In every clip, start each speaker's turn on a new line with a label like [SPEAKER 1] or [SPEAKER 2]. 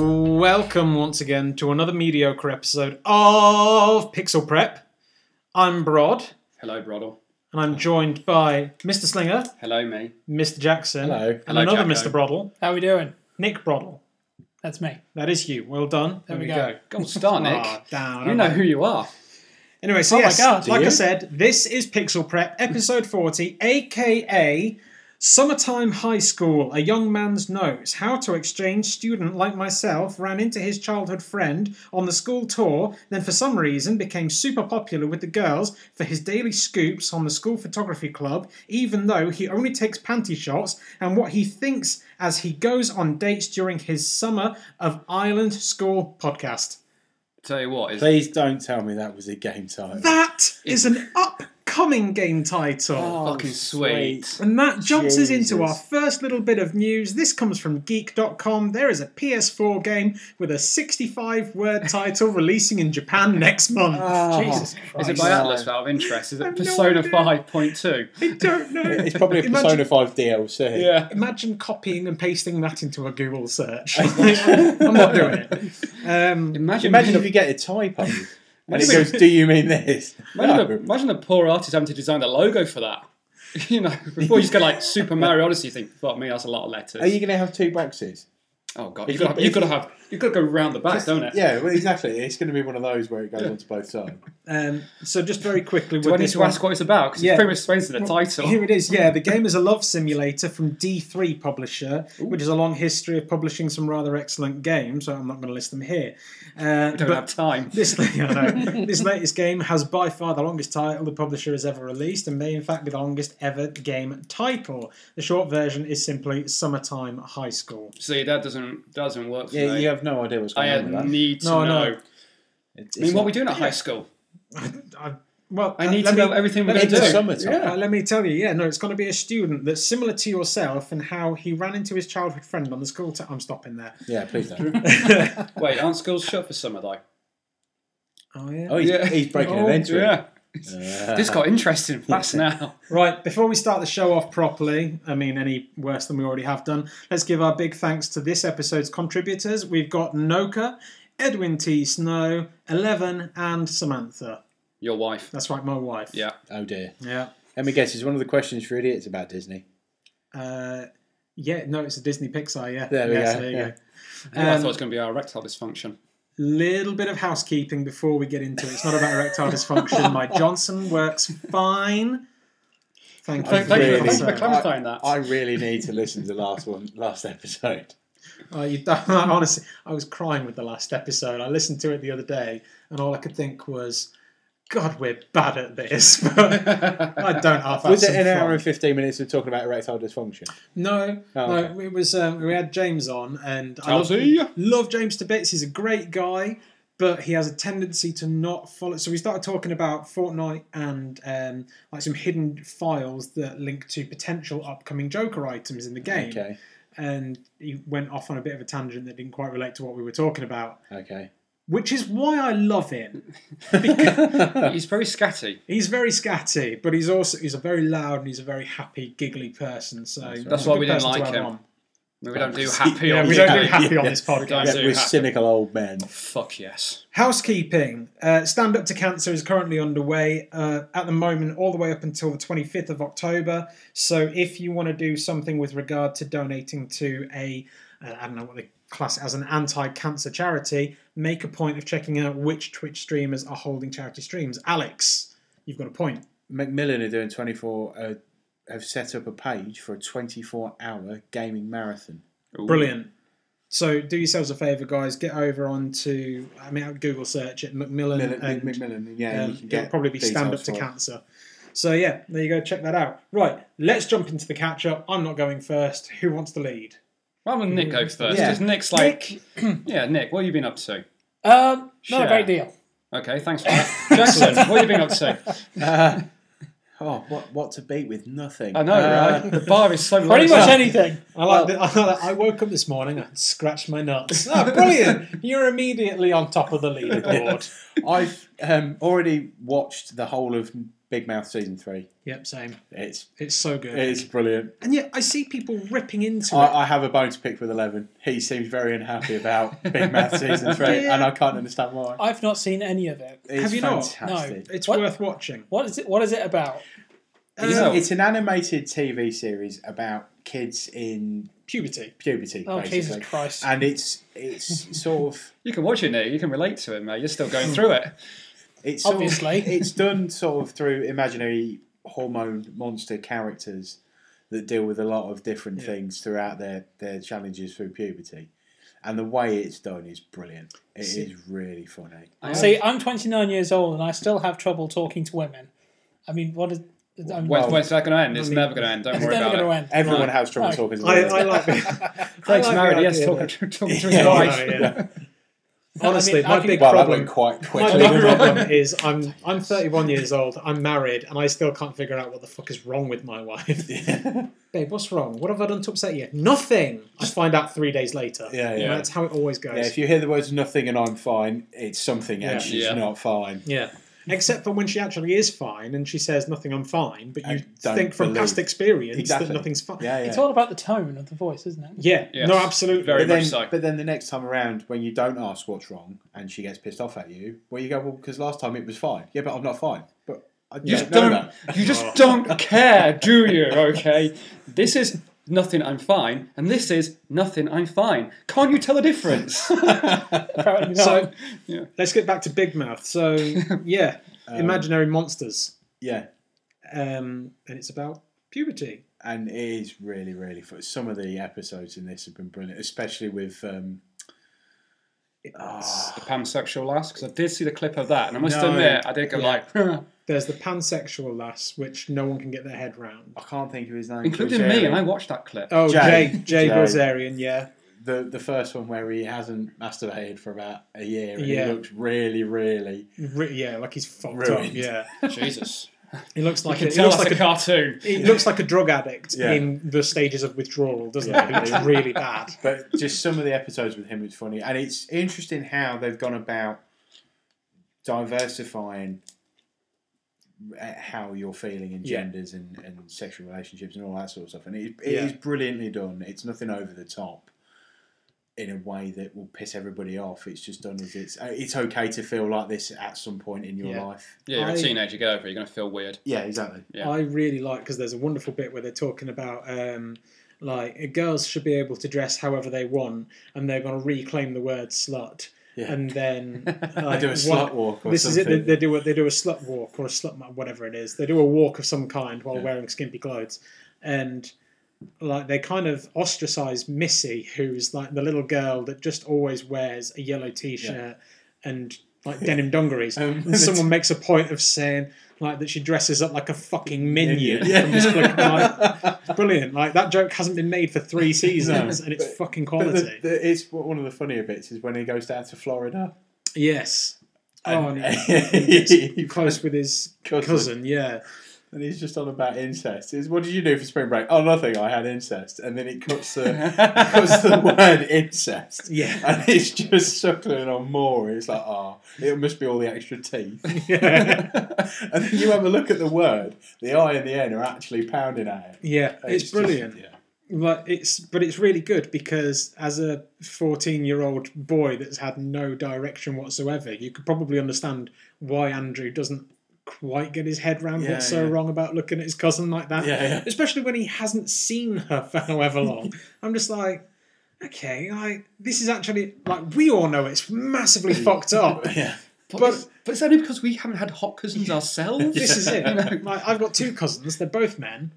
[SPEAKER 1] Welcome once again to another mediocre episode of Pixel Prep. I'm Brod,
[SPEAKER 2] Hello, Broddle.
[SPEAKER 1] and I'm joined by Mr. Slinger,
[SPEAKER 2] Hello, me.
[SPEAKER 1] Mr. Jackson,
[SPEAKER 3] Hello.
[SPEAKER 1] and
[SPEAKER 2] Hello,
[SPEAKER 1] another
[SPEAKER 2] Jacko.
[SPEAKER 1] Mr. Broddle,
[SPEAKER 4] How we doing?
[SPEAKER 1] Nick Broddle.
[SPEAKER 4] That's me.
[SPEAKER 1] That is you. Well done.
[SPEAKER 4] There we
[SPEAKER 1] we
[SPEAKER 4] go.
[SPEAKER 2] Gold star, Nick.
[SPEAKER 1] Ah, down,
[SPEAKER 2] you
[SPEAKER 1] I'm
[SPEAKER 2] know who you are.
[SPEAKER 1] Anyway, so
[SPEAKER 4] Oh my
[SPEAKER 1] yes,
[SPEAKER 4] God,
[SPEAKER 3] do
[SPEAKER 1] like I
[SPEAKER 3] you?
[SPEAKER 1] said, this is Pixel Prep, episode 40, aka Summertime High School, A Young Man's Nose. How to exchange student like myself ran into his childhood friend on the school tour, then for some reason became super popular with the girls for his daily scoops on the school photography club, even though he only takes panty shots and what he thinks as he goes on dates during his Summer of Ireland School podcast.
[SPEAKER 2] Tell you what, is
[SPEAKER 3] Please don't tell me that was a game title.
[SPEAKER 1] That is an upcoming game title.
[SPEAKER 2] fucking sweet.
[SPEAKER 1] And that jumps us into
[SPEAKER 3] Jesus.
[SPEAKER 1] our first little bit of news. This comes from geek.com. There is a PS4 game with a 65 word title releasing in Japan next month.
[SPEAKER 3] Oh.
[SPEAKER 1] Jesus
[SPEAKER 2] Is
[SPEAKER 1] Christ.
[SPEAKER 2] it by Atlas out of interest? Is
[SPEAKER 1] I've
[SPEAKER 2] it
[SPEAKER 1] no
[SPEAKER 2] Persona
[SPEAKER 1] idea.
[SPEAKER 2] 5.2?
[SPEAKER 1] I don't know.
[SPEAKER 3] It's probably a Persona 5 DLC.
[SPEAKER 2] Yeah.
[SPEAKER 1] Imagine copying and pasting that into a Google search. I'm not doing it. Um,
[SPEAKER 2] Imagine,
[SPEAKER 3] Imagine if
[SPEAKER 2] imagine,
[SPEAKER 3] you get a typo and it
[SPEAKER 2] Imagine-
[SPEAKER 3] goes, Do you mean this?
[SPEAKER 2] imagine, the,
[SPEAKER 3] No.
[SPEAKER 2] imagine the poor artist having to design the logo for that. You know, before you just go like Super Mario Odyssey, you think, fuck me, that's a lot of letters.
[SPEAKER 3] Are you going to have two boxes?
[SPEAKER 2] oh, God. You've
[SPEAKER 3] you-
[SPEAKER 2] got to
[SPEAKER 3] if
[SPEAKER 2] you've got to
[SPEAKER 3] you-
[SPEAKER 2] have, you've got to go round the back, don't it?
[SPEAKER 3] Yeah, well, exactly. It's going to be one of those where it goes onto both sides.
[SPEAKER 1] um, so, just very quickly,
[SPEAKER 2] Do I
[SPEAKER 1] with
[SPEAKER 2] need
[SPEAKER 1] this
[SPEAKER 2] to
[SPEAKER 1] one,
[SPEAKER 2] ask what it's about? Because
[SPEAKER 1] Yeah.
[SPEAKER 2] it pretty much explains in the title.
[SPEAKER 1] Here it is. Yeah, the game is a love simulator from D3 Publisher, which has a long history of publishing some rather excellent games. So I'm not going to list them here. Uh,
[SPEAKER 2] Don't
[SPEAKER 1] but
[SPEAKER 2] have time.
[SPEAKER 1] this, I know. this latest game has by far the longest title the publisher has ever released, and may in fact be the longest ever game title. The short version is simply Summertime High School.
[SPEAKER 2] See, that doesn't doesn't work for
[SPEAKER 3] Yeah,
[SPEAKER 2] me.
[SPEAKER 3] you have no idea what's
[SPEAKER 2] I
[SPEAKER 3] going on with that.
[SPEAKER 2] need to
[SPEAKER 1] No, I
[SPEAKER 2] know.
[SPEAKER 1] know.
[SPEAKER 3] It's-
[SPEAKER 2] I mean,
[SPEAKER 3] it's
[SPEAKER 2] what
[SPEAKER 3] not-
[SPEAKER 2] are we doing at high school?
[SPEAKER 1] I, well,
[SPEAKER 2] I
[SPEAKER 1] uh,
[SPEAKER 2] need
[SPEAKER 1] let
[SPEAKER 2] to
[SPEAKER 1] me-
[SPEAKER 2] know everything we're
[SPEAKER 1] let
[SPEAKER 2] going
[SPEAKER 1] me
[SPEAKER 2] to do.
[SPEAKER 3] just sum it up.
[SPEAKER 2] Yeah.
[SPEAKER 1] Uh, let me tell you, yeah, no, it's going to be a student that's similar to yourself and how he ran into his childhood friend on the school. i I'm stopping there.
[SPEAKER 3] Yeah, please don't.
[SPEAKER 2] Wait, aren't schools shut for summer though?
[SPEAKER 1] Oh yeah.
[SPEAKER 3] Oh, he's,
[SPEAKER 2] Yeah.
[SPEAKER 3] he's breaking
[SPEAKER 1] Oh,
[SPEAKER 3] an entry.
[SPEAKER 2] Yeah.
[SPEAKER 3] Ah.
[SPEAKER 2] This got interesting fast now.
[SPEAKER 1] Right, before we start the show off properly, I mean, any worse than we already have done, let's give our big thanks to this episode's contributors. We've got Noka, Edwin T. Snow, Eleven, and Samantha.
[SPEAKER 2] Your wife.
[SPEAKER 1] That's right, my wife.
[SPEAKER 2] Yeah.
[SPEAKER 3] Oh, dear.
[SPEAKER 1] Yeah.
[SPEAKER 3] Let me guess, is one of the questions for idiots about Disney?
[SPEAKER 1] Uh, yeah, no, it's a Disney Pixar, yeah.
[SPEAKER 3] There we
[SPEAKER 1] Yes,
[SPEAKER 3] go,
[SPEAKER 1] There you
[SPEAKER 3] yeah.
[SPEAKER 1] go.
[SPEAKER 2] I
[SPEAKER 1] Um,
[SPEAKER 2] thought it was going to be our erectile dysfunction.
[SPEAKER 1] little bit of housekeeping before we get into it. It's not about erectile dysfunction. My Johnson works fine. Thank you.
[SPEAKER 2] Thank,
[SPEAKER 1] for
[SPEAKER 2] thank you,
[SPEAKER 1] being
[SPEAKER 2] thank you
[SPEAKER 1] so-
[SPEAKER 2] for clarifying that.
[SPEAKER 3] I really need to listen to last one, last episode.
[SPEAKER 1] Oh, you don't, honestly, I was crying with the last episode. I listened to it the other day, and all I could think was, "God, we're bad at this." But I don't half. have
[SPEAKER 3] Was it
[SPEAKER 1] some
[SPEAKER 3] an hour
[SPEAKER 1] fun.
[SPEAKER 3] and 15 minutes of talking about erectile dysfunction?
[SPEAKER 1] No,
[SPEAKER 3] Oh,
[SPEAKER 1] no. It was. Um, we had James on, and I love,
[SPEAKER 2] How's he?
[SPEAKER 1] love James to bits. He's a great guy, but he has a tendency to not follow. So we started talking about Fortnite and um, like some hidden files that link to potential upcoming Joker items in the game,
[SPEAKER 3] Okay,
[SPEAKER 1] and he went off on a bit of a tangent that didn't quite relate to what we were talking about.
[SPEAKER 3] okay.
[SPEAKER 1] which is why I love him.
[SPEAKER 2] He's very scatty.
[SPEAKER 1] He's very scatty, but he's also he's a very loud and he's a very happy, giggly person. So that's,
[SPEAKER 2] why we didn't like him. We don't do happy
[SPEAKER 1] Yeah,
[SPEAKER 2] on
[SPEAKER 1] we
[SPEAKER 2] the
[SPEAKER 1] don't do
[SPEAKER 2] day.
[SPEAKER 1] happy on this
[SPEAKER 2] don't
[SPEAKER 1] podcast.
[SPEAKER 2] do-
[SPEAKER 3] Yeah, we're
[SPEAKER 2] happen.
[SPEAKER 3] cynical old men.
[SPEAKER 2] Fuck yes.
[SPEAKER 1] Housekeeping. Uh, Stand Up to Cancer is currently underway uh, at the moment, all the way up until the 25th of October. So if you want to do something with regard to donating to a, uh, I don't know what they class it as an anti-cancer charity, make a point of checking out which Twitch streamers are holding charity streams. Alex, you've got a point.
[SPEAKER 3] Macmillan are doing 24, uh, have set up a page for a 24 hour gaming marathon.
[SPEAKER 2] Ooh.
[SPEAKER 1] Brilliant. So do yourselves a favour, guys. Get over onto I mean, Google search it, Macmillan, and
[SPEAKER 3] Macmillan, yeah,
[SPEAKER 1] um, it'll probably be stand up to cancer. So yeah, there you go. Check that out. Right, let's jump into the catch up. I'm not going first. Who wants to lead?
[SPEAKER 2] Why would Nick go first?
[SPEAKER 3] Yeah.
[SPEAKER 2] Because Nick's like, yeah, Nick, what have you been up to?
[SPEAKER 4] Um, not
[SPEAKER 2] Sure.
[SPEAKER 4] a great deal.
[SPEAKER 2] Okay, thanks for that. Jackson, what have you been up to?
[SPEAKER 3] Oh, what, what to beat with nothing.
[SPEAKER 2] I know,
[SPEAKER 3] Uh,
[SPEAKER 2] right? The bar is so low.
[SPEAKER 4] Pretty much anything.
[SPEAKER 1] I like. that- I woke up this morning and scratched my nuts. Oh, brilliant! You're
[SPEAKER 3] Uh,
[SPEAKER 1] immediately on top of the leaderboard.
[SPEAKER 3] I've um, already watched the whole of Big Mouth season three.
[SPEAKER 1] Yep, same.
[SPEAKER 3] It's
[SPEAKER 1] It's so good.
[SPEAKER 3] it's brilliant.
[SPEAKER 1] And yet I see people ripping into it.
[SPEAKER 3] I, I have a bone to pick with Eleven. He seems very unhappy about Big Mouth season three,
[SPEAKER 1] Yeah.
[SPEAKER 3] and I can't understand why.
[SPEAKER 4] I've not seen any of it.
[SPEAKER 3] It's
[SPEAKER 1] Have you not?
[SPEAKER 3] fantastic.
[SPEAKER 4] No.
[SPEAKER 1] It's
[SPEAKER 4] What?
[SPEAKER 1] worth watching. Um,
[SPEAKER 4] What is it? What is it about?
[SPEAKER 3] It's,
[SPEAKER 2] No.
[SPEAKER 3] Um, it's an animated TV series about kids in
[SPEAKER 1] Puberty.
[SPEAKER 3] puberty,
[SPEAKER 4] Oh
[SPEAKER 3] basically.
[SPEAKER 4] Jesus Christ!
[SPEAKER 3] And it's it's sort of
[SPEAKER 2] You can watch it now. You can relate to it, mate. You're still going through it.
[SPEAKER 3] it's sort of-
[SPEAKER 4] Obviously.
[SPEAKER 3] it's done sort of through imaginary hormone monster characters that deal with a lot of different things throughout their their challenges through puberty. And the way it's done is brilliant. It is really funny.
[SPEAKER 2] I am-
[SPEAKER 4] See, I'm 29 years old and I still have trouble talking to women. I mean, what is? I'm,
[SPEAKER 2] when's,
[SPEAKER 3] Well-
[SPEAKER 2] when's that going to end? It's
[SPEAKER 1] Nothing.
[SPEAKER 2] never going to end. Don't
[SPEAKER 4] it's
[SPEAKER 2] worry
[SPEAKER 4] never
[SPEAKER 2] about
[SPEAKER 4] going to
[SPEAKER 2] it.
[SPEAKER 4] end.
[SPEAKER 3] Everyone
[SPEAKER 2] No.
[SPEAKER 3] has trouble
[SPEAKER 4] No.
[SPEAKER 3] talking. to
[SPEAKER 1] I,
[SPEAKER 3] women.
[SPEAKER 1] I like the, I
[SPEAKER 2] Craig's
[SPEAKER 1] like the
[SPEAKER 2] married. Yes,
[SPEAKER 1] idea
[SPEAKER 2] talking
[SPEAKER 1] that-
[SPEAKER 2] to, talking to his
[SPEAKER 3] Yeah,
[SPEAKER 1] Yeah,
[SPEAKER 2] wife.
[SPEAKER 1] no, yeah.
[SPEAKER 4] I
[SPEAKER 1] Honestly,
[SPEAKER 4] mean, I
[SPEAKER 1] my
[SPEAKER 4] can-
[SPEAKER 1] big
[SPEAKER 3] well, that
[SPEAKER 1] problem.
[SPEAKER 3] went quite
[SPEAKER 1] My
[SPEAKER 3] quickly.
[SPEAKER 1] big
[SPEAKER 2] Clearly.
[SPEAKER 1] problem is I'm I'm 31 years old. I'm married, and I still can't figure out what the fuck is wrong with my wife.
[SPEAKER 3] yeah,
[SPEAKER 1] Babe, what's wrong? What have I done to upset you? Nothing. I find out three days later.
[SPEAKER 3] yeah.
[SPEAKER 1] And That's how it always
[SPEAKER 3] Yeah,
[SPEAKER 1] goes.
[SPEAKER 3] if you hear the words "nothing" and "I'm fine," it's something,
[SPEAKER 1] Yeah.
[SPEAKER 3] and she's
[SPEAKER 2] Yeah.
[SPEAKER 3] not fine.
[SPEAKER 1] Yeah. Except for when she actually is fine and she says nothing, I'm fine. But you
[SPEAKER 3] I don't
[SPEAKER 1] think from
[SPEAKER 3] believe-
[SPEAKER 1] past experience
[SPEAKER 3] Exactly.
[SPEAKER 1] that nothing's fine.
[SPEAKER 3] Yeah, yeah.
[SPEAKER 4] It's all about the tone of the voice, isn't it?
[SPEAKER 1] Yeah.
[SPEAKER 2] Yes.
[SPEAKER 1] No, absolutely.
[SPEAKER 2] Very
[SPEAKER 3] but then,
[SPEAKER 2] much so.
[SPEAKER 3] But then the next time around, when you don't ask what's wrong and she gets pissed off at you, well, you go, well, because last time it was fine. Yeah, but I'm not fine. But I
[SPEAKER 2] You
[SPEAKER 3] don't
[SPEAKER 2] just
[SPEAKER 3] know
[SPEAKER 2] don't.
[SPEAKER 3] that.
[SPEAKER 2] You just don't care, do you? Okay. This is nothing. I'm fine, and this is nothing. I'm fine. Can't you tell the difference?
[SPEAKER 4] Apparently not.
[SPEAKER 1] So
[SPEAKER 2] Yeah.
[SPEAKER 1] let's get back to Big Mouth. So yeah,
[SPEAKER 3] Um,
[SPEAKER 1] imaginary monsters,
[SPEAKER 3] Yeah,
[SPEAKER 1] um, and it's about puberty.
[SPEAKER 3] and it is really, really fun. Some of the episodes in this have been brilliant, especially with. Um,
[SPEAKER 2] the pansexual lass, because I did see the clip of that, and I must
[SPEAKER 3] No.
[SPEAKER 2] admit, I did go like,
[SPEAKER 1] There's the pansexual lass, which no one can get their head round.
[SPEAKER 3] I can't think of his name.
[SPEAKER 2] including me, and I watched that clip.
[SPEAKER 1] Oh, Jay,
[SPEAKER 3] Jay.
[SPEAKER 1] Jay,
[SPEAKER 3] Jay.
[SPEAKER 1] Bilzerian, yeah.
[SPEAKER 3] the the first one where he hasn't masturbated for about a year, and
[SPEAKER 1] Yeah.
[SPEAKER 3] he looks really, really.
[SPEAKER 1] Re- yeah, like he's fucked up.
[SPEAKER 3] Ruined.
[SPEAKER 1] Yeah,
[SPEAKER 2] Jesus,
[SPEAKER 1] he looks like a,
[SPEAKER 2] can
[SPEAKER 1] he
[SPEAKER 2] tell
[SPEAKER 1] looks
[SPEAKER 2] that's
[SPEAKER 1] like
[SPEAKER 2] a
[SPEAKER 1] a,
[SPEAKER 2] cartoon.
[SPEAKER 1] he looks like a drug addict
[SPEAKER 3] Yeah.
[SPEAKER 1] in the stages of withdrawal, doesn't
[SPEAKER 3] Yeah.
[SPEAKER 1] he? He looks really bad.
[SPEAKER 3] but just some of the episodes with him is funny, and it's interesting how they've gone about diversifying uh, how you're feeling in
[SPEAKER 1] Yeah.
[SPEAKER 3] genders and, and sexual relationships and all that sort of stuff. And it, it is
[SPEAKER 1] Yeah.
[SPEAKER 3] brilliantly done. It's nothing over the top in a way that will piss everybody off. It's just done as it's uh, it's okay to feel like this at some point in your
[SPEAKER 1] Yeah.
[SPEAKER 3] life.
[SPEAKER 2] Yeah, you're a
[SPEAKER 1] I-
[SPEAKER 2] teenager, go over. it, You're going to feel weird.
[SPEAKER 3] Yeah, exactly.
[SPEAKER 2] Yeah.
[SPEAKER 1] I really like because there's a wonderful bit where they're talking about um, like girls should be able to dress however they want, and they're going to reclaim the word slut.
[SPEAKER 3] Yeah.
[SPEAKER 1] And then
[SPEAKER 3] I
[SPEAKER 1] like,
[SPEAKER 3] do a
[SPEAKER 1] what-
[SPEAKER 3] slut walk or
[SPEAKER 1] This is
[SPEAKER 3] something.
[SPEAKER 1] it. They, they do a, they do a slut walk or a slut ma- whatever it is. They do a walk of some kind while wearing skimpy clothes, and like they kind of ostracize Missy, who's like the little girl that just always wears a yellow t-shirt and like denim dungarees.
[SPEAKER 3] Um,
[SPEAKER 1] and someone makes a point of saying like that she dresses up like a fucking minion.
[SPEAKER 3] Yeah.
[SPEAKER 1] I'm just like, like, it's brilliant. Like that joke hasn't been made for three seasons, and it's
[SPEAKER 3] But-
[SPEAKER 1] fucking
[SPEAKER 3] But
[SPEAKER 1] quality.
[SPEAKER 3] the, the, it's one of the funnier bits is when he goes down to Florida.
[SPEAKER 1] yes. Oh, and he-
[SPEAKER 3] he
[SPEAKER 1] close with his
[SPEAKER 3] Cousin.
[SPEAKER 1] cousin yeah.
[SPEAKER 3] And he's just on about incest. He's, what did you do for spring break? Oh, nothing. I had incest. And then it cuts the, cuts the word incest.
[SPEAKER 1] Yeah.
[SPEAKER 3] And it's just suckling on more. It's like, ah, it must be all the extra teeth.
[SPEAKER 1] yeah,
[SPEAKER 3] and then you have a look at the word. The I and the N are actually pounding at it.
[SPEAKER 1] yeah, it's,
[SPEAKER 3] just-
[SPEAKER 1] brilliant.
[SPEAKER 3] yeah.
[SPEAKER 1] Like it's, but it's really good because as a fourteen-year-old boy that's had no direction whatsoever, you could probably understand why Andrew doesn't quite get his head round
[SPEAKER 3] Yeah,
[SPEAKER 1] what's so
[SPEAKER 3] yeah.
[SPEAKER 1] wrong about looking at his cousin like that.
[SPEAKER 3] Yeah, yeah.
[SPEAKER 1] Especially when he hasn't seen her for however long. I'm just like, okay, like this is actually like we all know it's massively fucked up.
[SPEAKER 3] Yeah.
[SPEAKER 2] But,
[SPEAKER 1] But-
[SPEAKER 2] it's- but it's only because we haven't had hot cousins ourselves.
[SPEAKER 1] This is it. Like, I've got two cousins; they're both men.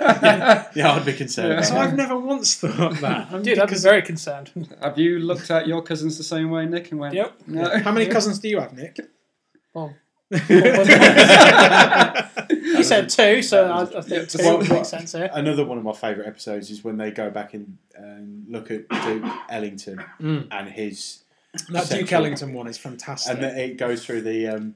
[SPEAKER 3] Yeah, I'd be concerned.
[SPEAKER 1] So
[SPEAKER 3] about
[SPEAKER 1] I've never once thought that. I'm
[SPEAKER 4] Dude, I'd be
[SPEAKER 1] because-
[SPEAKER 4] very concerned.
[SPEAKER 2] Have you looked at your cousins the same way, Nick? And went,
[SPEAKER 4] Yep.
[SPEAKER 2] No.
[SPEAKER 1] How many cousins do you have, Nick?
[SPEAKER 4] Well, you said two, so I, I think two
[SPEAKER 3] Well, well,
[SPEAKER 4] makes sense here.
[SPEAKER 3] Another one of my favourite episodes is when they go back and um, look at Duke Ellington
[SPEAKER 1] Mm.
[SPEAKER 3] and his
[SPEAKER 1] That Duke
[SPEAKER 3] Sexual.
[SPEAKER 1] Ellington one is fantastic.
[SPEAKER 3] and then it goes through the um,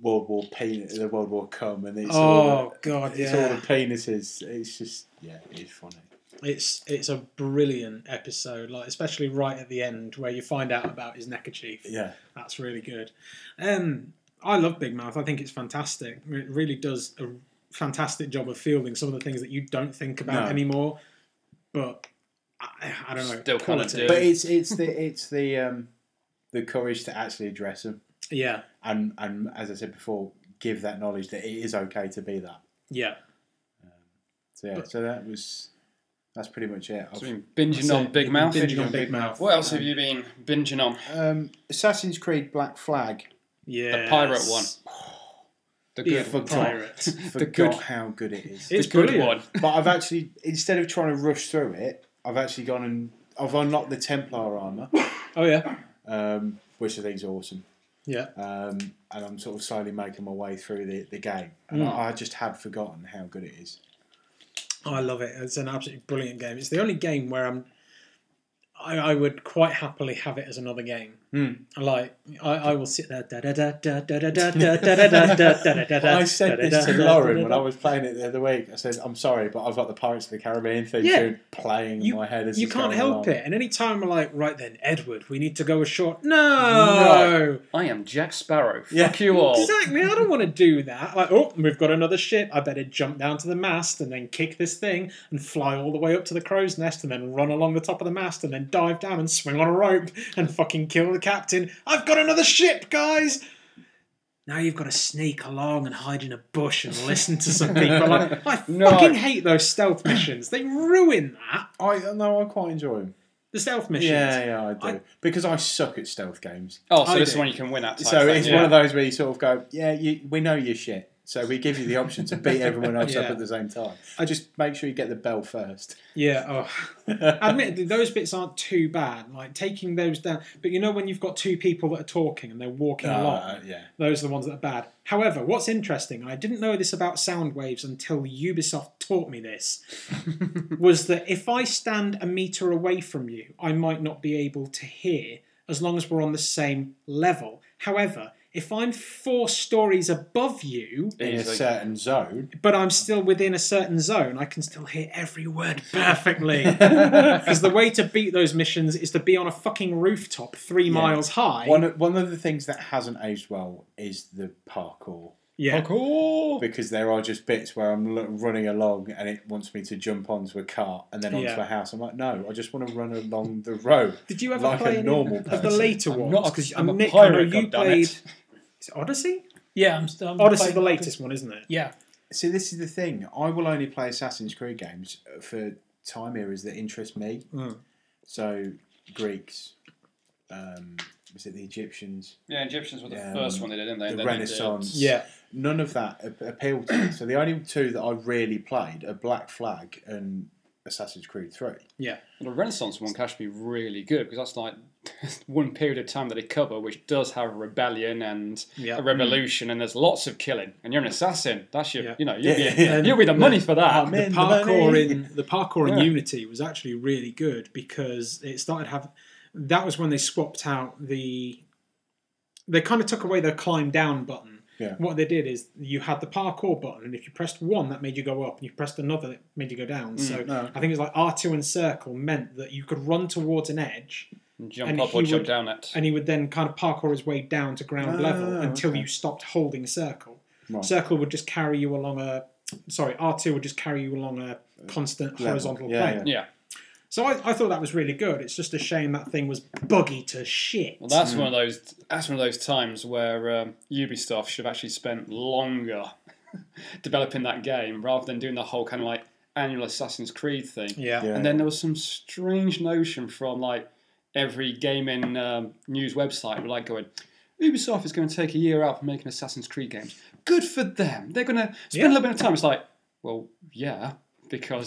[SPEAKER 3] World War penis, the World War come, and it's all
[SPEAKER 1] oh god,
[SPEAKER 3] the,
[SPEAKER 1] yeah,
[SPEAKER 3] it's all the penises. It's just yeah, it's funny.
[SPEAKER 1] it's it's a brilliant episode. Like especially right at the end where you find out about his neckerchief.
[SPEAKER 3] Yeah,
[SPEAKER 1] That's really good. Um, I love Big Mouth. I think it's fantastic. It really does a fantastic job of fielding some of the things that you don't think about
[SPEAKER 3] No.
[SPEAKER 1] anymore. But I, I don't know.
[SPEAKER 2] Still kinda
[SPEAKER 1] quality.
[SPEAKER 2] do.
[SPEAKER 3] But it's it's the it's the um, the courage to actually address them,
[SPEAKER 1] Yeah,
[SPEAKER 3] and and as I said before, give that knowledge that it is okay to be that.
[SPEAKER 1] yeah.
[SPEAKER 3] So yeah, so that was that's pretty much it.
[SPEAKER 2] So
[SPEAKER 3] I've-
[SPEAKER 2] you've been binging
[SPEAKER 1] So,
[SPEAKER 2] on Big Mouth.
[SPEAKER 1] Binging on Big Mouth.
[SPEAKER 2] What else have you been binging on?
[SPEAKER 3] Um, Assassin's Creed Black Flag.
[SPEAKER 1] Yeah.
[SPEAKER 2] pirate one. The
[SPEAKER 1] Yeah,
[SPEAKER 2] good
[SPEAKER 1] for
[SPEAKER 2] one.
[SPEAKER 1] pirate.
[SPEAKER 2] The
[SPEAKER 3] Forgot
[SPEAKER 2] good-
[SPEAKER 3] how good it is.
[SPEAKER 1] It's
[SPEAKER 2] the good
[SPEAKER 1] brilliant.
[SPEAKER 2] one.
[SPEAKER 3] but I've actually instead of trying to rush through it, I've actually gone and I've unlocked the Templar armor,
[SPEAKER 1] Oh yeah,
[SPEAKER 3] um, which I think is awesome.
[SPEAKER 1] yeah.
[SPEAKER 3] Um, and I'm sort of slowly making my way through the, the game.
[SPEAKER 1] Hmm.
[SPEAKER 3] And I, I just had forgotten how good it is.
[SPEAKER 1] Oh, I love it. It's an absolutely brilliant game. It's the only game where I'm. I, I would quite happily have it as another game. Like I, I will sit there. da da da da da da da da da da da da da da
[SPEAKER 3] I said
[SPEAKER 1] da
[SPEAKER 3] this
[SPEAKER 1] da
[SPEAKER 3] to
[SPEAKER 1] da
[SPEAKER 3] Lauren
[SPEAKER 1] da
[SPEAKER 3] when
[SPEAKER 1] da.
[SPEAKER 3] I was playing it the other week. I said, "I'm sorry, but I've got the Pirates of the Caribbean theme
[SPEAKER 1] Yeah.
[SPEAKER 3] tune playing
[SPEAKER 1] You-
[SPEAKER 3] in my head as
[SPEAKER 1] You
[SPEAKER 3] it's
[SPEAKER 1] can't
[SPEAKER 3] going
[SPEAKER 1] help
[SPEAKER 3] along."
[SPEAKER 1] it. And any time we're like, right then, Edward, we need to go ashore. No,
[SPEAKER 2] I am Jack Sparrow.
[SPEAKER 3] Yeah.
[SPEAKER 2] Fuck you all.
[SPEAKER 1] exactly. I don't want to do that. Like, oh, we've got another ship. I better jump down to the mast and then kick this thing and fly all the way up to the crow's nest and then run along the top of the mast and then dive down and swing on a rope and fucking kill the captain. I've got another ship, guys. Now you've got to sneak along and hide in a bush and listen to some people. Like, I
[SPEAKER 2] No.
[SPEAKER 1] fucking hate those stealth missions. They ruin that.
[SPEAKER 3] I uh, no, I quite enjoy them.
[SPEAKER 1] The stealth missions.
[SPEAKER 3] Yeah, yeah, I do
[SPEAKER 1] I-
[SPEAKER 3] because I suck at stealth games.
[SPEAKER 2] Oh, so
[SPEAKER 1] I
[SPEAKER 2] this is
[SPEAKER 1] do.
[SPEAKER 2] one you can win at.
[SPEAKER 3] So it's one of those where you sort of go, yeah, you, we know your shit. So we give you the option to beat everyone else
[SPEAKER 1] Yeah.
[SPEAKER 3] up at the same time. I just make sure you get the bell first.
[SPEAKER 1] Yeah. Oh. Admittedly, those bits aren't too bad. Like taking those down, but you know when you've got two people that are talking and they're walking along,
[SPEAKER 3] Uh, yeah.
[SPEAKER 1] those are the ones that are bad. However, what's interesting, and I didn't know this about sound waves until Ubisoft taught me this, was that if I stand a meter away from you, I might not be able to hear as long as we're on the same level. However, if I'm four stories above you,
[SPEAKER 3] In a
[SPEAKER 2] Easily.
[SPEAKER 3] certain zone.
[SPEAKER 1] but I'm still within a certain zone. I can still hear every word perfectly. Because the way to beat those missions is to be on a fucking rooftop three miles high.
[SPEAKER 3] One, of- one of the things that hasn't aged well is the parkour.
[SPEAKER 1] yeah.
[SPEAKER 2] cool.
[SPEAKER 3] Because there are just bits where I'm l- running along and it wants me to jump onto a cart and then onto
[SPEAKER 1] Yeah.
[SPEAKER 3] a house. I'm like, no, I just want to run along the road.
[SPEAKER 1] Did you ever
[SPEAKER 3] like
[SPEAKER 1] play
[SPEAKER 3] a
[SPEAKER 1] any
[SPEAKER 3] normal
[SPEAKER 1] of the
[SPEAKER 3] person.
[SPEAKER 1] later ones?
[SPEAKER 2] not, 'cause I'm
[SPEAKER 1] Um,
[SPEAKER 2] a
[SPEAKER 1] Nick,
[SPEAKER 2] pirate,
[SPEAKER 1] I know you
[SPEAKER 2] goddammit.
[SPEAKER 1] played. Is it Odyssey?
[SPEAKER 4] Yeah, I'm still. I'm
[SPEAKER 1] Odyssey's
[SPEAKER 4] playing-
[SPEAKER 1] the latest one, isn't it?
[SPEAKER 4] Yeah,
[SPEAKER 3] See, this is the thing. I will only play Assassin's Creed games for time eras that interest me.
[SPEAKER 1] Mm.
[SPEAKER 3] So, Greeks, um, was it the Egyptians,
[SPEAKER 2] Yeah, Egyptians were the
[SPEAKER 3] Um,
[SPEAKER 2] first one they did, didn't they? Then
[SPEAKER 3] the
[SPEAKER 2] they did-
[SPEAKER 3] Renaissance?
[SPEAKER 1] Yeah.
[SPEAKER 3] None of that a- appealed to me. So, the only two that I really played are Black Flag and Assassin's Creed 3.
[SPEAKER 1] Yeah.
[SPEAKER 2] Well, the Renaissance one can actually be really good because that's like one period of time that they cover, which does have a rebellion and
[SPEAKER 1] Yeah. Mm.
[SPEAKER 2] a revolution, and there's lots of killing, and you're an assassin. That's your,
[SPEAKER 1] Yeah. Oh,
[SPEAKER 2] you know, you'll,
[SPEAKER 3] Yeah,
[SPEAKER 2] be,
[SPEAKER 3] yeah, yeah.
[SPEAKER 2] you'll be the money for that.
[SPEAKER 3] I'm in the
[SPEAKER 1] parkour
[SPEAKER 3] money.
[SPEAKER 1] in the parkour in
[SPEAKER 2] Yeah.
[SPEAKER 1] Unity was actually really good because it started have that was when they swapped out the they kind of took away the climb down button.
[SPEAKER 3] Yeah.
[SPEAKER 1] What they did is you had the parkour button, and if you pressed one, that made you go up, and you pressed another, that made you go down. so
[SPEAKER 3] Mm, no.
[SPEAKER 1] I think it was like R two and circle meant that you could run towards an edge,
[SPEAKER 2] And jump
[SPEAKER 1] And
[SPEAKER 2] up or
[SPEAKER 1] he
[SPEAKER 2] jump
[SPEAKER 1] would-
[SPEAKER 2] down it.
[SPEAKER 1] and he would then kind of parkour his way down to ground
[SPEAKER 3] Ah,
[SPEAKER 1] level until
[SPEAKER 3] okay.
[SPEAKER 1] you stopped holding circle.
[SPEAKER 3] Right.
[SPEAKER 1] Circle would just carry you along a sorry R two would just carry you along a constant
[SPEAKER 3] Level.
[SPEAKER 1] horizontal
[SPEAKER 3] Yeah,
[SPEAKER 1] plane.
[SPEAKER 3] yeah.
[SPEAKER 2] yeah.
[SPEAKER 1] So I, I thought that was really good. It's just a shame that thing was buggy to shit.
[SPEAKER 2] Well, that's one of those. That's one of those times where um, Ubisoft should have actually spent longer developing that game rather than doing the whole kind of like annual Assassin's Creed thing.
[SPEAKER 1] yeah.
[SPEAKER 3] Yeah.
[SPEAKER 2] And then there was some strange notion from like every gaming um, news website, like going, Ubisoft is going to take a year out from making Assassin's Creed games. Good for them. They're going to spend
[SPEAKER 1] Yeah.
[SPEAKER 2] a little bit of time. It's like, well, yeah, because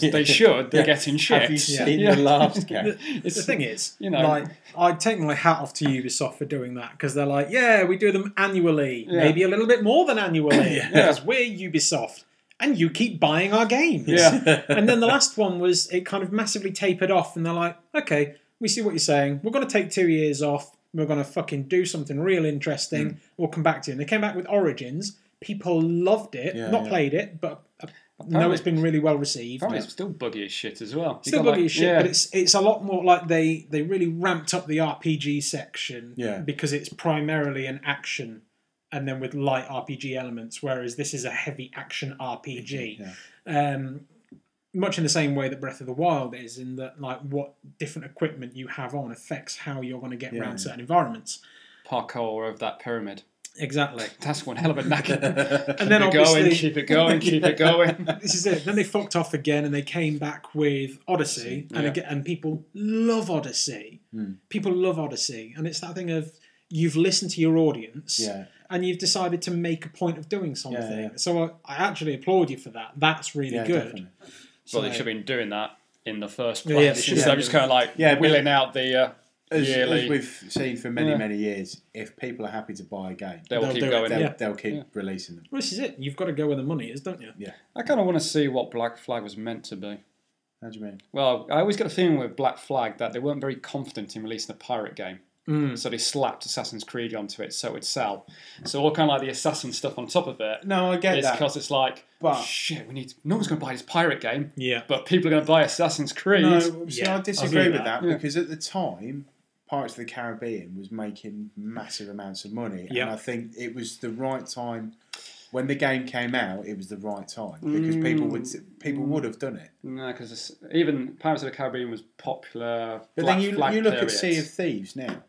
[SPEAKER 2] they
[SPEAKER 3] Yeah.
[SPEAKER 2] should. They're
[SPEAKER 3] Yeah.
[SPEAKER 2] getting shit.
[SPEAKER 3] Have you seen
[SPEAKER 2] Yeah.
[SPEAKER 3] the last game?
[SPEAKER 1] The thing is,
[SPEAKER 2] you know.
[SPEAKER 1] like I take my hat off to Ubisoft for doing that because they're like, yeah, we do them annually,
[SPEAKER 2] Yeah.
[SPEAKER 1] maybe a little bit more than annually
[SPEAKER 3] Yeah.
[SPEAKER 1] because we're Ubisoft and you keep buying our games.
[SPEAKER 2] yeah.
[SPEAKER 1] and then the last one was it kind of massively tapered off, and they're like, okay, we see what you're saying. We're going to take two years off. We're going to fucking do something real interesting.
[SPEAKER 3] Mm.
[SPEAKER 1] We'll come back to you. And they came back with Origins. People loved it,
[SPEAKER 3] Yeah,
[SPEAKER 1] not
[SPEAKER 3] yeah.
[SPEAKER 1] played it, but uh, no, it's been really well received.
[SPEAKER 2] Apparently, it's still buggy as shit as well. You
[SPEAKER 1] Still
[SPEAKER 2] got,
[SPEAKER 1] buggy
[SPEAKER 2] like-
[SPEAKER 1] as shit,
[SPEAKER 2] yeah.
[SPEAKER 1] but it's it's a lot more like they they really ramped up the RPG section
[SPEAKER 3] Yeah.
[SPEAKER 1] because it's primarily an action and then with light RPG elements, whereas this is a heavy action RPG.
[SPEAKER 3] Yeah.
[SPEAKER 1] Um, much in the same way that Breath of the Wild is, in that like what different equipment you have on affects how you're going to get
[SPEAKER 3] Yeah.
[SPEAKER 1] around certain environments.
[SPEAKER 2] Parkour over that pyramid.
[SPEAKER 1] Exactly.
[SPEAKER 2] That's one hell of a knacker.
[SPEAKER 1] And
[SPEAKER 3] and
[SPEAKER 1] then
[SPEAKER 2] Keep it going,
[SPEAKER 1] obviously-
[SPEAKER 2] keep it going, keep it going.
[SPEAKER 1] this is it. Then they fucked off again, and they came back with Odyssey, and
[SPEAKER 2] Yeah.
[SPEAKER 1] again, and people love Odyssey.
[SPEAKER 3] Hmm.
[SPEAKER 1] People love Odyssey, and it's that thing of you've listened to your audience,
[SPEAKER 3] yeah,
[SPEAKER 1] and you've decided to make a point of doing something.
[SPEAKER 3] yeah.
[SPEAKER 1] So I, I actually applaud you for that. That's really
[SPEAKER 3] yeah,
[SPEAKER 1] good.
[SPEAKER 3] definitely.
[SPEAKER 2] Well, they should have been doing that in the first
[SPEAKER 1] Yeah,
[SPEAKER 2] place.
[SPEAKER 1] yeah, they should
[SPEAKER 2] Instead
[SPEAKER 1] have.
[SPEAKER 2] of just kind of like
[SPEAKER 3] Yeah, but-
[SPEAKER 2] wheeling out the. Uh,
[SPEAKER 3] As, as
[SPEAKER 2] Yearly.
[SPEAKER 3] we've seen for many
[SPEAKER 2] Yeah.
[SPEAKER 3] many years, if people are happy to buy a game,
[SPEAKER 2] they will
[SPEAKER 1] They'll
[SPEAKER 2] keep
[SPEAKER 1] do it,
[SPEAKER 2] going.
[SPEAKER 3] they'll,
[SPEAKER 1] Yeah.
[SPEAKER 3] they'll keep
[SPEAKER 2] Yeah.
[SPEAKER 3] releasing them.
[SPEAKER 1] Well, this is it. You've got to go where the money is, don't you?
[SPEAKER 2] I kind of want to see what Black Flag was meant to be.
[SPEAKER 3] How do you mean?
[SPEAKER 2] Well, I always get a feeling with Black Flag that they weren't very confident in releasing a pirate game.
[SPEAKER 3] Mm.
[SPEAKER 2] So they slapped Assassin's Creed onto it so it would sell. So all kind of like the assassin stuff on top of it
[SPEAKER 3] No, I get
[SPEAKER 2] is
[SPEAKER 3] that.
[SPEAKER 2] because it's like,
[SPEAKER 3] But-
[SPEAKER 2] shit, we need no one's going to buy this pirate game,
[SPEAKER 1] Yeah.
[SPEAKER 2] but people are going to buy Assassin's Creed.
[SPEAKER 3] No, see,
[SPEAKER 1] Yeah,
[SPEAKER 3] I
[SPEAKER 1] I'll
[SPEAKER 3] disagree
[SPEAKER 1] do
[SPEAKER 3] with
[SPEAKER 1] that.
[SPEAKER 3] that,
[SPEAKER 2] Yeah.
[SPEAKER 3] because at the time, Pirates of the Caribbean was making massive amounts of money,
[SPEAKER 1] Yeah.
[SPEAKER 3] and I think it was the right time when the game came out. It was the right time because people would
[SPEAKER 1] Mm.
[SPEAKER 3] people would have done it.
[SPEAKER 2] No, because even Pirates of the Caribbean was popular.
[SPEAKER 3] But
[SPEAKER 2] Black
[SPEAKER 3] then you,
[SPEAKER 2] Flag
[SPEAKER 3] you look
[SPEAKER 2] period.
[SPEAKER 3] at Sea of Thieves now.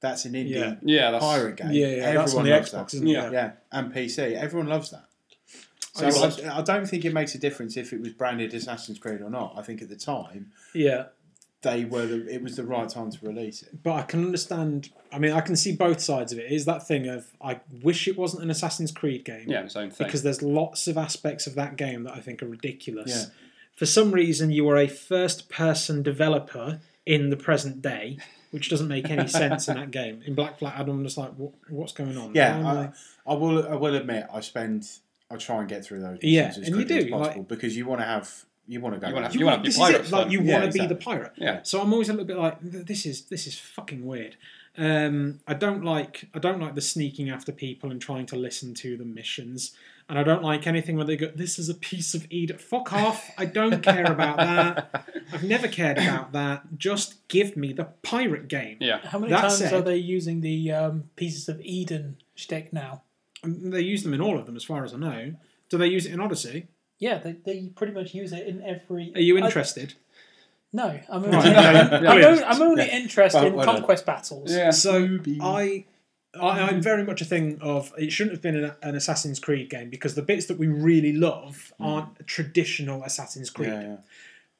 [SPEAKER 3] That's an indie
[SPEAKER 1] Yeah.
[SPEAKER 2] yeah, that's,
[SPEAKER 3] pirate game.
[SPEAKER 1] Yeah, yeah, that's on the
[SPEAKER 3] loves
[SPEAKER 1] Xbox,
[SPEAKER 3] that.
[SPEAKER 1] isn't it?
[SPEAKER 2] Yeah.
[SPEAKER 3] Yeah, and PC. Everyone loves that. So
[SPEAKER 1] I just-
[SPEAKER 3] I, I don't think it makes a difference if it was branded Assassin's Creed or not. I think at the time
[SPEAKER 1] Yeah.
[SPEAKER 3] they were the, it was the right time to release it.
[SPEAKER 1] But I can understand. I mean, I can see both sides of it. It Is that thing of I wish it wasn't an Assassin's Creed game.
[SPEAKER 2] Yeah, its own thing.
[SPEAKER 1] Because there's lots of aspects of that game that I think are ridiculous.
[SPEAKER 3] Yeah.
[SPEAKER 1] For some reason, you are a first person developer in the present day, which doesn't make any sense in that game. In Black Flag, I'm just like, what, what's going on? Why am I-
[SPEAKER 3] Yeah, I, I will. I will admit, I spend. I try and get through those.
[SPEAKER 1] Yeah,
[SPEAKER 3] missions as
[SPEAKER 1] and you
[SPEAKER 3] quickly
[SPEAKER 1] do,
[SPEAKER 3] as possible
[SPEAKER 1] like-
[SPEAKER 3] because you want to have. You want to go.
[SPEAKER 2] You wanna
[SPEAKER 3] back.
[SPEAKER 2] have-
[SPEAKER 1] you
[SPEAKER 2] wanna
[SPEAKER 1] want
[SPEAKER 2] be
[SPEAKER 1] this
[SPEAKER 2] pirate
[SPEAKER 1] is it. Like
[SPEAKER 2] fun.
[SPEAKER 1] you
[SPEAKER 3] Yeah,
[SPEAKER 1] want to be
[SPEAKER 3] exactly.
[SPEAKER 1] the pirate.
[SPEAKER 2] Yeah.
[SPEAKER 1] So I'm always a little bit like "Th- this is this is fucking weird. Um, I don't like I don't like the sneaking after people and trying to listen to the missions, and I don't like anything where they go this is a piece of Edith. Fuck off! I don't care about that. I've never cared about that. Just give me the pirate game.
[SPEAKER 2] yeah.
[SPEAKER 4] How many
[SPEAKER 1] That
[SPEAKER 4] times
[SPEAKER 1] said-
[SPEAKER 4] are they using the um, pieces of Eden shtick now?
[SPEAKER 1] And they use them in all of them, as far as I know. Do they use it in Odyssey?
[SPEAKER 4] Yeah, they, they pretty much use it in every.
[SPEAKER 1] Are you
[SPEAKER 4] I-
[SPEAKER 1] interested?
[SPEAKER 4] no, I'm only,
[SPEAKER 1] Right.
[SPEAKER 4] I'm,
[SPEAKER 2] Yeah.
[SPEAKER 4] only, I'm only interested
[SPEAKER 3] Well,
[SPEAKER 4] in
[SPEAKER 3] well done.
[SPEAKER 4] conquest battles.
[SPEAKER 2] Yeah.
[SPEAKER 1] So
[SPEAKER 3] Ruby.
[SPEAKER 1] I, I, I'm very much a thing of it shouldn't have been an, an Assassin's Creed game because the bits that we really love aren't traditional Assassin's Creed.
[SPEAKER 3] Hmm. Yeah, yeah.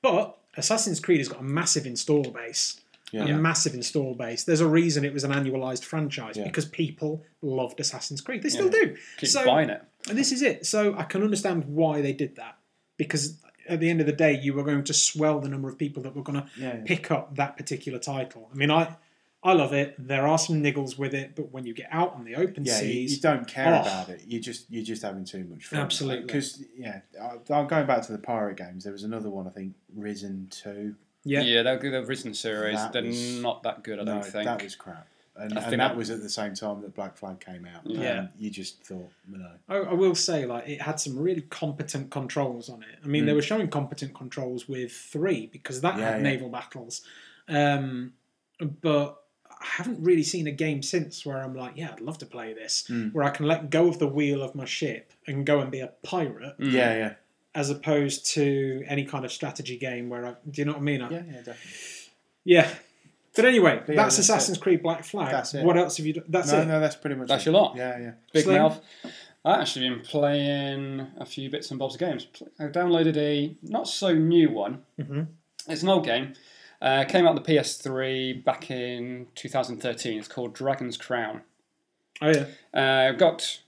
[SPEAKER 1] But Assassin's Creed has got a massive install base.
[SPEAKER 3] Yeah.
[SPEAKER 1] A massive install base. There's a reason it was an annualized franchise
[SPEAKER 3] Yeah.
[SPEAKER 1] because people loved Assassin's Creed. They still do.
[SPEAKER 2] Keep
[SPEAKER 1] so
[SPEAKER 2] buying it.
[SPEAKER 1] and this is it. So I can understand why they did that because at the end of the day, you were going to swell the number of people that were going to
[SPEAKER 3] Yeah, yeah.
[SPEAKER 1] pick up that particular title. I mean, I I love it. There are some niggles with it, but when you get out on the open
[SPEAKER 3] Yeah, you, you
[SPEAKER 1] seas,
[SPEAKER 3] don't care
[SPEAKER 1] Oh.
[SPEAKER 3] about it. You just you're just having too much fun.
[SPEAKER 1] Absolutely.
[SPEAKER 3] Because yeah, I- I'm going back to the pirate games. There was another one I think, Risen Two.
[SPEAKER 1] Yeah.
[SPEAKER 2] Yeah, they're, they're Risen series.
[SPEAKER 3] That
[SPEAKER 2] they're
[SPEAKER 3] was-
[SPEAKER 2] not that good, I don't
[SPEAKER 3] no,
[SPEAKER 2] think.
[SPEAKER 3] that was crap. And,
[SPEAKER 2] I
[SPEAKER 3] and
[SPEAKER 2] think
[SPEAKER 3] that
[SPEAKER 2] that-
[SPEAKER 3] was at the same time that Black Flag came out.
[SPEAKER 1] Yeah.
[SPEAKER 3] And you just thought, no.
[SPEAKER 1] I, I will say like it had some really competent controls on it. I mean, they were showing competent controls with three because that
[SPEAKER 3] Mm. Yeah,
[SPEAKER 1] had
[SPEAKER 3] yeah.
[SPEAKER 1] naval battles, um, but. I haven't really seen a game since where I'm like, yeah, I'd love to play this,
[SPEAKER 3] Mm.
[SPEAKER 1] where I can let go of the wheel of my ship and go and be a pirate,
[SPEAKER 2] Mm.
[SPEAKER 3] Yeah, yeah,
[SPEAKER 1] as opposed to any kind of strategy game where I, do you know what I mean? I,
[SPEAKER 3] yeah, yeah, definitely.
[SPEAKER 1] Yeah. But anyway,
[SPEAKER 3] But yeah,
[SPEAKER 1] that's,
[SPEAKER 3] that's
[SPEAKER 1] Assassin's Creed Black Flag.
[SPEAKER 3] That's it.
[SPEAKER 1] What else have you done? That's
[SPEAKER 3] no,
[SPEAKER 1] it.
[SPEAKER 3] no, that's pretty much
[SPEAKER 2] That's
[SPEAKER 3] it.
[SPEAKER 2] your lot.
[SPEAKER 3] Yeah, yeah.
[SPEAKER 2] Big
[SPEAKER 1] Sling.
[SPEAKER 2] mouth. I actually been playing a few bits and bobs of games. Pl- I downloaded a not so new one.
[SPEAKER 3] Mm-hmm.
[SPEAKER 1] Mhm.
[SPEAKER 2] It's an old game. Uh, came out on the PS3 back in 2013. It's called Dragon's Crown.
[SPEAKER 1] Oh, yeah.
[SPEAKER 2] Uh, got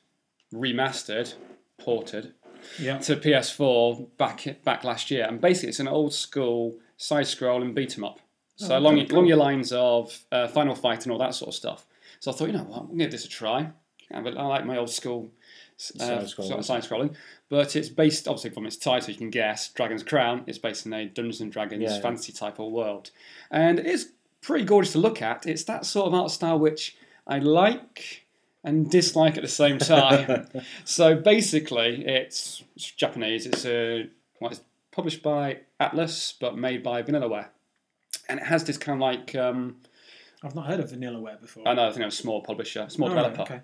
[SPEAKER 2] remastered, ported
[SPEAKER 1] Yeah.
[SPEAKER 2] to PS4 back back last year, and basically it's an old school side scroll and beat 'em up. So along your, along your lines of uh, Final Fight and all that sort of stuff. So I thought, you know what, I'm gonna give this a try. Yeah, but I like my old school uh,
[SPEAKER 3] Side-scroll,
[SPEAKER 2] sort of side scrolling, but it's based obviously from its title you can guess Dragon's Crown. It's based in a Dungeons and Dragons
[SPEAKER 3] Yeah, yeah.
[SPEAKER 2] fantasy type of world, and it's pretty gorgeous to look at. It's that sort of art style which I like and dislike at the same time. so basically, it's, it's Japanese. It's a well, it's published by Atlas, but made by Vanillaware, and it has this kind of like um,
[SPEAKER 1] I've not heard of Vanillaware before.
[SPEAKER 3] Uh,
[SPEAKER 2] I know I think it was a small publisher, small
[SPEAKER 3] Oh,
[SPEAKER 1] All right,
[SPEAKER 2] developer.
[SPEAKER 1] okay.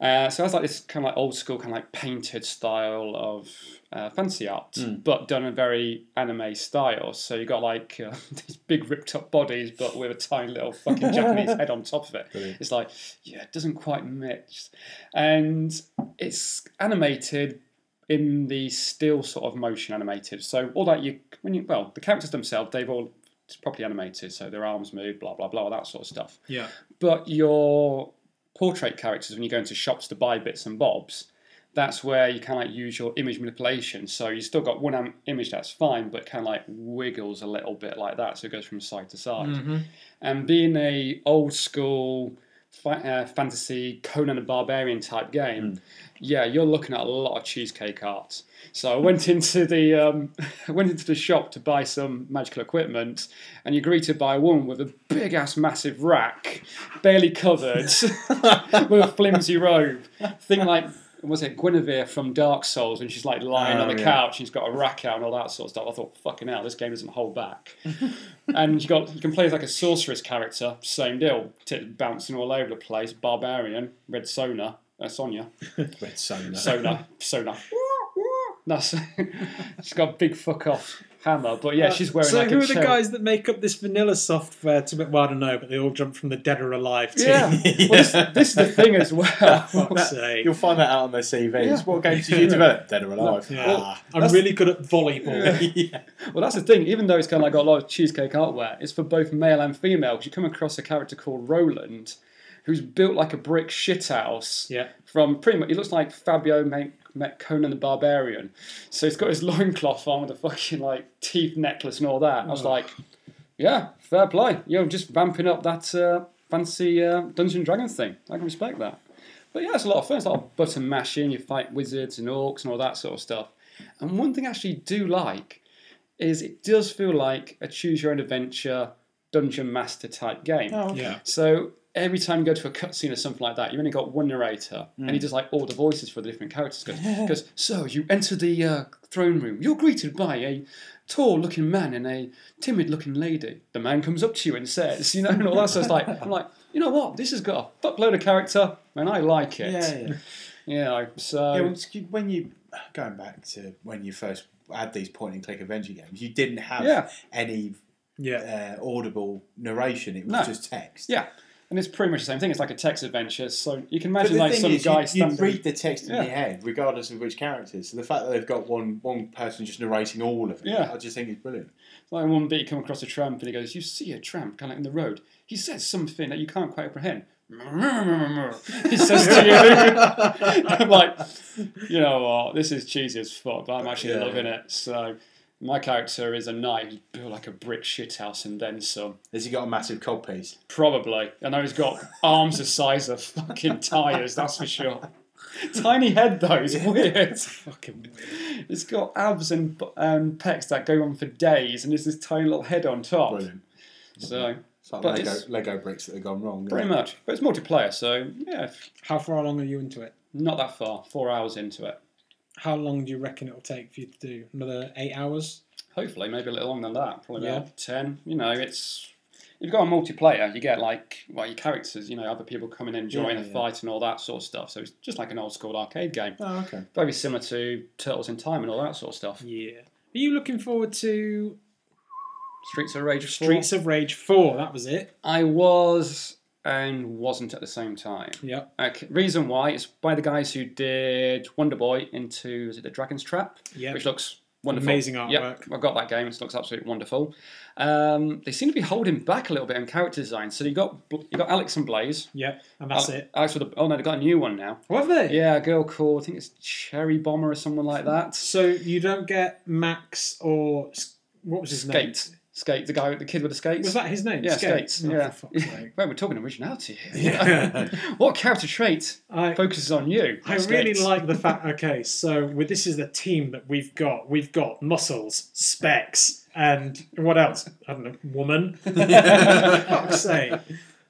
[SPEAKER 2] Uh, so I was like this kind of like old school, kind of like painted style of uh, fancy art, but done in a very anime style. So you got like uh, these big ripped up bodies, but with a tiny little fucking Japanese head on top of it.
[SPEAKER 3] Brilliant.
[SPEAKER 2] It's like, yeah, it doesn't quite mix. And it's animated in the still sort of motion animated. So all that you, when you, well, the characters themselves, they've all, it's properly animated. So their arms move, blah, blah, blah, that sort of stuff
[SPEAKER 1] Yeah.
[SPEAKER 2] but your portrait characters when you go into shops to buy bits and bobs that's where you kind of like use your image manipulation so you still got one am- image that's fine but kind of like wiggles a little bit like that so it goes from side to side and being a old school fa- uh, fantasy conan the barbarian type game yeah you're looking at a lot of cheesecake art so i went into the um, I went into the shop to buy some magical equipment and you're greeted by a woman with a big ass massive rack barely covered with a flimsy robe thing like was it Guinevere from Dark Souls when she's like lying
[SPEAKER 3] Oh,
[SPEAKER 2] on the
[SPEAKER 3] yeah.
[SPEAKER 2] couch and she's got a rack out and all that sort of stuff? I thought, fucking hell, this game doesn't hold back and you got you can play as like a sorceress character, same deal, t- bouncing all over the place. Barbarian, Red Sona, uh, Sonia,
[SPEAKER 3] Red Sonar.
[SPEAKER 2] Sona, Sona. That's she's got a big fuck off hammer, but yeah, she's wearing
[SPEAKER 1] So
[SPEAKER 2] like
[SPEAKER 1] who
[SPEAKER 2] a
[SPEAKER 1] are the
[SPEAKER 2] chair.
[SPEAKER 1] guys that make up this vanilla software? To well, I don't know, but they all jump from the Dead or Alive team.
[SPEAKER 2] Yeah, well, this, this is the thing as well.
[SPEAKER 1] Fuck's sake.
[SPEAKER 3] You'll find that out on their CVs.
[SPEAKER 2] Yeah.
[SPEAKER 3] What games did you develop? Dead or Alive.
[SPEAKER 1] Ah, I'm
[SPEAKER 2] that's-
[SPEAKER 1] really good at volleyball.
[SPEAKER 2] Well, that's the thing. Even though it's kind of like got a lot of cheesecake artware, it's for both male and female. Because you come across a character called Roland, who's built like a brick shithouse.
[SPEAKER 1] Yeah.
[SPEAKER 2] From pretty much, he looks like Fabio met, met Conan the Barbarian. So he's got his loincloth on with a fucking like teeth necklace and all that. I was like, yeah, fair play. You're just vamping up that uh, fancy uh, Dungeon Dragon thing. I can respect that. But yeah, it's a lot of fun. It's a lot of button mashing. You fight wizards and orcs and all that sort of stuff. And one thing I actually do like is it does feel like a choose your own adventure dungeon master type game.
[SPEAKER 3] Oh,
[SPEAKER 1] Yeah.
[SPEAKER 2] So every time you go to a cutscene or something like that, you've only got one narrator, and he does like all the voices for the different characters. Goes, goes so you enter the uh, throne room. You're greeted by a tall-looking man and a timid-looking lady. The man comes up to you and says, you know, and all that. So it's like, I'm like, you know what? This has got a fuckload of character, and I like it.
[SPEAKER 3] Yeah, yeah.
[SPEAKER 2] You know, so
[SPEAKER 3] Yeah, well, it's good when you going back to when you first had these point and click adventure games, you didn't have
[SPEAKER 2] Yeah.
[SPEAKER 3] any
[SPEAKER 1] Yeah.
[SPEAKER 3] uh, audible narration. It was
[SPEAKER 2] No.
[SPEAKER 3] just text.
[SPEAKER 2] yeah. And it's pretty much the same thing. It's like a text adventure. So you can
[SPEAKER 3] But
[SPEAKER 2] imagine
[SPEAKER 3] the
[SPEAKER 2] like
[SPEAKER 3] thing
[SPEAKER 2] some
[SPEAKER 3] is,
[SPEAKER 2] guy
[SPEAKER 3] you, you
[SPEAKER 2] standing.
[SPEAKER 3] read the text in
[SPEAKER 2] Yeah.
[SPEAKER 3] your head, regardless of which characters. So the fact that they've got one one person just narrating all of it,
[SPEAKER 2] Yeah.
[SPEAKER 3] I just think is brilliant.
[SPEAKER 2] Like one bit, you come across a tramp and he goes, "You see a tramp kind of in the road." He says something that you can't quite apprehend. he says to you, "I'm like, you know what? This is cheesy as fuck, but I'm actually
[SPEAKER 3] Yeah.
[SPEAKER 2] loving it." So my character is a knight who's built like a brick shithouse and then some,
[SPEAKER 3] Has he got a massive cod piece?
[SPEAKER 2] probably. I know he's got arms the size of fucking tires, that's for sure. Tiny head though, it's weird.
[SPEAKER 1] Fucking weird.
[SPEAKER 2] It's got abs and bu- um, pecs that go on for days, and there's this tiny little head on top.
[SPEAKER 3] Brilliant.
[SPEAKER 2] So.
[SPEAKER 3] It's like
[SPEAKER 2] But
[SPEAKER 3] Lego,
[SPEAKER 2] it's-
[SPEAKER 3] Lego bricks that have gone wrong.
[SPEAKER 2] Pretty
[SPEAKER 3] isn't it?
[SPEAKER 2] much. But it's multiplayer, so yeah, if-
[SPEAKER 1] How far along are you into it?
[SPEAKER 2] not that far. Four hours into it.
[SPEAKER 1] How long do you reckon it'll take for you to do? Another eight hours?
[SPEAKER 2] Hopefully, maybe a little longer than that. Probably
[SPEAKER 1] Yeah.
[SPEAKER 2] about 10. You know, it's. If you've got a multiplayer, you get like, well, your characters, you know, other people coming in, join
[SPEAKER 3] Yeah,
[SPEAKER 2] the
[SPEAKER 3] yeah.
[SPEAKER 2] fight and all that sort of stuff. So it's just like an old school arcade game.
[SPEAKER 3] Oh, okay.
[SPEAKER 2] Very similar to Turtles in Time and all that sort of stuff.
[SPEAKER 1] Yeah. Are you looking forward to
[SPEAKER 2] Streets of Rage 4.
[SPEAKER 1] Streets of Rage 4? That was it.
[SPEAKER 2] I was and wasn't at the same time.
[SPEAKER 1] Yep.
[SPEAKER 2] Okay. Reason why is by the guys who did Wonder Boy into is it the Dragon's Trap,
[SPEAKER 1] Yep.
[SPEAKER 2] which looks wonderful,
[SPEAKER 1] Amazing
[SPEAKER 2] Yep,
[SPEAKER 1] artwork.
[SPEAKER 2] I've got that game. It looks absolutely wonderful. Um, they seem to be holding back a little bit on character design. So you got Bl- you got Alex and Blaze.
[SPEAKER 1] Yep. And that's
[SPEAKER 2] Al-
[SPEAKER 1] it.
[SPEAKER 2] Alex with the, oh no, they got a new one now.
[SPEAKER 1] Oh, have they?
[SPEAKER 2] Yeah, a girl called I think it's Cherry Bomber or someone like that.
[SPEAKER 1] So you don't get Max or S- what was his name?
[SPEAKER 2] Skate, skate, the guy, the kid with the skates.
[SPEAKER 1] Was that his name?
[SPEAKER 2] Yeah,
[SPEAKER 1] Skate.
[SPEAKER 2] skates.
[SPEAKER 1] Oh, for
[SPEAKER 2] yeah.
[SPEAKER 1] fuck's sake.
[SPEAKER 2] Well, we're talking originality here. what character trait
[SPEAKER 1] I,
[SPEAKER 2] focuses on you?
[SPEAKER 1] I really
[SPEAKER 2] Skates.
[SPEAKER 1] like the fact. Okay, so with, this is the team that we've got. We've got muscles, specs, and what else? I don't know. Woman. Fuck's sake.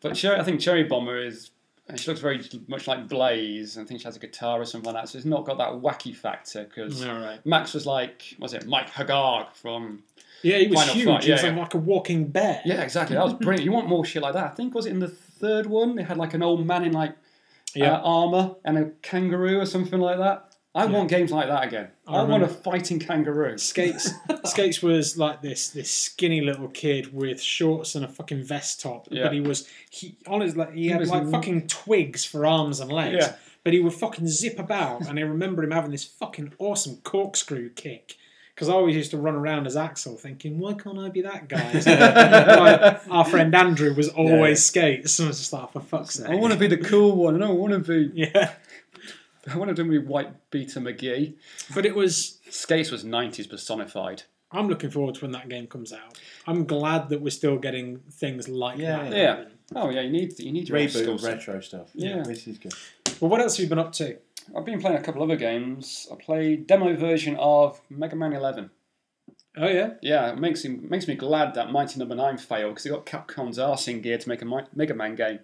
[SPEAKER 2] But Cherry, I think Cherry Bomber is. and She looks very much like Blaze. I think she has a guitar or something like that. So it's not got that wacky factor because
[SPEAKER 1] All right.
[SPEAKER 2] Max was like, was it Mike Hagar from?
[SPEAKER 1] Yeah, he was
[SPEAKER 2] Final
[SPEAKER 1] huge.
[SPEAKER 2] fight,
[SPEAKER 1] he was
[SPEAKER 2] yeah,
[SPEAKER 1] like,
[SPEAKER 2] yeah.
[SPEAKER 1] like a walking bear.
[SPEAKER 2] Yeah, exactly. That was brilliant. You want more shit like that? I think was it in the third one? They had like an old man in like
[SPEAKER 1] Yeah.
[SPEAKER 2] uh, armor and a kangaroo or something like that. I want games like that again. I, want
[SPEAKER 1] remember.
[SPEAKER 2] a fighting kangaroo.
[SPEAKER 1] Skates Skates was like this this skinny little kid with shorts and a fucking vest top,
[SPEAKER 2] Yeah.
[SPEAKER 1] but he was he honestly like, he, had
[SPEAKER 2] was
[SPEAKER 1] like
[SPEAKER 2] n-
[SPEAKER 1] fucking twigs for arms and legs.
[SPEAKER 2] Yeah.
[SPEAKER 1] But he would fucking zip about, and I remember him having this fucking awesome corkscrew kick. Because I always used to run around as Axel, thinking, "Why can't I be that guy?" So, like, our friend Andrew was always skates, and I was just like, "For fuck's sake!"
[SPEAKER 2] I want to be the cool one. I don't want to be.
[SPEAKER 1] yeah.
[SPEAKER 2] I want to be White Beta McGee.
[SPEAKER 1] But it was
[SPEAKER 2] Skates was '90s personified.
[SPEAKER 1] I'm looking forward to when that game comes out. I'm glad that we're still getting things like
[SPEAKER 3] Yeah,
[SPEAKER 1] that.
[SPEAKER 2] yeah. Oh yeah, you need you need your old
[SPEAKER 3] Reboot
[SPEAKER 2] skill
[SPEAKER 3] of
[SPEAKER 2] set.
[SPEAKER 3] retro stuff.
[SPEAKER 2] Yeah.
[SPEAKER 3] This is good.
[SPEAKER 1] Well, what else have you been up to?
[SPEAKER 2] I've been playing a couple other games. I played demo version of Mega Man 11.
[SPEAKER 1] Oh yeah,
[SPEAKER 2] Yeah, it makes him makes me glad that Mighty Number Nine failed because he got Capcom's arse in gear to make a Mi- Mega Man game.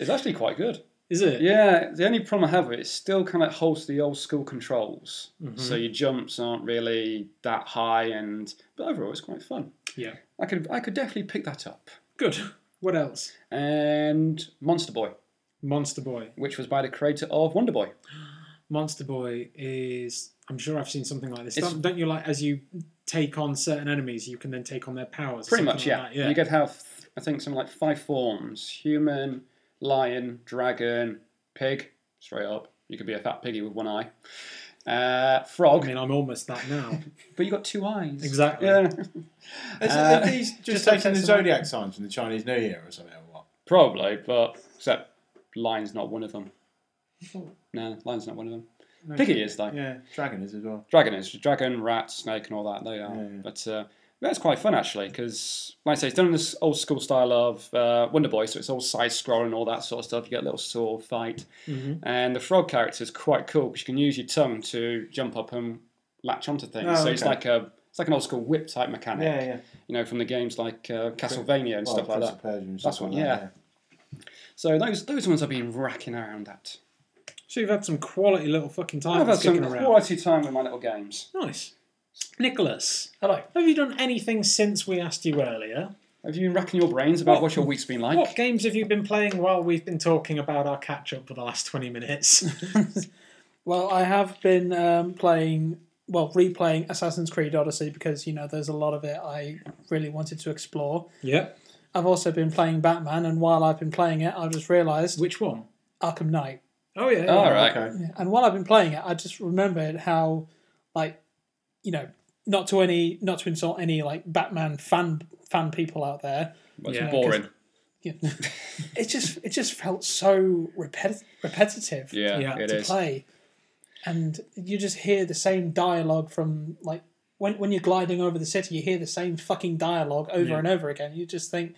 [SPEAKER 2] It's actually quite good.
[SPEAKER 1] is it?
[SPEAKER 2] Yeah, the only problem I have with it, it still kind of holds the old school controls, so your jumps aren't really that high, and but overall it's quite fun.
[SPEAKER 1] Yeah.
[SPEAKER 2] I could I could definitely pick that up.
[SPEAKER 1] Good. What else?
[SPEAKER 2] And Monster Boy,
[SPEAKER 1] Monster Boy.
[SPEAKER 2] which was by the creator of Wonder Boy.
[SPEAKER 1] Monster Boy is. I'm sure I've seen something like this.
[SPEAKER 2] It's-
[SPEAKER 1] Don't, don't you like as you take on certain enemies, you can then take on their powers. or something
[SPEAKER 2] Pretty much,
[SPEAKER 1] like
[SPEAKER 2] yeah.
[SPEAKER 1] that? yeah.
[SPEAKER 2] You could have, I think, something like five forms human, lion, dragon, pig, straight up. You could be a fat piggy with one eye. Uh, frog,
[SPEAKER 1] I mean, I'm almost that now.
[SPEAKER 2] but you got two eyes.
[SPEAKER 1] Exactly.
[SPEAKER 2] Yeah,
[SPEAKER 3] Is,
[SPEAKER 2] Uh,
[SPEAKER 3] are these just, taking the zodiac signs from the Chinese New Year or something? Or what?
[SPEAKER 2] probably, but except lion's not one of them. No, lion's not one of them. Piggy is though.
[SPEAKER 3] Yeah, dragon is as well.
[SPEAKER 2] Dragon is dragon, rat, snake, and all that. They are,
[SPEAKER 3] Yeah, yeah.
[SPEAKER 2] but uh, that's quite fun actually because, like I say, it's done in this old school style of uh, Wonder Boy, so it's all side scrolling, all that sort of stuff. You get a little sword fight,
[SPEAKER 3] Mm-hmm.
[SPEAKER 2] and the frog character is quite cool because you can use your tongue to jump up and latch onto things.
[SPEAKER 3] Oh,
[SPEAKER 2] so it's
[SPEAKER 3] okay.
[SPEAKER 2] like a it's like an old school whip type mechanic,
[SPEAKER 3] Yeah, yeah.
[SPEAKER 2] you know, from the games like uh, Castlevania and
[SPEAKER 3] Well,
[SPEAKER 2] stuff like
[SPEAKER 3] Prince
[SPEAKER 2] that.
[SPEAKER 3] of Persia and
[SPEAKER 2] That's
[SPEAKER 3] stuff
[SPEAKER 2] one,
[SPEAKER 3] like that,
[SPEAKER 2] yeah. So those those ones I've been racking around at.
[SPEAKER 1] So you've had some quality little fucking time.
[SPEAKER 2] I've had some
[SPEAKER 1] kicking around.
[SPEAKER 2] quality time with my little games.
[SPEAKER 1] Nice. Nicholas,
[SPEAKER 4] Hello.
[SPEAKER 1] have you done anything since we asked you earlier?
[SPEAKER 2] Have you been racking your brains about what, your week's been like?
[SPEAKER 1] What games have you been playing while we've been talking about our catch up for the last 20 minutes?
[SPEAKER 4] Well, I have been um, playing, well, replaying Assassin's Creed Odyssey because, you know, there's a lot of it I really wanted to explore.
[SPEAKER 1] yeah.
[SPEAKER 4] I've also been playing Batman, and while I've been playing it, I just realised
[SPEAKER 1] Which one?
[SPEAKER 4] Arkham Knight.
[SPEAKER 1] Oh, yeah.
[SPEAKER 2] All
[SPEAKER 1] yeah.
[SPEAKER 2] right.
[SPEAKER 3] Okay.
[SPEAKER 4] And while I've been playing it, I just remembered how, like, you know, not to any, not to insult any like Batman fan fan people out there.
[SPEAKER 2] It's
[SPEAKER 1] Yeah.
[SPEAKER 2] boring.
[SPEAKER 4] you know, it just it just felt so repeti- repetitive.
[SPEAKER 2] Yeah,
[SPEAKER 1] Yeah,
[SPEAKER 2] it
[SPEAKER 4] to
[SPEAKER 2] is.
[SPEAKER 4] play, and you just hear the same dialogue from like when when you're gliding over the city, you hear the same fucking dialogue over
[SPEAKER 1] Yeah.
[SPEAKER 4] and over again. You just think,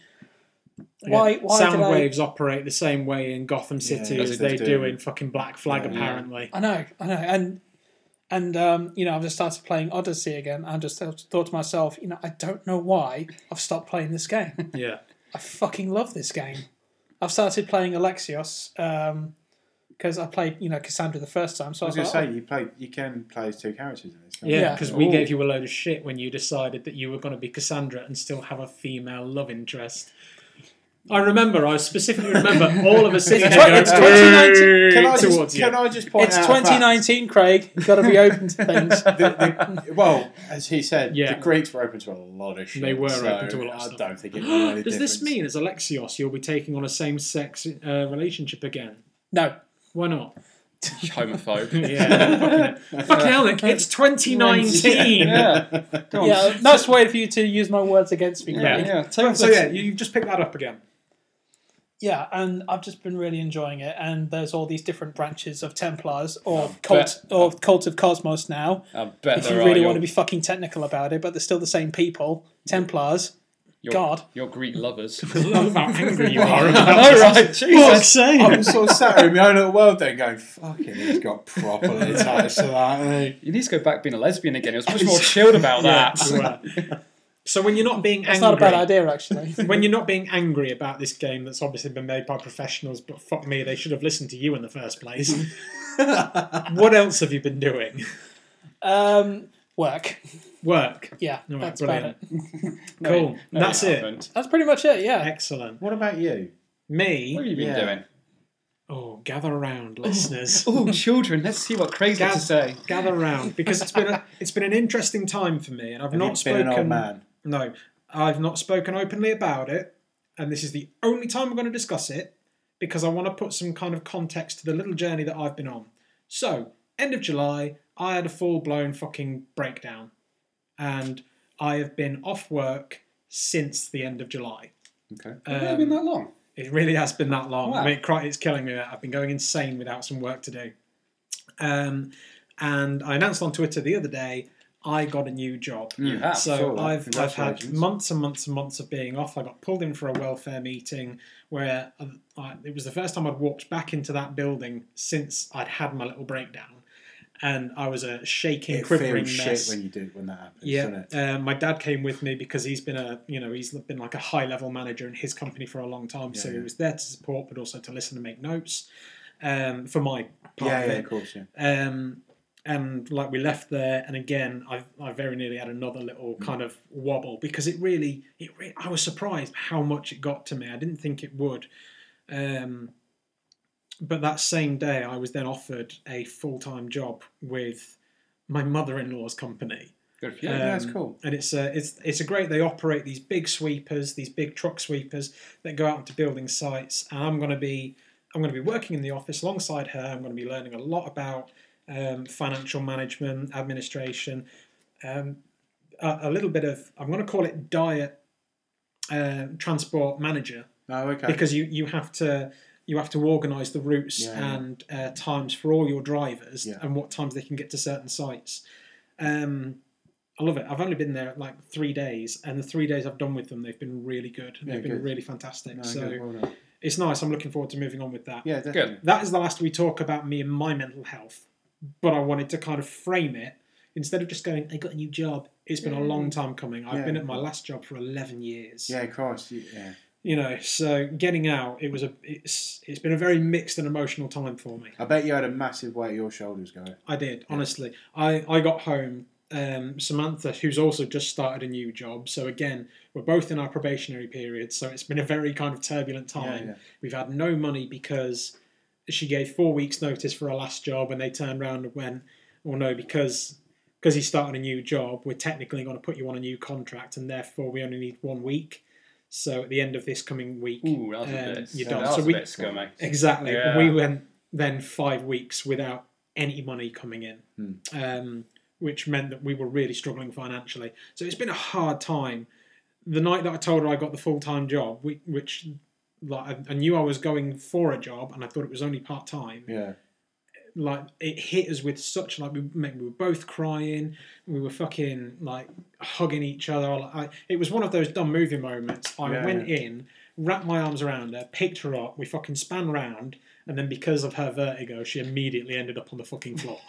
[SPEAKER 1] Yeah.
[SPEAKER 4] why why
[SPEAKER 1] Sound
[SPEAKER 4] did I?
[SPEAKER 1] waves operate the same way in Gotham City
[SPEAKER 3] Yeah,
[SPEAKER 1] as
[SPEAKER 3] as
[SPEAKER 1] they
[SPEAKER 3] they do.
[SPEAKER 1] do in fucking Black Flag, apparently.
[SPEAKER 4] I know, I know, and and um, you know, I've just started playing Odyssey again, and just thought thought to myself, you know, I don't know why I've stopped playing this game.
[SPEAKER 1] Yeah.
[SPEAKER 4] I fucking love this game. I've started playing Alexios because I played, you know, Cassandra the first time.
[SPEAKER 3] I
[SPEAKER 4] So I
[SPEAKER 3] was going
[SPEAKER 4] was,
[SPEAKER 3] to
[SPEAKER 4] like,
[SPEAKER 3] say you play. You can play as two characters in this. can't you?
[SPEAKER 1] Yeah,
[SPEAKER 4] Yeah.
[SPEAKER 1] because we
[SPEAKER 2] Ooh.
[SPEAKER 1] gave you a load of shit when you decided that you were going to be Cassandra and still have a female love interest. I remember, I specifically remember all of us sitting there going,
[SPEAKER 4] It's 2019.
[SPEAKER 1] "Hey,"
[SPEAKER 3] Can I,
[SPEAKER 1] towards
[SPEAKER 3] just,
[SPEAKER 1] you.
[SPEAKER 3] can I just
[SPEAKER 4] oh,
[SPEAKER 3] point
[SPEAKER 4] it's
[SPEAKER 3] out a fact?
[SPEAKER 4] 2019, Craig. You've got to be open to things.
[SPEAKER 3] The- the- well, as he said,
[SPEAKER 1] Yeah.
[SPEAKER 3] the Greeks were open to a lot of shit.
[SPEAKER 1] They were
[SPEAKER 3] so
[SPEAKER 1] open to a lot of stuff.
[SPEAKER 3] I don't think it made any
[SPEAKER 1] Does this
[SPEAKER 3] difference.
[SPEAKER 1] mean, as Alexios, you'll be taking on a same sex uh, relationship again?
[SPEAKER 4] No,
[SPEAKER 1] Why not?
[SPEAKER 2] Homophobe.
[SPEAKER 1] Yeah. Fucking hell, Nick, it's 2019.
[SPEAKER 2] yeah. Go on.
[SPEAKER 4] yeah, nice way for you to use my words against me, Craig.
[SPEAKER 2] Yeah. yeah. Take
[SPEAKER 1] So, yeah, you- you've just picked that up again.
[SPEAKER 4] Yeah, and I've just been really enjoying it. And there's all these different branches of Templars or cult or cult of Cosmos now.
[SPEAKER 2] I bet
[SPEAKER 4] If
[SPEAKER 2] there
[SPEAKER 4] you
[SPEAKER 2] are
[SPEAKER 4] really
[SPEAKER 2] your,
[SPEAKER 4] want to be fucking technical about it, but they're still the same people. Templars.
[SPEAKER 2] your,
[SPEAKER 4] God.
[SPEAKER 2] Your Greek lovers.
[SPEAKER 1] I love how angry you are about
[SPEAKER 2] All right. Jesus.
[SPEAKER 3] I'm sort of sat in my own little world then going, fucking, he's got properly attached to that. hasn't
[SPEAKER 2] You need to go back being a lesbian again. It was much more chilled about that.
[SPEAKER 1] So when you're not being
[SPEAKER 4] It's
[SPEAKER 1] angry,
[SPEAKER 4] not a bad idea, actually.
[SPEAKER 1] when you're not being angry about this game that's obviously been made by professionals, but fuck me, they should have listened to you in the first place. what else have you been doing?
[SPEAKER 4] um, work.
[SPEAKER 1] Work.
[SPEAKER 4] Yeah,
[SPEAKER 1] All right,
[SPEAKER 4] that's
[SPEAKER 1] brilliant.
[SPEAKER 4] about it.
[SPEAKER 2] No,
[SPEAKER 1] Cool.
[SPEAKER 2] you- no, you
[SPEAKER 1] That's it.
[SPEAKER 2] haven't.
[SPEAKER 4] That's pretty much it. Yeah.
[SPEAKER 1] Excellent.
[SPEAKER 3] he? What about you?
[SPEAKER 2] What
[SPEAKER 1] Me,
[SPEAKER 2] have you been
[SPEAKER 3] Yeah.
[SPEAKER 2] doing?
[SPEAKER 1] Oh, gather around, listeners.
[SPEAKER 2] Oh, children, let's see what Craig's got to say.
[SPEAKER 1] gather round because it's been a, it's been an interesting time for me, and I've
[SPEAKER 3] Have
[SPEAKER 1] not
[SPEAKER 3] you
[SPEAKER 1] spoken.
[SPEAKER 3] been an old man.
[SPEAKER 1] No, I've not spoken openly about it, and this is the only time we're going to discuss it because I want to put some kind of context to the little journey that I've been on. So, end of July, I had a full blown fucking breakdown, and I have been off work since the end of July. Um,
[SPEAKER 3] Okay.
[SPEAKER 2] Has it been that long?
[SPEAKER 1] It really has been that long.
[SPEAKER 2] Wow.
[SPEAKER 1] I mean, cri- it's killing me. I've been going insane without some work to do. Um, and I announced on Twitter the other day I got a new job.
[SPEAKER 2] You have.
[SPEAKER 1] So
[SPEAKER 3] saw that.
[SPEAKER 1] I've, I've had
[SPEAKER 3] Congratulations.
[SPEAKER 1] months and months and months of being off. I got pulled in for a welfare meeting where I, I, it was the first time I'd walked back into that building since I'd had my little breakdown. And I was a shaking,
[SPEAKER 3] It
[SPEAKER 1] quivering
[SPEAKER 3] feels
[SPEAKER 1] mess.
[SPEAKER 3] shit when you do when that happens, doesn't
[SPEAKER 1] Yeah,
[SPEAKER 3] it?
[SPEAKER 1] um, my dad came with me because he's been a you know he's been like a high level manager in his company for a long time, so he
[SPEAKER 3] yeah.
[SPEAKER 1] was there to support but also to listen and make notes um, for my part
[SPEAKER 3] Yeah,
[SPEAKER 1] of
[SPEAKER 3] yeah,
[SPEAKER 1] it.
[SPEAKER 3] of course, yeah.
[SPEAKER 1] Um, and like we left there, and again, I, I very nearly had another little kind of wobble because it really, it re- I was surprised how much it got to me. I didn't think it would. Um, but that same day, I was then offered a full time job with my mother in law's company.
[SPEAKER 2] Good for
[SPEAKER 3] Yeah,
[SPEAKER 2] you.
[SPEAKER 3] yeah, that's
[SPEAKER 1] Um,
[SPEAKER 3] cool.
[SPEAKER 1] And it's a, it's it's a great. They operate these big sweepers, these big truck sweepers that go out onto building sites. And I'm going to be I'm going to be working in the office alongside her. I'm going to be learning a lot about um, financial management, administration, um, a, a little bit of I'm going to call it diet uh, transport manager
[SPEAKER 3] Oh, okay.
[SPEAKER 1] because you you have to. You have to organise the routes
[SPEAKER 3] Yeah, yeah.
[SPEAKER 1] and uh, times for all your drivers
[SPEAKER 3] Yeah.
[SPEAKER 1] and what times they can get to certain sites. Um, I love it. I've only been there like three days, and the three days I've done with them, they've been really good.
[SPEAKER 3] Yeah,
[SPEAKER 1] they've been
[SPEAKER 3] good.
[SPEAKER 1] really fantastic.
[SPEAKER 3] No,
[SPEAKER 1] so
[SPEAKER 3] good, well done.
[SPEAKER 1] it's nice. I'm looking forward to moving on with that.
[SPEAKER 3] yeah, definitely.
[SPEAKER 1] That is the last we talk about me and my mental health, but I wanted to kind of frame it instead of just going, I got a new job. It's been a long time coming. I've
[SPEAKER 3] Yeah.
[SPEAKER 1] been at my last job for 11 years
[SPEAKER 3] Yeah, Christ. you- Yeah.
[SPEAKER 1] you know so getting out it was a it's it's been a very mixed and emotional time for me
[SPEAKER 3] I bet you had a massive weight on your shoulders, guy.
[SPEAKER 1] i did honestly i i got home um, samantha who's also just started a new job so again we're both in our probationary period so it's been a very kind of turbulent time
[SPEAKER 3] yeah.
[SPEAKER 1] we've had no money because she gave four weeks notice for her last job and they turned around and went well no because because he's starting a new job we're technically going to put you on a new contract and therefore we only need one week so at the end of this coming week
[SPEAKER 2] Ooh, that was a
[SPEAKER 1] um,
[SPEAKER 2] bit.
[SPEAKER 1] you're
[SPEAKER 2] yeah,
[SPEAKER 1] done.
[SPEAKER 2] That was
[SPEAKER 1] So
[SPEAKER 2] a
[SPEAKER 1] we-
[SPEAKER 2] bit scummy.
[SPEAKER 1] Exactly.
[SPEAKER 2] Yeah.
[SPEAKER 1] We went then five weeks without any money coming in, um, which meant that we were really struggling financially. So it's been a hard time. The night that I told her I got the full time job, we, which like I, I knew I was going for a job and I thought it was only part time.
[SPEAKER 3] Yeah.
[SPEAKER 1] Like it hit us with such like we mate, we were both crying, we were fucking like hugging each other. Like, I, it was one of those dumb movie moments. I
[SPEAKER 3] Yeah,
[SPEAKER 1] went in, wrapped my arms around her, picked her up, we fucking span round, and then because of her vertigo, she immediately ended up on the fucking floor.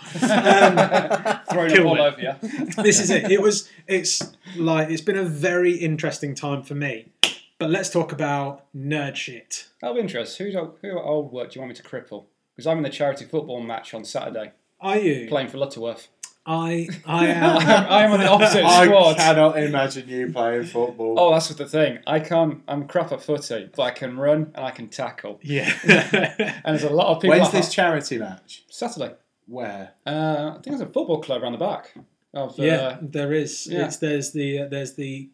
[SPEAKER 2] Throwing it
[SPEAKER 1] Killed
[SPEAKER 2] all
[SPEAKER 1] it.
[SPEAKER 2] over you.
[SPEAKER 1] this is it. It was. It's like it's been a very interesting time for me. But let's talk about nerd shit.
[SPEAKER 2] Out of interest, who's old, who at old work do you want me to cripple? Because I'm in the charity football match on Saturday,
[SPEAKER 1] Are you?
[SPEAKER 2] playing for Lutterworth.
[SPEAKER 1] I I am.
[SPEAKER 2] I am on the opposite
[SPEAKER 3] I
[SPEAKER 2] squad.
[SPEAKER 3] cannot imagine you playing football.
[SPEAKER 2] Oh, that's the thing. I can't. I'm crap at footy, but I can run and I can tackle.
[SPEAKER 1] Yeah.
[SPEAKER 2] And there's a lot of people.
[SPEAKER 3] When's
[SPEAKER 2] at-
[SPEAKER 3] this charity match?
[SPEAKER 2] Saturday.
[SPEAKER 3] Where?
[SPEAKER 2] Uh, I think there's a football club around the back. Of, uh,
[SPEAKER 1] yeah. There is.
[SPEAKER 2] yeah.
[SPEAKER 1] It's, there's the uh, there's the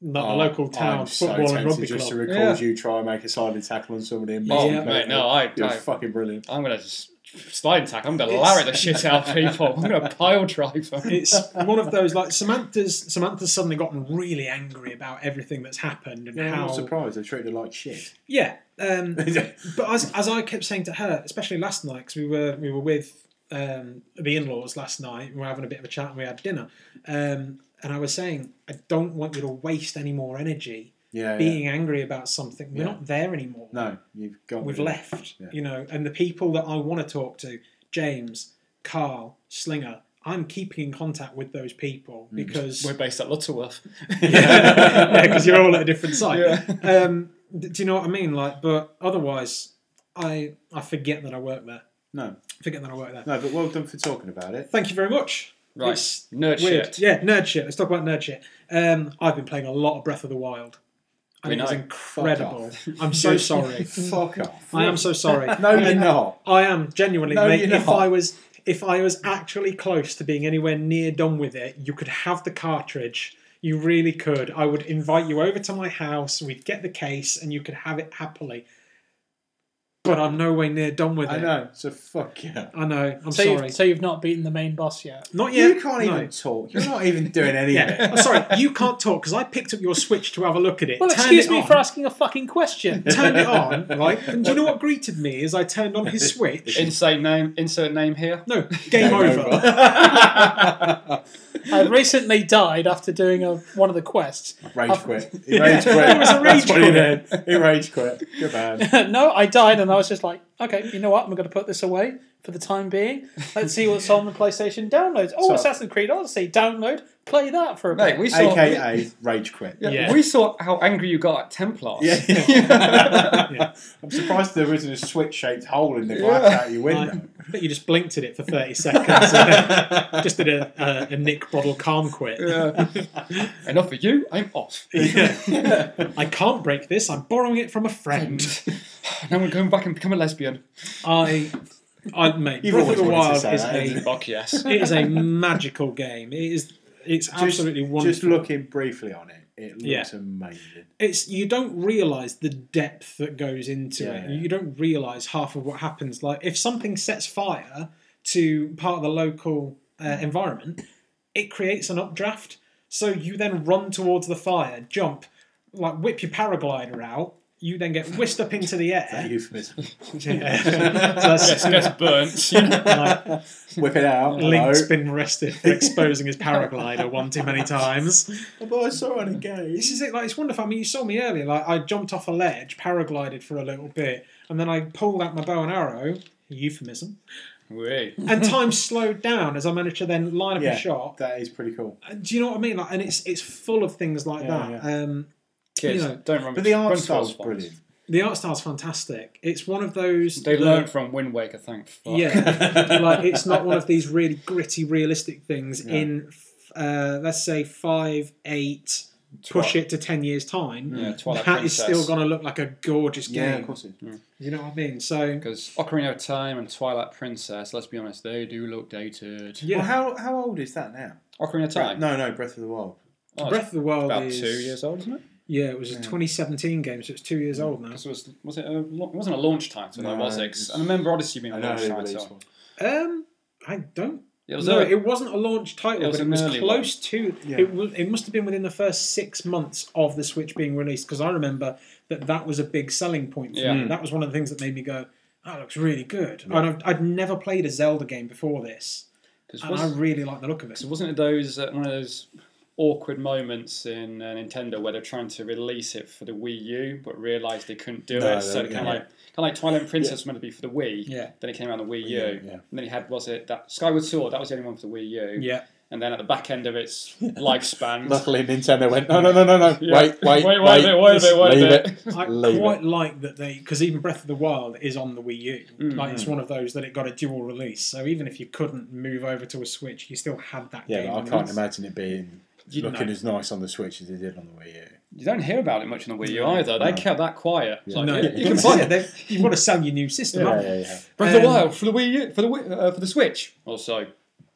[SPEAKER 1] not
[SPEAKER 3] Oh,
[SPEAKER 1] the local town
[SPEAKER 3] I'm so
[SPEAKER 1] football and
[SPEAKER 3] tempted
[SPEAKER 1] rugby
[SPEAKER 3] just
[SPEAKER 1] club.
[SPEAKER 3] to record
[SPEAKER 2] Yeah.
[SPEAKER 3] you try and make a sliding tackle on somebody in
[SPEAKER 2] Oh,
[SPEAKER 1] Yeah.
[SPEAKER 2] mate, no, I,
[SPEAKER 3] You're
[SPEAKER 2] I,
[SPEAKER 3] fucking brilliant.
[SPEAKER 2] I'm gonna just slide and tackle. I'm gonna larry the shit out of people. I'm gonna pile drive them.
[SPEAKER 1] it's one of those like Samantha's Samantha's suddenly gotten really angry about everything that's happened and
[SPEAKER 3] Yeah, I'm
[SPEAKER 1] how
[SPEAKER 3] not surprised. I treated her like shit.
[SPEAKER 1] yeah um,
[SPEAKER 3] yeah.
[SPEAKER 1] but as, as I kept saying to her, especially last night, because we were we were with um, the in-laws last night, and we were having a bit of a chat, and we had dinner, um, and I was saying, I don't want you to waste any more energy
[SPEAKER 3] yeah.
[SPEAKER 1] being angry about something. We're
[SPEAKER 3] Yeah.
[SPEAKER 1] not there anymore.
[SPEAKER 3] No, you've got.
[SPEAKER 1] We've
[SPEAKER 3] me.
[SPEAKER 1] left,
[SPEAKER 3] Yeah.
[SPEAKER 1] you know, and the people that I want to talk to, James, Carl, Slinger, I'm keeping in contact with those people
[SPEAKER 2] Mm.
[SPEAKER 1] because
[SPEAKER 2] We're based at Lutterworth.
[SPEAKER 1] yeah, because you're all at a different site.
[SPEAKER 2] Yeah.
[SPEAKER 1] Um, d- do you know what I mean? Like, but otherwise, I I forget that I work there.
[SPEAKER 3] No,
[SPEAKER 1] Forget that I work there.
[SPEAKER 3] no, but well done for talking about it.
[SPEAKER 1] Thank you very much.
[SPEAKER 2] Right,
[SPEAKER 1] It's
[SPEAKER 2] nerd
[SPEAKER 1] weird.
[SPEAKER 2] shit.
[SPEAKER 1] Yeah, nerd shit. Let's talk about nerd shit. Um, I've been playing a lot of Breath of the Wild. and
[SPEAKER 2] We
[SPEAKER 1] it was
[SPEAKER 2] know.
[SPEAKER 1] incredible. I'm so sorry.
[SPEAKER 3] Fuck off.
[SPEAKER 1] I am so sorry.
[SPEAKER 3] No, you're
[SPEAKER 1] And
[SPEAKER 3] not.
[SPEAKER 1] I am genuinely,
[SPEAKER 3] No,
[SPEAKER 1] mate.
[SPEAKER 3] you're
[SPEAKER 1] If
[SPEAKER 3] not.
[SPEAKER 1] I was, if I was actually close to being anywhere near done with it, you could have the cartridge. You really could. I would invite you over to my house. We'd get the case, and you could have it happily. But I'm nowhere near done with
[SPEAKER 3] I
[SPEAKER 1] it.
[SPEAKER 3] know. So fuck yeah.
[SPEAKER 1] I know. I'm
[SPEAKER 4] so
[SPEAKER 1] sorry.
[SPEAKER 4] you've, so you've not beaten the main boss yet.
[SPEAKER 1] Not yet.
[SPEAKER 3] you can't
[SPEAKER 1] no.
[SPEAKER 3] even talk. You're not even doing any of
[SPEAKER 1] Yeah.
[SPEAKER 3] it.
[SPEAKER 1] I'm sorry. You can't talk because I picked up your Switch to have a look at it.
[SPEAKER 4] Well,
[SPEAKER 1] Turn
[SPEAKER 4] excuse
[SPEAKER 1] it
[SPEAKER 4] me
[SPEAKER 1] on.
[SPEAKER 4] for asking a fucking question.
[SPEAKER 1] Turned it on, right? And do you know what greeted me as I turned on his Switch?
[SPEAKER 2] Insane name, insert name here.
[SPEAKER 1] No, game over.
[SPEAKER 4] I recently died after doing a, one of the quests.
[SPEAKER 3] Rage quit. He rage quit.
[SPEAKER 1] It was a rage
[SPEAKER 3] That's what he
[SPEAKER 1] quit.
[SPEAKER 3] did. He rage quit. Good man.
[SPEAKER 4] no, I died, and I was just like, okay, you know what? I'm going to put this away for the time being. Let's see what's on the PlayStation downloads. Oh,
[SPEAKER 3] So-
[SPEAKER 4] Assassin's Creed Odyssey download. Play that for a
[SPEAKER 2] Mate,
[SPEAKER 4] bit.
[SPEAKER 2] we saw
[SPEAKER 3] AKA rage quit.
[SPEAKER 2] Yeah,
[SPEAKER 1] Yeah.
[SPEAKER 2] We saw how angry you got at Templars.
[SPEAKER 3] Yeah. I'm surprised there isn't a switch shaped hole in the glass
[SPEAKER 2] Yeah.
[SPEAKER 3] out your
[SPEAKER 1] I,
[SPEAKER 3] window.
[SPEAKER 1] I bet you just blinked at it for 30 seconds. and then just did a, a, a Nick Bottle calm quit.
[SPEAKER 2] Yeah. Uh, Enough of you, I'm off.
[SPEAKER 1] I can't break this. I'm borrowing it from a friend.
[SPEAKER 2] now I'm going back and become a lesbian.
[SPEAKER 1] I, I mate,
[SPEAKER 3] You've
[SPEAKER 1] Breath of
[SPEAKER 3] always
[SPEAKER 1] the
[SPEAKER 3] wanted to
[SPEAKER 1] Wild
[SPEAKER 3] say
[SPEAKER 1] is
[SPEAKER 3] that,
[SPEAKER 1] a,
[SPEAKER 3] haven't
[SPEAKER 2] Fuck yes.
[SPEAKER 1] it is a magical game. It is. It's absolutely
[SPEAKER 3] just,
[SPEAKER 1] wonderful.
[SPEAKER 3] Just looking briefly on it, it looks
[SPEAKER 1] Yeah.
[SPEAKER 3] amazing.
[SPEAKER 1] it's you don't realize the depth that goes into
[SPEAKER 3] Yeah,
[SPEAKER 1] it.
[SPEAKER 3] yeah.
[SPEAKER 1] You don't realize half of what happens. Like if something sets fire to part of the local uh, environment, it creates an updraft. So you then run towards the fire, jump, like whip your paraglider out. You then get whisked up into the
[SPEAKER 3] Is that a
[SPEAKER 1] air.
[SPEAKER 3] euphemism?
[SPEAKER 1] Yeah. So that's-
[SPEAKER 2] Gets burnt. You know,
[SPEAKER 1] like,
[SPEAKER 3] Whip it out.
[SPEAKER 1] Link's
[SPEAKER 3] Hello.
[SPEAKER 1] been arrested for exposing his paraglider one too many times.
[SPEAKER 3] Although Oh, I saw it again.
[SPEAKER 1] this is it. Like it's wonderful. I mean, you saw me earlier. Like I jumped off a ledge, paraglided for a little bit, and then I pulled out my bow and arrow. Euphemism.
[SPEAKER 2] Wait.
[SPEAKER 1] And time slowed down as I managed to then line up
[SPEAKER 3] Yeah.
[SPEAKER 1] a shot.
[SPEAKER 3] That is pretty cool.
[SPEAKER 1] And Do you know what I mean? Like, and it's it's full of things like
[SPEAKER 3] Yeah,
[SPEAKER 1] that. Um,
[SPEAKER 2] Kids,
[SPEAKER 1] You know,
[SPEAKER 2] don't run.
[SPEAKER 3] But the
[SPEAKER 2] run
[SPEAKER 3] art
[SPEAKER 2] towards
[SPEAKER 3] style's
[SPEAKER 2] fonts.
[SPEAKER 3] brilliant.
[SPEAKER 1] the art style's fantastic. It's one of those
[SPEAKER 2] They
[SPEAKER 1] that-
[SPEAKER 2] learned from Wind Waker, thank fuck.
[SPEAKER 1] Yeah, like it's not one of these really gritty, realistic things.
[SPEAKER 3] Yeah.
[SPEAKER 1] In uh, let's say five, eight, push it to ten years time.
[SPEAKER 2] Yeah, Twilight
[SPEAKER 1] that is still
[SPEAKER 2] Princess.
[SPEAKER 1] going to look like a gorgeous game.
[SPEAKER 3] Yeah, of course it is.
[SPEAKER 1] You know what I mean? So
[SPEAKER 2] Because Ocarina of Time and Twilight Princess, let's be honest, they do look dated.
[SPEAKER 1] yeah,
[SPEAKER 3] Well, how, how old is that now?
[SPEAKER 2] Ocarina of Time.
[SPEAKER 3] No, no, Breath of the Wild.
[SPEAKER 2] Oh, it's
[SPEAKER 1] Breath of the Wild
[SPEAKER 2] about
[SPEAKER 1] is Hmm?
[SPEAKER 2] two years old, isn't it?
[SPEAKER 1] Yeah, it was a 2017 game, so it's two years old now.
[SPEAKER 2] Because it was was it a, lo- it wasn't a launch title? No,
[SPEAKER 3] No,
[SPEAKER 2] was
[SPEAKER 3] it
[SPEAKER 2] it?
[SPEAKER 3] was-
[SPEAKER 2] I remember Odyssey being a
[SPEAKER 3] I know
[SPEAKER 2] launch
[SPEAKER 3] they
[SPEAKER 2] title.
[SPEAKER 3] released one.
[SPEAKER 1] Um, I don't.
[SPEAKER 2] It was
[SPEAKER 1] No,
[SPEAKER 2] a-
[SPEAKER 1] it wasn't a launch title,
[SPEAKER 2] It was
[SPEAKER 1] but it
[SPEAKER 2] an
[SPEAKER 1] was
[SPEAKER 2] early
[SPEAKER 1] close to.
[SPEAKER 3] Yeah.
[SPEAKER 1] It, was, it must have been within the first six months of the Switch being released, because I remember that that was a big selling point for
[SPEAKER 2] Yeah.
[SPEAKER 1] me. That was one of the things that made me go, "That looks really good." And I've, I'd never played a Zelda game before this,
[SPEAKER 2] 'cause
[SPEAKER 1] and
[SPEAKER 2] was-
[SPEAKER 1] I really like the look of it.
[SPEAKER 2] So wasn't it those uh, one of those awkward moments in uh, Nintendo where they're trying to release it for the Wii U but realised they couldn't do
[SPEAKER 3] No,
[SPEAKER 2] it? So
[SPEAKER 3] they-
[SPEAKER 2] kind of
[SPEAKER 3] yeah.
[SPEAKER 2] like kind of like Twilight Princess was meant to be for the Wii.
[SPEAKER 1] Yeah.
[SPEAKER 2] Then it came out on the Wii U.
[SPEAKER 3] Yeah,
[SPEAKER 2] And
[SPEAKER 3] yeah.
[SPEAKER 2] then you had was it that Skyward Sword? That was the only one for the Wii U.
[SPEAKER 1] Yeah,
[SPEAKER 2] And then at the back end of its lifespan.
[SPEAKER 3] Luckily, Nintendo went, no, no, no, no, no.
[SPEAKER 2] Yeah.
[SPEAKER 3] Wait, wait,
[SPEAKER 2] wait, wait, a bit, wait, a bit, wait,
[SPEAKER 3] Leave
[SPEAKER 2] a
[SPEAKER 3] it.
[SPEAKER 2] bit.
[SPEAKER 1] I
[SPEAKER 3] Leave
[SPEAKER 1] quite like that they because even Breath of the Wild is on the Wii U.
[SPEAKER 2] Mm.
[SPEAKER 1] Like it's one of those that it got a dual release, so even if you couldn't move over to a Switch, you still had that
[SPEAKER 3] Yeah,
[SPEAKER 1] game.
[SPEAKER 3] but I
[SPEAKER 1] on
[SPEAKER 3] can't
[SPEAKER 1] the-
[SPEAKER 3] imagine it being
[SPEAKER 1] You
[SPEAKER 3] looking
[SPEAKER 1] know.
[SPEAKER 3] as nice on the Switch as it did on the Wii U.
[SPEAKER 2] You don't hear about it much on the Wii U
[SPEAKER 1] No,
[SPEAKER 2] either. They
[SPEAKER 3] no.
[SPEAKER 2] kept that quiet. It's like,
[SPEAKER 1] No,
[SPEAKER 2] yeah, you
[SPEAKER 1] you
[SPEAKER 2] can play it.
[SPEAKER 1] it. You've got to sell your new system.
[SPEAKER 3] Yeah,
[SPEAKER 1] haven't
[SPEAKER 3] yeah,
[SPEAKER 1] you?
[SPEAKER 3] yeah.
[SPEAKER 2] Breath of the
[SPEAKER 1] Um,
[SPEAKER 2] Wild for the Wii U, for the Wii, uh, for the Switch. Also,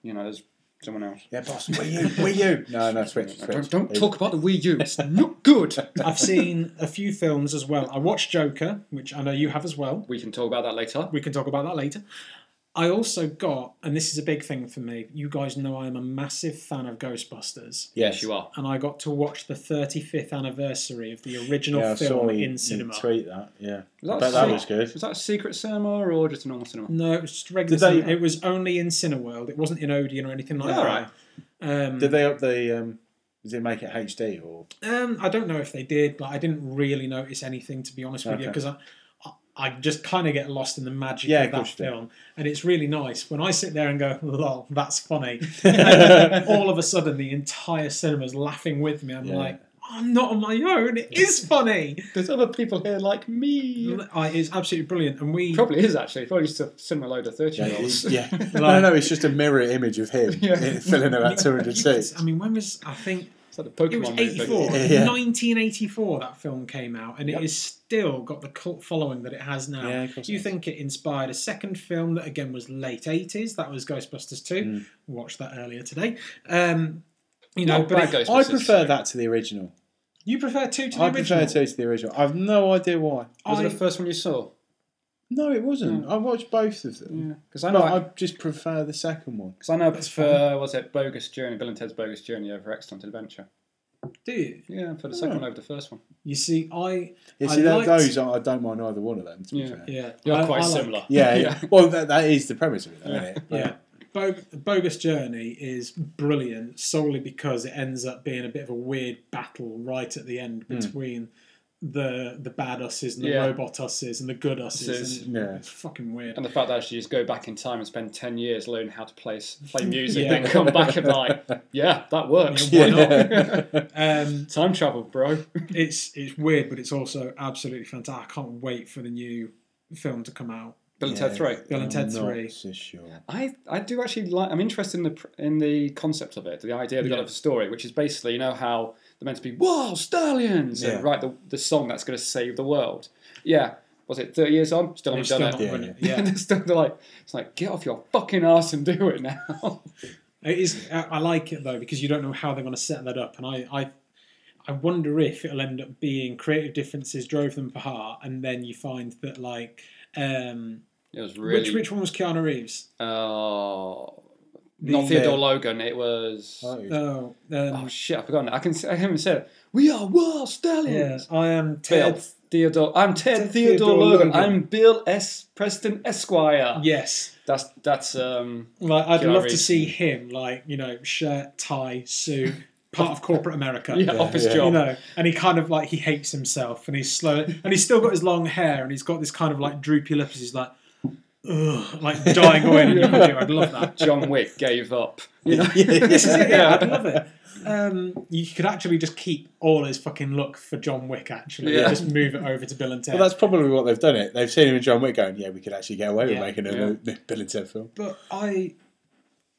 [SPEAKER 2] you know, there's someone else.
[SPEAKER 3] Yeah, boss, Wii U, Wii U. No, no, Switch, Switch.
[SPEAKER 2] Don't, don't talk about the Wii U. It's not good.
[SPEAKER 1] I've seen a few films as well. I watched Joker, which I know you have as well.
[SPEAKER 2] we can talk about that later.
[SPEAKER 1] We can talk about that later. I also got, and this is a big thing for me. You guys know I am a massive fan of Ghostbusters,
[SPEAKER 2] Yes, you are.
[SPEAKER 1] and I got to watch the 35th anniversary of the original
[SPEAKER 3] Yeah, I saw
[SPEAKER 1] film
[SPEAKER 3] you,
[SPEAKER 1] in cinema.
[SPEAKER 3] you tweet that. Yeah,
[SPEAKER 2] Was that
[SPEAKER 3] I bet that
[SPEAKER 2] sick?
[SPEAKER 3] was good.
[SPEAKER 2] Was that a secret cinema or just a normal cinema?
[SPEAKER 1] No, it was just regular.
[SPEAKER 3] Did they-
[SPEAKER 1] cine- It was only in Cineworld. It wasn't in Odeon or anything like
[SPEAKER 2] Yeah,
[SPEAKER 1] that.
[SPEAKER 2] right.
[SPEAKER 1] Um,
[SPEAKER 3] Did they up the? Um, did it make it HD or?
[SPEAKER 1] um, I don't know if they did, but I didn't really notice anything to be honest with you
[SPEAKER 3] Okay.
[SPEAKER 1] because I, I, I just kind of get lost in the magic
[SPEAKER 3] Yeah,
[SPEAKER 1] of
[SPEAKER 3] of
[SPEAKER 1] that
[SPEAKER 3] course you do.
[SPEAKER 1] film, and it's really nice when I sit there and go, "Lol, that's funny." and all of a sudden, the entire cinema's laughing with me. I'm
[SPEAKER 3] Yeah.
[SPEAKER 1] like. I'm not on my own. It is funny.
[SPEAKER 2] There's other people here like me.
[SPEAKER 1] I, it's absolutely brilliant, and we
[SPEAKER 2] Probably is actually. Probably just a cinema load of thirty
[SPEAKER 3] Yeah,
[SPEAKER 2] year olds.
[SPEAKER 3] yeah. no, no, it's just a mirror image of him
[SPEAKER 2] Yeah.
[SPEAKER 3] filling about two hundred
[SPEAKER 1] You could-
[SPEAKER 3] seats.
[SPEAKER 1] I mean, when was I think
[SPEAKER 2] It's like the
[SPEAKER 1] It was
[SPEAKER 2] Pokemon movie.
[SPEAKER 1] 84.
[SPEAKER 3] Yeah.
[SPEAKER 1] 1984 that film came out, and it is still got the cult following that it has now.
[SPEAKER 3] Yeah, of course
[SPEAKER 1] Do um, you
[SPEAKER 3] it
[SPEAKER 1] think it inspired a second film that again was late 80s? That was Ghostbusters 2.
[SPEAKER 2] Hmm.
[SPEAKER 1] Watched that earlier today. Um, you know,
[SPEAKER 2] Not
[SPEAKER 1] but
[SPEAKER 2] bad
[SPEAKER 1] it-
[SPEAKER 2] Ghostbusters
[SPEAKER 3] I prefer
[SPEAKER 2] two.
[SPEAKER 3] that to the original.
[SPEAKER 1] you prefer two to the
[SPEAKER 3] I
[SPEAKER 1] original.
[SPEAKER 3] prefer two to the original. I've no idea why.
[SPEAKER 2] Was it
[SPEAKER 1] I-
[SPEAKER 2] the first one you saw?
[SPEAKER 3] No, it wasn't.
[SPEAKER 1] Mm.
[SPEAKER 3] I watched both of them.
[SPEAKER 2] Because I know,
[SPEAKER 3] But
[SPEAKER 2] I,
[SPEAKER 3] I just prefer the second one.
[SPEAKER 2] cause I know I prefer, was it Bogus Journey, Bill and Ted's Bogus Journey over Excellent Adventure.
[SPEAKER 1] Do you?
[SPEAKER 2] Yeah, for the second one over the first one.
[SPEAKER 1] You see, I
[SPEAKER 3] You
[SPEAKER 1] I
[SPEAKER 3] see, that,
[SPEAKER 1] liked-
[SPEAKER 3] those I I don't mind either one of them. To be
[SPEAKER 2] Yeah.
[SPEAKER 3] fair,
[SPEAKER 1] yeah,
[SPEAKER 2] They are
[SPEAKER 1] I-
[SPEAKER 2] quite
[SPEAKER 1] I like-
[SPEAKER 2] similar.
[SPEAKER 3] yeah. Well, that, that is the premise of it, though, isn't it? But-
[SPEAKER 1] Yeah. Bog- Bogus Journey is brilliant solely because it ends up being a bit of a weird battle right at the end between the the bad us's and the
[SPEAKER 2] Hmm. Yeah.
[SPEAKER 1] robot us's and the good us's.
[SPEAKER 2] Us's,
[SPEAKER 1] And
[SPEAKER 3] yeah.
[SPEAKER 1] It's fucking weird.
[SPEAKER 2] And the fact that actually just go back in time and spend 10 years learning how to play, s- play music,
[SPEAKER 1] Yeah.
[SPEAKER 2] then come back and be like, yeah, that works.
[SPEAKER 1] Yeah, why
[SPEAKER 3] Yeah.
[SPEAKER 1] Um,
[SPEAKER 2] Time travel, bro.
[SPEAKER 1] it's it's weird, but it's also absolutely fantastic. I can't wait for the new film to come out.
[SPEAKER 2] Bill and Ted 3.
[SPEAKER 1] Bill and Ted Uh,
[SPEAKER 3] I'm not
[SPEAKER 1] 3.
[SPEAKER 3] so sure.
[SPEAKER 2] I, I do actually like. I'm interested in the pr- in the concept of it, the idea they got
[SPEAKER 1] Yeah.
[SPEAKER 2] of the story, which is basically you know how they're meant to be whoa stallions
[SPEAKER 3] Yeah.
[SPEAKER 2] and write the, the song that's going to save the world. Yeah, was it 30 years on? Still
[SPEAKER 1] They've
[SPEAKER 2] haven't
[SPEAKER 1] still
[SPEAKER 2] done
[SPEAKER 1] not
[SPEAKER 2] it.
[SPEAKER 3] Yeah,
[SPEAKER 1] done it,
[SPEAKER 2] Yeah.
[SPEAKER 1] yeah.
[SPEAKER 2] they're still they're like it's like get off your fucking ass and do it now.
[SPEAKER 1] It is. I I like it though because you don't know how they're going to set that up, and I, I, I wonder if it'll end up being creative differences drove them apart, and then you find that like, um,
[SPEAKER 2] it was really
[SPEAKER 1] which which one was Keanu Reeves?
[SPEAKER 2] oh,
[SPEAKER 1] The-
[SPEAKER 2] not Theodore
[SPEAKER 3] uh,
[SPEAKER 2] Logan. It was oh,
[SPEAKER 3] Oh,
[SPEAKER 1] Oh, um,
[SPEAKER 2] shit, I've forgotten. I can I haven't said it. we are whoa
[SPEAKER 1] yeah,
[SPEAKER 2] stallions.
[SPEAKER 1] I am
[SPEAKER 2] Bill
[SPEAKER 1] Ted.
[SPEAKER 2] Theodore. I'm Ted,
[SPEAKER 1] Ted
[SPEAKER 2] Theodore,
[SPEAKER 1] Theodore
[SPEAKER 2] Logan.
[SPEAKER 1] Logan.
[SPEAKER 2] I'm Bill S. Preston Esquire.
[SPEAKER 1] Yes,
[SPEAKER 2] That's that's um
[SPEAKER 1] like I'd
[SPEAKER 2] Keanu
[SPEAKER 1] love to
[SPEAKER 2] Reeves.
[SPEAKER 1] see him, like you know, shirt, tie, suit, part of corporate America.
[SPEAKER 2] yeah, office
[SPEAKER 3] yeah.
[SPEAKER 2] job.
[SPEAKER 1] you know, and he kind of like he hates himself, and he's slow, and he's still got his long hair, and he's got this kind of like droopy lips. He's like, ugh, like dying away. in the video. I'd love that.
[SPEAKER 2] John Wick gave up. You know?
[SPEAKER 1] This is it, yeah, I'd love it. Um, you could actually just keep all his fucking look for John Wick, actually,
[SPEAKER 2] Yeah.
[SPEAKER 1] and just move it over to Bill and Ted.
[SPEAKER 3] Well, that's probably what they've done. It. They've seen him and John Wick going, "Yeah, we could actually get away
[SPEAKER 1] Yeah.
[SPEAKER 3] with making a Bill and Ted film."
[SPEAKER 1] but I,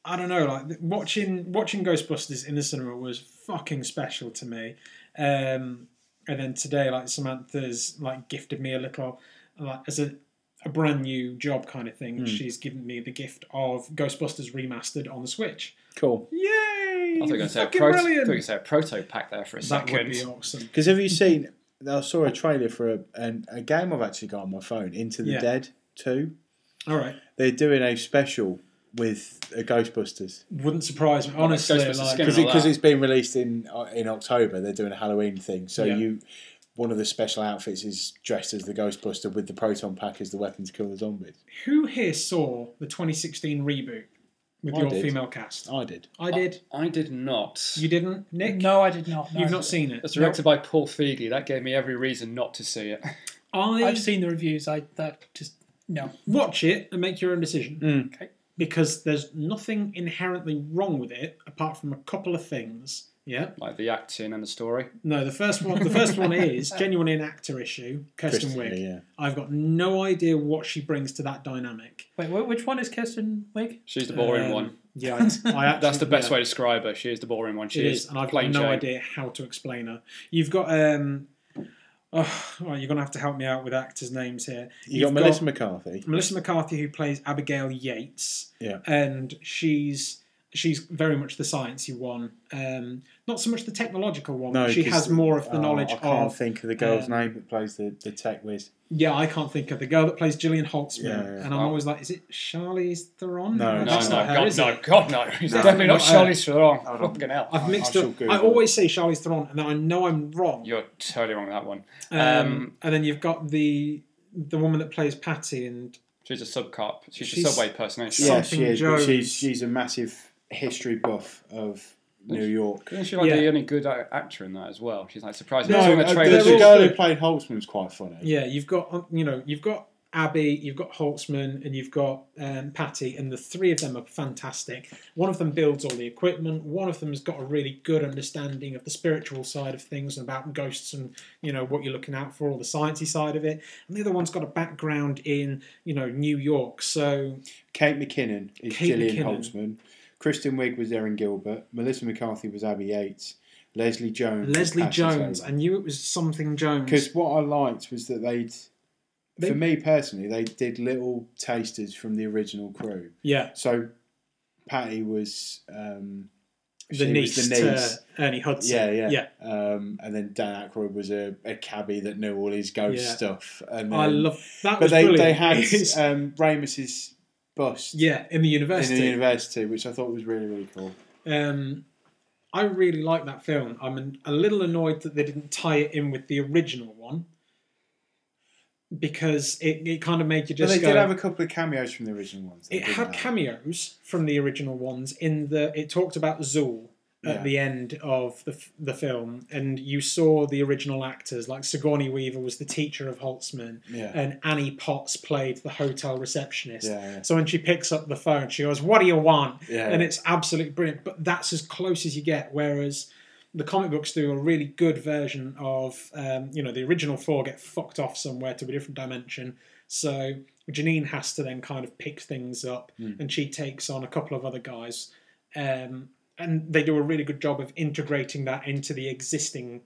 [SPEAKER 1] I don't know. Like watching watching Ghostbusters in the cinema was fucking special to me. Um, and then today, like Samantha's like gifted me a little, like as a a brand new job kind of thing. She's given me the gift of Ghostbusters remastered on the Switch.
[SPEAKER 3] Cool.
[SPEAKER 1] Yay!
[SPEAKER 2] I thought you were going to say a
[SPEAKER 1] fucking
[SPEAKER 2] proto- I thought you were
[SPEAKER 1] brilliant.
[SPEAKER 2] going to say a proto pack there for a
[SPEAKER 1] that would
[SPEAKER 2] second.
[SPEAKER 1] be awesome.
[SPEAKER 3] Because have you
[SPEAKER 1] Mm-hmm.
[SPEAKER 3] seen? I saw a trailer for a, an, a game I've actually got on my phone, Into the
[SPEAKER 1] Yeah.
[SPEAKER 3] Dead Two.
[SPEAKER 1] All right,
[SPEAKER 3] They're doing a special with a Ghostbusters
[SPEAKER 1] wouldn't surprise me honestly.
[SPEAKER 2] Ghostbusters
[SPEAKER 1] like,
[SPEAKER 2] skin.
[SPEAKER 3] because it,
[SPEAKER 2] Wow.
[SPEAKER 3] has been released in uh, in October. They're doing a Halloween thing, so
[SPEAKER 1] Yeah.
[SPEAKER 3] you one of the special outfits is dressed as the Ghostbuster with the proton pack as the weapon to kill the zombies.
[SPEAKER 1] who here saw the 2016 reboot with
[SPEAKER 3] I
[SPEAKER 1] your
[SPEAKER 3] did.
[SPEAKER 1] female cast?
[SPEAKER 3] I did.
[SPEAKER 1] I did.
[SPEAKER 2] I did not.
[SPEAKER 1] You didn't, Nick?
[SPEAKER 4] No, I did not. No,
[SPEAKER 1] You've
[SPEAKER 4] I
[SPEAKER 1] not
[SPEAKER 4] didn't.
[SPEAKER 1] seen it.
[SPEAKER 2] It's directed by Paul Feig. That gave me every reason not to see it.
[SPEAKER 1] I
[SPEAKER 4] I've seen the reviews. I that just no.
[SPEAKER 1] watch it and make your own decision.
[SPEAKER 4] Okay.
[SPEAKER 1] Because there's nothing inherently wrong with it apart from a couple of things. Yeah.
[SPEAKER 2] Like the acting and the story.
[SPEAKER 1] No, the first one the first one is genuinely an actor issue, Kirsten,
[SPEAKER 3] Kristen
[SPEAKER 1] Wig.
[SPEAKER 3] Wiig, yeah.
[SPEAKER 1] I've got no idea what she brings to that dynamic.
[SPEAKER 4] Wait, wh- which one is Kirsten Wig?
[SPEAKER 2] She's the boring
[SPEAKER 1] Um,
[SPEAKER 2] one.
[SPEAKER 1] Yeah, I, I actually,
[SPEAKER 2] That's the best
[SPEAKER 1] yeah,
[SPEAKER 2] way to describe her. She is the boring one. She
[SPEAKER 1] It is, and I've got
[SPEAKER 2] plain
[SPEAKER 1] no
[SPEAKER 2] Jane.
[SPEAKER 1] idea how to explain her. You've got um oh, well, you're gonna have to help me out with actors' names here.
[SPEAKER 3] You
[SPEAKER 1] You've
[SPEAKER 3] got Melissa McCarthy.
[SPEAKER 1] Melissa McCarthy, who plays Abigail Yates,
[SPEAKER 3] Yeah.
[SPEAKER 1] and she's she's very much the sciencey one, um, not so much the technological one.
[SPEAKER 3] No,
[SPEAKER 1] she
[SPEAKER 3] 'cause-
[SPEAKER 1] has more of the
[SPEAKER 3] oh,
[SPEAKER 1] knowledge
[SPEAKER 3] I can't
[SPEAKER 1] of.
[SPEAKER 3] think of the girl's
[SPEAKER 1] um,
[SPEAKER 3] name that plays the, the tech whiz.
[SPEAKER 1] Yeah, I can't think of the girl that plays Gillian Holtzman,
[SPEAKER 3] Yeah, yeah,
[SPEAKER 1] and
[SPEAKER 3] yeah.
[SPEAKER 1] I'm
[SPEAKER 2] Oh.
[SPEAKER 1] always like, is it Charlize Theron?
[SPEAKER 3] No,
[SPEAKER 2] No,
[SPEAKER 1] that's
[SPEAKER 2] no,
[SPEAKER 1] not her,
[SPEAKER 2] God,
[SPEAKER 1] is
[SPEAKER 2] no,
[SPEAKER 1] it?
[SPEAKER 2] God, no. It's
[SPEAKER 1] No.
[SPEAKER 2] definitely not
[SPEAKER 1] Not her.
[SPEAKER 2] Charlize Theron.
[SPEAKER 3] Hold on.
[SPEAKER 2] Fucking hell.
[SPEAKER 1] I've mixed
[SPEAKER 3] I shall
[SPEAKER 1] up.
[SPEAKER 3] Google
[SPEAKER 1] I
[SPEAKER 3] it.
[SPEAKER 1] always say Charlize Theron, and then I know I'm wrong.
[SPEAKER 2] You're totally wrong with that one.
[SPEAKER 1] Um,
[SPEAKER 2] Um,
[SPEAKER 1] and then you've got the the woman that plays Patty, and
[SPEAKER 2] she's a sub cop. She's, a
[SPEAKER 1] She's-
[SPEAKER 2] subway person. Isn't she?
[SPEAKER 3] Yeah,
[SPEAKER 1] something
[SPEAKER 3] she is. But
[SPEAKER 1] Jones.
[SPEAKER 3] she's she's a massive history buff of New York.
[SPEAKER 2] Isn't she like
[SPEAKER 1] Yeah.
[SPEAKER 2] the only good a- actor in that as well? She's like surprising.
[SPEAKER 3] No,
[SPEAKER 2] No, in the
[SPEAKER 3] uh,
[SPEAKER 2] trailer.
[SPEAKER 3] the, the
[SPEAKER 2] she's-
[SPEAKER 3] girl who played Holtzman's quite funny.
[SPEAKER 1] yeah, you've got um, you know you've got. Abby, you've got Holtzman, and you've got um, Patty, and the three of them are fantastic. One of them builds all the equipment. One of them has got a really good understanding of the spiritual side of things and about ghosts and you know what you're looking out for, all the sciencey side of it. And the other one's got a background in you know New York, so
[SPEAKER 3] Kate McKinnon is
[SPEAKER 1] Kate
[SPEAKER 3] Gillian
[SPEAKER 1] McKinnon.
[SPEAKER 3] Holtzman. Kristen Wiig was Erin Gilbert. Melissa McCarthy was Abby Yates. Leslie Jones.
[SPEAKER 1] Leslie Jones. I knew it was something Jones.
[SPEAKER 3] Because what I liked was that they'd,
[SPEAKER 1] They-
[SPEAKER 3] for me personally, they did little tasters from the original crew.
[SPEAKER 1] Yeah,
[SPEAKER 3] So Patty was um,
[SPEAKER 1] the
[SPEAKER 3] she was
[SPEAKER 1] niece,
[SPEAKER 3] the niece.
[SPEAKER 1] to Ernie Hudson.
[SPEAKER 3] Yeah, yeah,
[SPEAKER 1] yeah.
[SPEAKER 3] Um, and then Dan Aykroyd was a, a cabbie that knew all his ghost
[SPEAKER 1] Yeah.
[SPEAKER 3] stuff. And
[SPEAKER 1] I
[SPEAKER 3] then-
[SPEAKER 1] love that.
[SPEAKER 3] but
[SPEAKER 1] was
[SPEAKER 3] they,
[SPEAKER 1] brilliant.
[SPEAKER 3] they had
[SPEAKER 1] It's-
[SPEAKER 3] um, Ramus's bust
[SPEAKER 1] yeah in the
[SPEAKER 3] in
[SPEAKER 1] university.
[SPEAKER 3] the university, which I thought was really really cool.
[SPEAKER 1] Um, I really like that film. I'm an, a little annoyed that they didn't tie it in with the original one because it, it kind of made you
[SPEAKER 3] But
[SPEAKER 1] just
[SPEAKER 3] they
[SPEAKER 1] go.
[SPEAKER 3] did have a couple of cameos from the original ones.
[SPEAKER 1] it
[SPEAKER 3] didn't
[SPEAKER 1] had
[SPEAKER 3] they?
[SPEAKER 1] cameos from the original ones in the. It talked about Zool at
[SPEAKER 3] Yeah.
[SPEAKER 1] the end of the f- the film, and you saw the original actors like Sigourney Weaver was the teacher of Holtzman,
[SPEAKER 3] Yeah.
[SPEAKER 1] and Annie Potts played the hotel receptionist.
[SPEAKER 3] Yeah, yeah.
[SPEAKER 1] So when she picks up the phone, she goes, "What do you want?"
[SPEAKER 3] Yeah.
[SPEAKER 1] and it's absolutely brilliant. But that's as close as you get. Whereas the comic books do a really good version of, um, you know, the original four get fucked off somewhere to a different dimension. So Janine has to then kind of pick things up, and she takes on a couple of other guys, um, and they do a really good job of integrating that into the existing.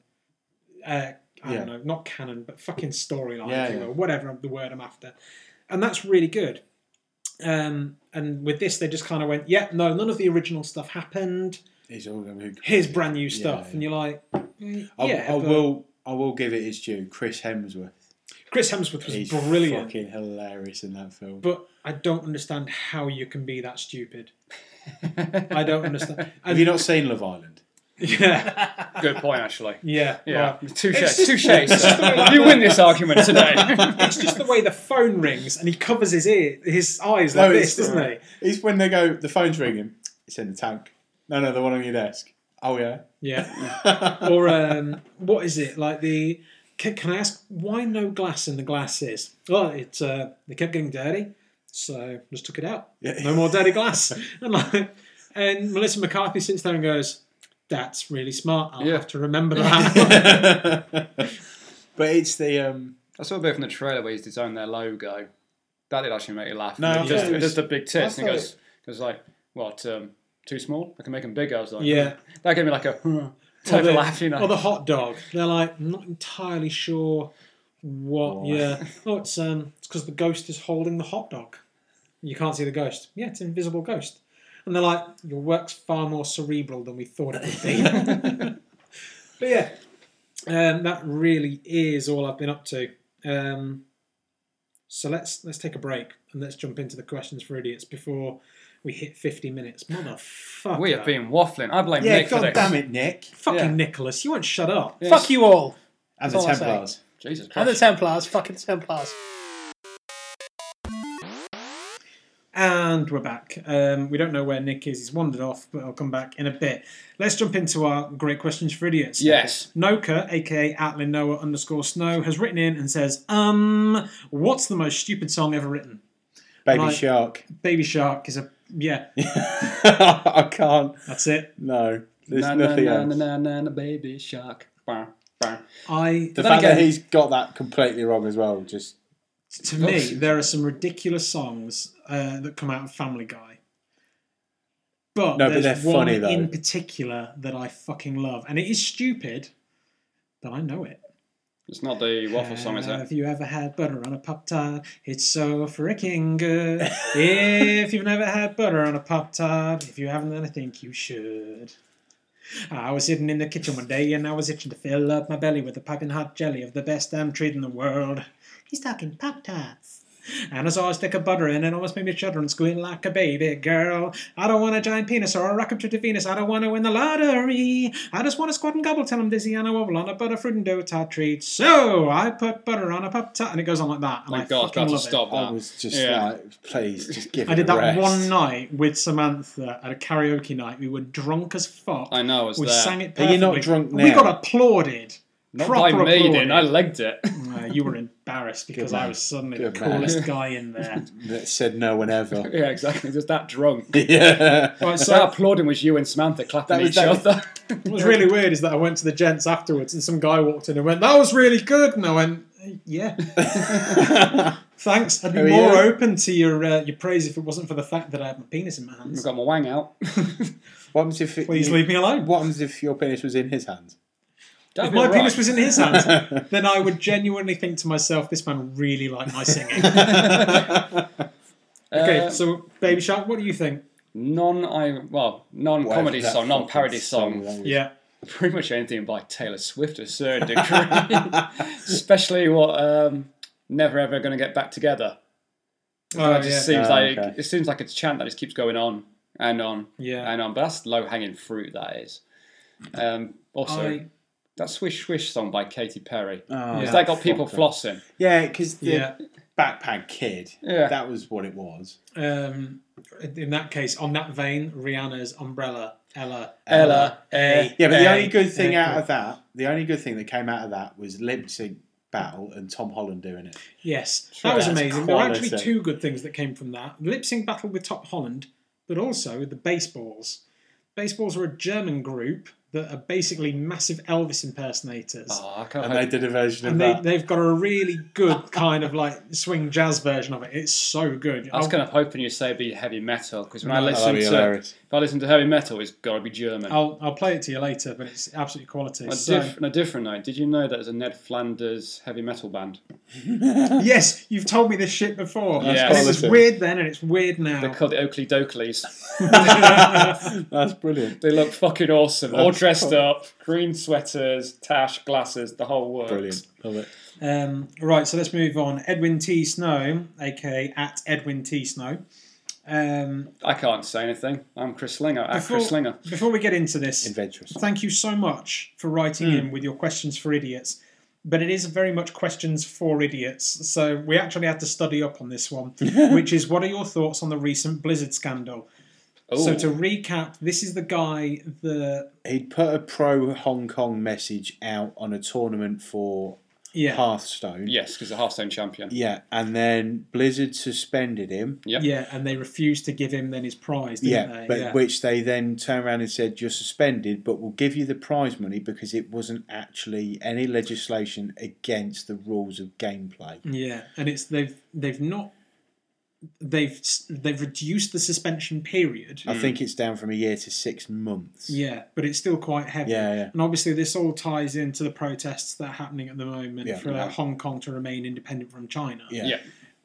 [SPEAKER 1] Uh, I don't know, not canon, but fucking storyline,
[SPEAKER 3] Yeah,
[SPEAKER 1] if you
[SPEAKER 3] yeah.
[SPEAKER 1] will, whatever the word I'm after, and that's really good. Um, and with this, they just kind of went, "Yep, no, none of the original stuff happened.
[SPEAKER 3] It's all gonna be-
[SPEAKER 1] Here's brand new stuff."
[SPEAKER 3] yeah.
[SPEAKER 1] And you're like, mm,
[SPEAKER 3] I,
[SPEAKER 1] "Yeah,
[SPEAKER 3] I
[SPEAKER 1] but
[SPEAKER 3] will. I will give it its due. Chris Hemsworth.
[SPEAKER 1] Chris Hemsworth was
[SPEAKER 3] He's
[SPEAKER 1] brilliant,
[SPEAKER 3] fucking hilarious in that film.
[SPEAKER 1] but I don't understand how you can be that stupid. I don't understand.
[SPEAKER 3] Have
[SPEAKER 1] And,
[SPEAKER 3] you not seen Love Island?
[SPEAKER 1] yeah,
[SPEAKER 2] Good point, actually.
[SPEAKER 1] yeah,
[SPEAKER 2] Yeah,
[SPEAKER 1] well,
[SPEAKER 2] touche,
[SPEAKER 1] It's just-
[SPEAKER 2] touche.
[SPEAKER 1] it's just the way that-
[SPEAKER 2] You win this argument today.
[SPEAKER 1] it's just the way the phone rings and he covers his ear, his eyes like
[SPEAKER 3] No,
[SPEAKER 1] this,
[SPEAKER 3] it's-
[SPEAKER 1] doesn't he?
[SPEAKER 3] It's when they go. The phone's ringing. It's in the tank. No, no, the one on your desk. Oh yeah.
[SPEAKER 1] Yeah. or um, what is it like the? Can, can I ask why no glass in the glasses? Well, it uh, they kept getting dirty, so just took it out.
[SPEAKER 3] Yeah.
[SPEAKER 1] No more dirty glass. and like, and Melissa McCarthy sits there and goes, "That's really smart. I'll
[SPEAKER 2] Yeah.
[SPEAKER 1] have to remember that."
[SPEAKER 3] but it's the um.
[SPEAKER 2] I saw a bit from the trailer where he's designed their logo. That did actually make me laugh.
[SPEAKER 3] No,
[SPEAKER 2] just,
[SPEAKER 1] yeah, it
[SPEAKER 3] was-
[SPEAKER 2] just the big tits.
[SPEAKER 3] I
[SPEAKER 2] And he
[SPEAKER 3] thought
[SPEAKER 2] goes, goes like, what, um, too small? I can make them bigger. I was like,
[SPEAKER 1] Yeah.
[SPEAKER 2] That gave me like a huh,
[SPEAKER 1] or,
[SPEAKER 2] type
[SPEAKER 1] the,
[SPEAKER 2] of laugh, you know.
[SPEAKER 1] or "Oh, the hot dog. They're like, I'm not entirely sure what.
[SPEAKER 3] Why?
[SPEAKER 1] Yeah. Oh, it's um, it's because the ghost is holding the hot dog. You can't see the ghost. Yeah, it's an invisible ghost. And they're like, your work's far more cerebral than we thought it would be. but yeah, um, that really is all I've been up to. Um, so let's let's take a break and let's jump into the questions for idiots before we hit 50 minutes. Motherfucker.
[SPEAKER 2] we have been waffling. I blame
[SPEAKER 3] Yeah,
[SPEAKER 2] Nick for
[SPEAKER 3] god
[SPEAKER 2] this.
[SPEAKER 3] damn it, Nick.
[SPEAKER 1] Fucking
[SPEAKER 2] yeah.
[SPEAKER 1] Nicholas, you won't shut up.
[SPEAKER 4] Fuck you all.
[SPEAKER 3] And
[SPEAKER 4] That's
[SPEAKER 3] the
[SPEAKER 4] all I'm saying.
[SPEAKER 3] Templars.
[SPEAKER 2] Jesus
[SPEAKER 4] And the
[SPEAKER 2] Christ.
[SPEAKER 4] Templars. Fucking Templars.
[SPEAKER 1] And we're back. Um, we don't know where Nick is. He's wandered off, but I'll come back in a bit. Let's jump into our great questions for idiots.
[SPEAKER 2] Yes.
[SPEAKER 1] Noka, aka Atlin Noah underscore Snow, has written in and says, "Um, what's the most stupid song ever written?
[SPEAKER 3] Baby
[SPEAKER 1] Right.
[SPEAKER 3] Shark.
[SPEAKER 1] Baby Shark is a yeah,
[SPEAKER 3] I can't.
[SPEAKER 1] that's it.
[SPEAKER 3] No, there's
[SPEAKER 2] Na, na,
[SPEAKER 3] nothing
[SPEAKER 2] na, na,
[SPEAKER 3] else.
[SPEAKER 2] na, na, na, baby shark. Bah, bah.
[SPEAKER 1] I
[SPEAKER 3] The
[SPEAKER 2] Then
[SPEAKER 3] fact that
[SPEAKER 2] again-
[SPEAKER 3] he's got that completely wrong as well. Just
[SPEAKER 1] to me, there are some ridiculous songs uh, that come out of Family Guy. But
[SPEAKER 3] No, but
[SPEAKER 1] there's
[SPEAKER 3] they're
[SPEAKER 1] one
[SPEAKER 3] funny, though.
[SPEAKER 1] in particular that I fucking love, and it is stupid, but I know it.
[SPEAKER 2] It's not the waffle song, is it?
[SPEAKER 1] Have you ever had butter on a pop tart? It's so freaking good. if you've never had butter on a pop tart, if you haven't, then I think you should. I was sitting in the kitchen one day and I was itching to fill up my belly with a piping hot jelly of the best damn treat in the world. He's talking pop tarts. And I saw a stick of butter and it almost made me shudder and squeal like a baby girl. I don't want a giant penis or a rocket trip to Venus. I don't want to win the lottery. I just want to squat and gobble till I'm dizzy and I wobble on a butter fruit and dough tart treat. So I put butter on a pop tart and it goes on like that. And I
[SPEAKER 2] Thank God,
[SPEAKER 1] fucking
[SPEAKER 2] God to
[SPEAKER 1] love it.
[SPEAKER 2] stop
[SPEAKER 3] I
[SPEAKER 2] that.
[SPEAKER 3] was just
[SPEAKER 2] Yeah.
[SPEAKER 3] like, please, just give.
[SPEAKER 1] I
[SPEAKER 3] it
[SPEAKER 1] did
[SPEAKER 3] a
[SPEAKER 1] that
[SPEAKER 3] rest.
[SPEAKER 1] one night with Samantha at a karaoke night. We were drunk as fuck.
[SPEAKER 2] I know, I was
[SPEAKER 1] We
[SPEAKER 2] there.
[SPEAKER 1] sang it
[SPEAKER 3] Are
[SPEAKER 1] perfectly.
[SPEAKER 3] you not drunk
[SPEAKER 1] We
[SPEAKER 3] now?
[SPEAKER 1] got applauded.
[SPEAKER 2] Not by
[SPEAKER 1] proper
[SPEAKER 2] me,
[SPEAKER 1] applauded.
[SPEAKER 2] dude. I legged it.
[SPEAKER 1] Uh, you were embarrassed because I
[SPEAKER 3] man.
[SPEAKER 1] was suddenly
[SPEAKER 3] Good
[SPEAKER 1] the
[SPEAKER 3] man.
[SPEAKER 1] coolest guy in there.
[SPEAKER 3] that said no one ever.
[SPEAKER 2] yeah, exactly. Just that drunk.
[SPEAKER 3] yeah.
[SPEAKER 1] Right, so
[SPEAKER 2] So that applauding was you and Samantha clapping
[SPEAKER 3] That was
[SPEAKER 2] each
[SPEAKER 3] that-
[SPEAKER 2] other.
[SPEAKER 1] what was really weird is that I went to the gents afterwards and some guy walked in and went, "That was really good," and I went, yeah.
[SPEAKER 3] yeah,
[SPEAKER 1] Thanks. I'd be
[SPEAKER 3] Oh,
[SPEAKER 1] more
[SPEAKER 3] yeah?
[SPEAKER 1] open to your uh, your praise if it wasn't for the fact that I have my penis in my
[SPEAKER 2] I've
[SPEAKER 1] hands.
[SPEAKER 2] got my wang out.
[SPEAKER 3] what happens if it-
[SPEAKER 1] Please
[SPEAKER 3] you-
[SPEAKER 1] leave me alone.
[SPEAKER 3] What happens if your penis was in his hand?
[SPEAKER 2] That'd
[SPEAKER 1] if
[SPEAKER 2] be
[SPEAKER 1] my
[SPEAKER 2] all right.
[SPEAKER 1] penis was in his hands, then I would genuinely think to myself, this man really liked my singing.
[SPEAKER 3] Uh,
[SPEAKER 1] okay,
[SPEAKER 2] Uh,
[SPEAKER 1] so Baby Shark, what do you think?
[SPEAKER 2] non I well non comedy song, non parody song.
[SPEAKER 1] Yeah.
[SPEAKER 2] Pretty much anything by Taylor Swift to a certain degree, especially what um, "Never Ever Gonna Get Back Together."
[SPEAKER 1] Oh,
[SPEAKER 2] it just
[SPEAKER 1] yeah.
[SPEAKER 2] seems
[SPEAKER 3] Oh,
[SPEAKER 2] like
[SPEAKER 3] okay.
[SPEAKER 2] it seems like it's a chant that just keeps going on and on
[SPEAKER 1] Yeah.
[SPEAKER 2] and on. But that's low hanging fruit. That is. Um, also,
[SPEAKER 1] I-
[SPEAKER 2] that "Swish Swish" song by Katy Perry.
[SPEAKER 3] Oh,
[SPEAKER 1] Yeah.
[SPEAKER 2] Has that got people
[SPEAKER 3] fuck that.
[SPEAKER 2] flossing?
[SPEAKER 3] Yeah, because the
[SPEAKER 1] yeah.
[SPEAKER 3] backpack kid.
[SPEAKER 2] Yeah.
[SPEAKER 3] That was what it was.
[SPEAKER 1] Um, in that case, on that vein, Rihanna's Umbrella, Ella,
[SPEAKER 2] Ella, eh,
[SPEAKER 1] hey.
[SPEAKER 3] Yeah, but the
[SPEAKER 2] eh.
[SPEAKER 3] only good thing
[SPEAKER 1] yeah,
[SPEAKER 3] out
[SPEAKER 1] yeah.
[SPEAKER 3] of that, the only good thing that came out of that was lip sync battle and Tom Holland doing it.
[SPEAKER 1] Yes,
[SPEAKER 3] Sure,
[SPEAKER 1] that was
[SPEAKER 3] that's
[SPEAKER 1] amazing. There were actually
[SPEAKER 3] quality.
[SPEAKER 1] two good things that came from that lip sync battle with Top Holland, but also the Baseballs. Baseballs are a German group that are basically massive Elvis impersonators.
[SPEAKER 2] Oh, I can't
[SPEAKER 3] And they
[SPEAKER 2] hope-
[SPEAKER 3] did a version of
[SPEAKER 1] And they,
[SPEAKER 3] that.
[SPEAKER 1] they've got a really good kind of like swing jazz version of it. It's so good.
[SPEAKER 2] I was
[SPEAKER 1] I'll-
[SPEAKER 2] kind of hoping you'd say it'd be heavy metal because when I
[SPEAKER 1] Oh. No,
[SPEAKER 2] listen
[SPEAKER 3] that'd be
[SPEAKER 2] to
[SPEAKER 3] hilarious.
[SPEAKER 2] if I listen to heavy metal, it's got to be German.
[SPEAKER 1] I'll, I'll play it to you later, but it's absolute quality.
[SPEAKER 2] On a,
[SPEAKER 1] Oh, So-
[SPEAKER 2] diff- on a different note, did you know that there's a Ned Flanders heavy metal band?
[SPEAKER 1] yes, you've told me this shit before.
[SPEAKER 2] That's
[SPEAKER 1] And it was
[SPEAKER 3] quality.
[SPEAKER 1] weird then, and it's weird now.
[SPEAKER 2] They're called the Oakley Dokleys.
[SPEAKER 3] That's brilliant.
[SPEAKER 2] They look fucking awesome. All
[SPEAKER 3] That's
[SPEAKER 2] dressed
[SPEAKER 3] cool.
[SPEAKER 2] up, green sweaters, tash, glasses, the whole works.
[SPEAKER 3] Brilliant. Love it.
[SPEAKER 1] Um, right, so let's move on. Edwin T. Snow, aka at Edwin T. Snow. Um,
[SPEAKER 2] I can't say anything. I'm Chris Slinger. I'm
[SPEAKER 1] before,
[SPEAKER 2] Chris Slinger.
[SPEAKER 1] before we get into this,
[SPEAKER 3] Adventurous.
[SPEAKER 1] thank you so much for writing
[SPEAKER 3] Hmm.
[SPEAKER 1] in with your questions for idiots. But it is very much questions for idiots. So we actually had to study up on this one, which is what are your thoughts on the recent Blizzard scandal? So
[SPEAKER 2] Ooh.
[SPEAKER 1] to recap, this is the guy that
[SPEAKER 3] He'd put a pro Hong Kong message out on a tournament for
[SPEAKER 1] yeah
[SPEAKER 3] Hearthstone.
[SPEAKER 2] yes, because the Hearthstone champion.
[SPEAKER 3] Yeah, and then Blizzard suspended him.
[SPEAKER 2] Yep.
[SPEAKER 1] yeah, and they refused to give him then his prize, didn't
[SPEAKER 3] Yeah,
[SPEAKER 1] they?
[SPEAKER 3] but
[SPEAKER 1] yeah.
[SPEAKER 3] which they then turned around and said, "You're suspended, but we'll give you the prize money because it wasn't actually any legislation against the rules of gameplay."
[SPEAKER 1] Yeah, and it's they've they've not they've s- they've reduced the suspension period.
[SPEAKER 2] Hmm.
[SPEAKER 3] I think it's down from a year to six months.
[SPEAKER 1] Yeah, but it's still quite heavy.
[SPEAKER 3] Yeah, yeah.
[SPEAKER 1] And obviously, this all ties into the protests that are happening at the moment
[SPEAKER 3] Yeah.
[SPEAKER 1] for
[SPEAKER 2] Yeah.
[SPEAKER 1] Hong Kong to remain independent from China,
[SPEAKER 3] Yeah.
[SPEAKER 2] Yeah.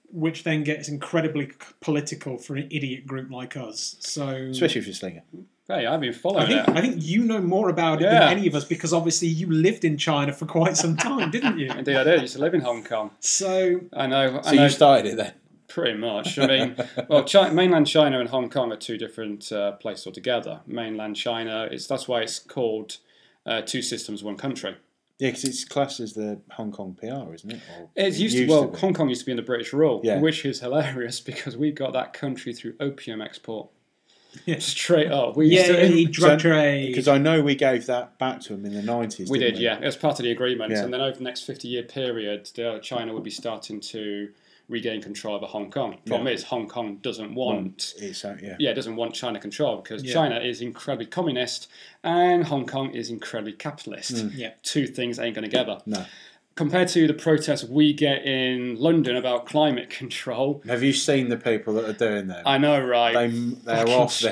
[SPEAKER 1] which then gets incredibly c- political for an idiot group like us. So.
[SPEAKER 3] especially if you're Slinger.
[SPEAKER 2] Hey, I've been
[SPEAKER 1] I
[SPEAKER 2] following
[SPEAKER 1] think,
[SPEAKER 2] it.
[SPEAKER 1] I think you know more about it
[SPEAKER 2] Oh, Yeah.
[SPEAKER 1] than any of us because obviously you lived in China for quite some time, didn't you?
[SPEAKER 2] Indeed, I do. I used to live in Hong Kong.
[SPEAKER 1] So
[SPEAKER 2] I know.
[SPEAKER 3] So
[SPEAKER 2] I know.
[SPEAKER 3] you started it then.
[SPEAKER 2] Pretty much. I mean, well, China, mainland China and Hong Kong are two different uh, places altogether. Mainland China is that's why it's called uh, two systems, one country.
[SPEAKER 3] Yeah, because it's classed as the Hong Kong PR, isn't it? Or
[SPEAKER 2] It's
[SPEAKER 3] it
[SPEAKER 2] used, to, well,
[SPEAKER 3] be.
[SPEAKER 2] Hong Kong used to be under British rule,
[SPEAKER 3] Yeah.
[SPEAKER 2] which is hilarious because we got that country through opium export. Straight up, we used to.
[SPEAKER 1] yeah, drug
[SPEAKER 3] So-
[SPEAKER 1] trade.
[SPEAKER 3] Because I know we gave that back to them in the 90s.
[SPEAKER 2] We
[SPEAKER 3] didn't
[SPEAKER 2] did, yeah. It was part of the agreement,
[SPEAKER 3] Yeah.
[SPEAKER 2] and then over the next fifty-year period, uh, China would be starting to regain control over Hong Kong. Problem is, Hong Kong doesn't want
[SPEAKER 3] It's, uh, yeah.
[SPEAKER 2] yeah, doesn't want China control because
[SPEAKER 1] Yeah.
[SPEAKER 2] China is incredibly communist and Hong Kong is incredibly capitalist.
[SPEAKER 1] Yeah.
[SPEAKER 2] Two things ain't going to gather.
[SPEAKER 3] Mm. No.
[SPEAKER 2] Compared to the protests we get in London about climate control,
[SPEAKER 3] Have you seen the people that are doing that?
[SPEAKER 2] I know, right?
[SPEAKER 3] they, they're
[SPEAKER 2] Fucking
[SPEAKER 3] off their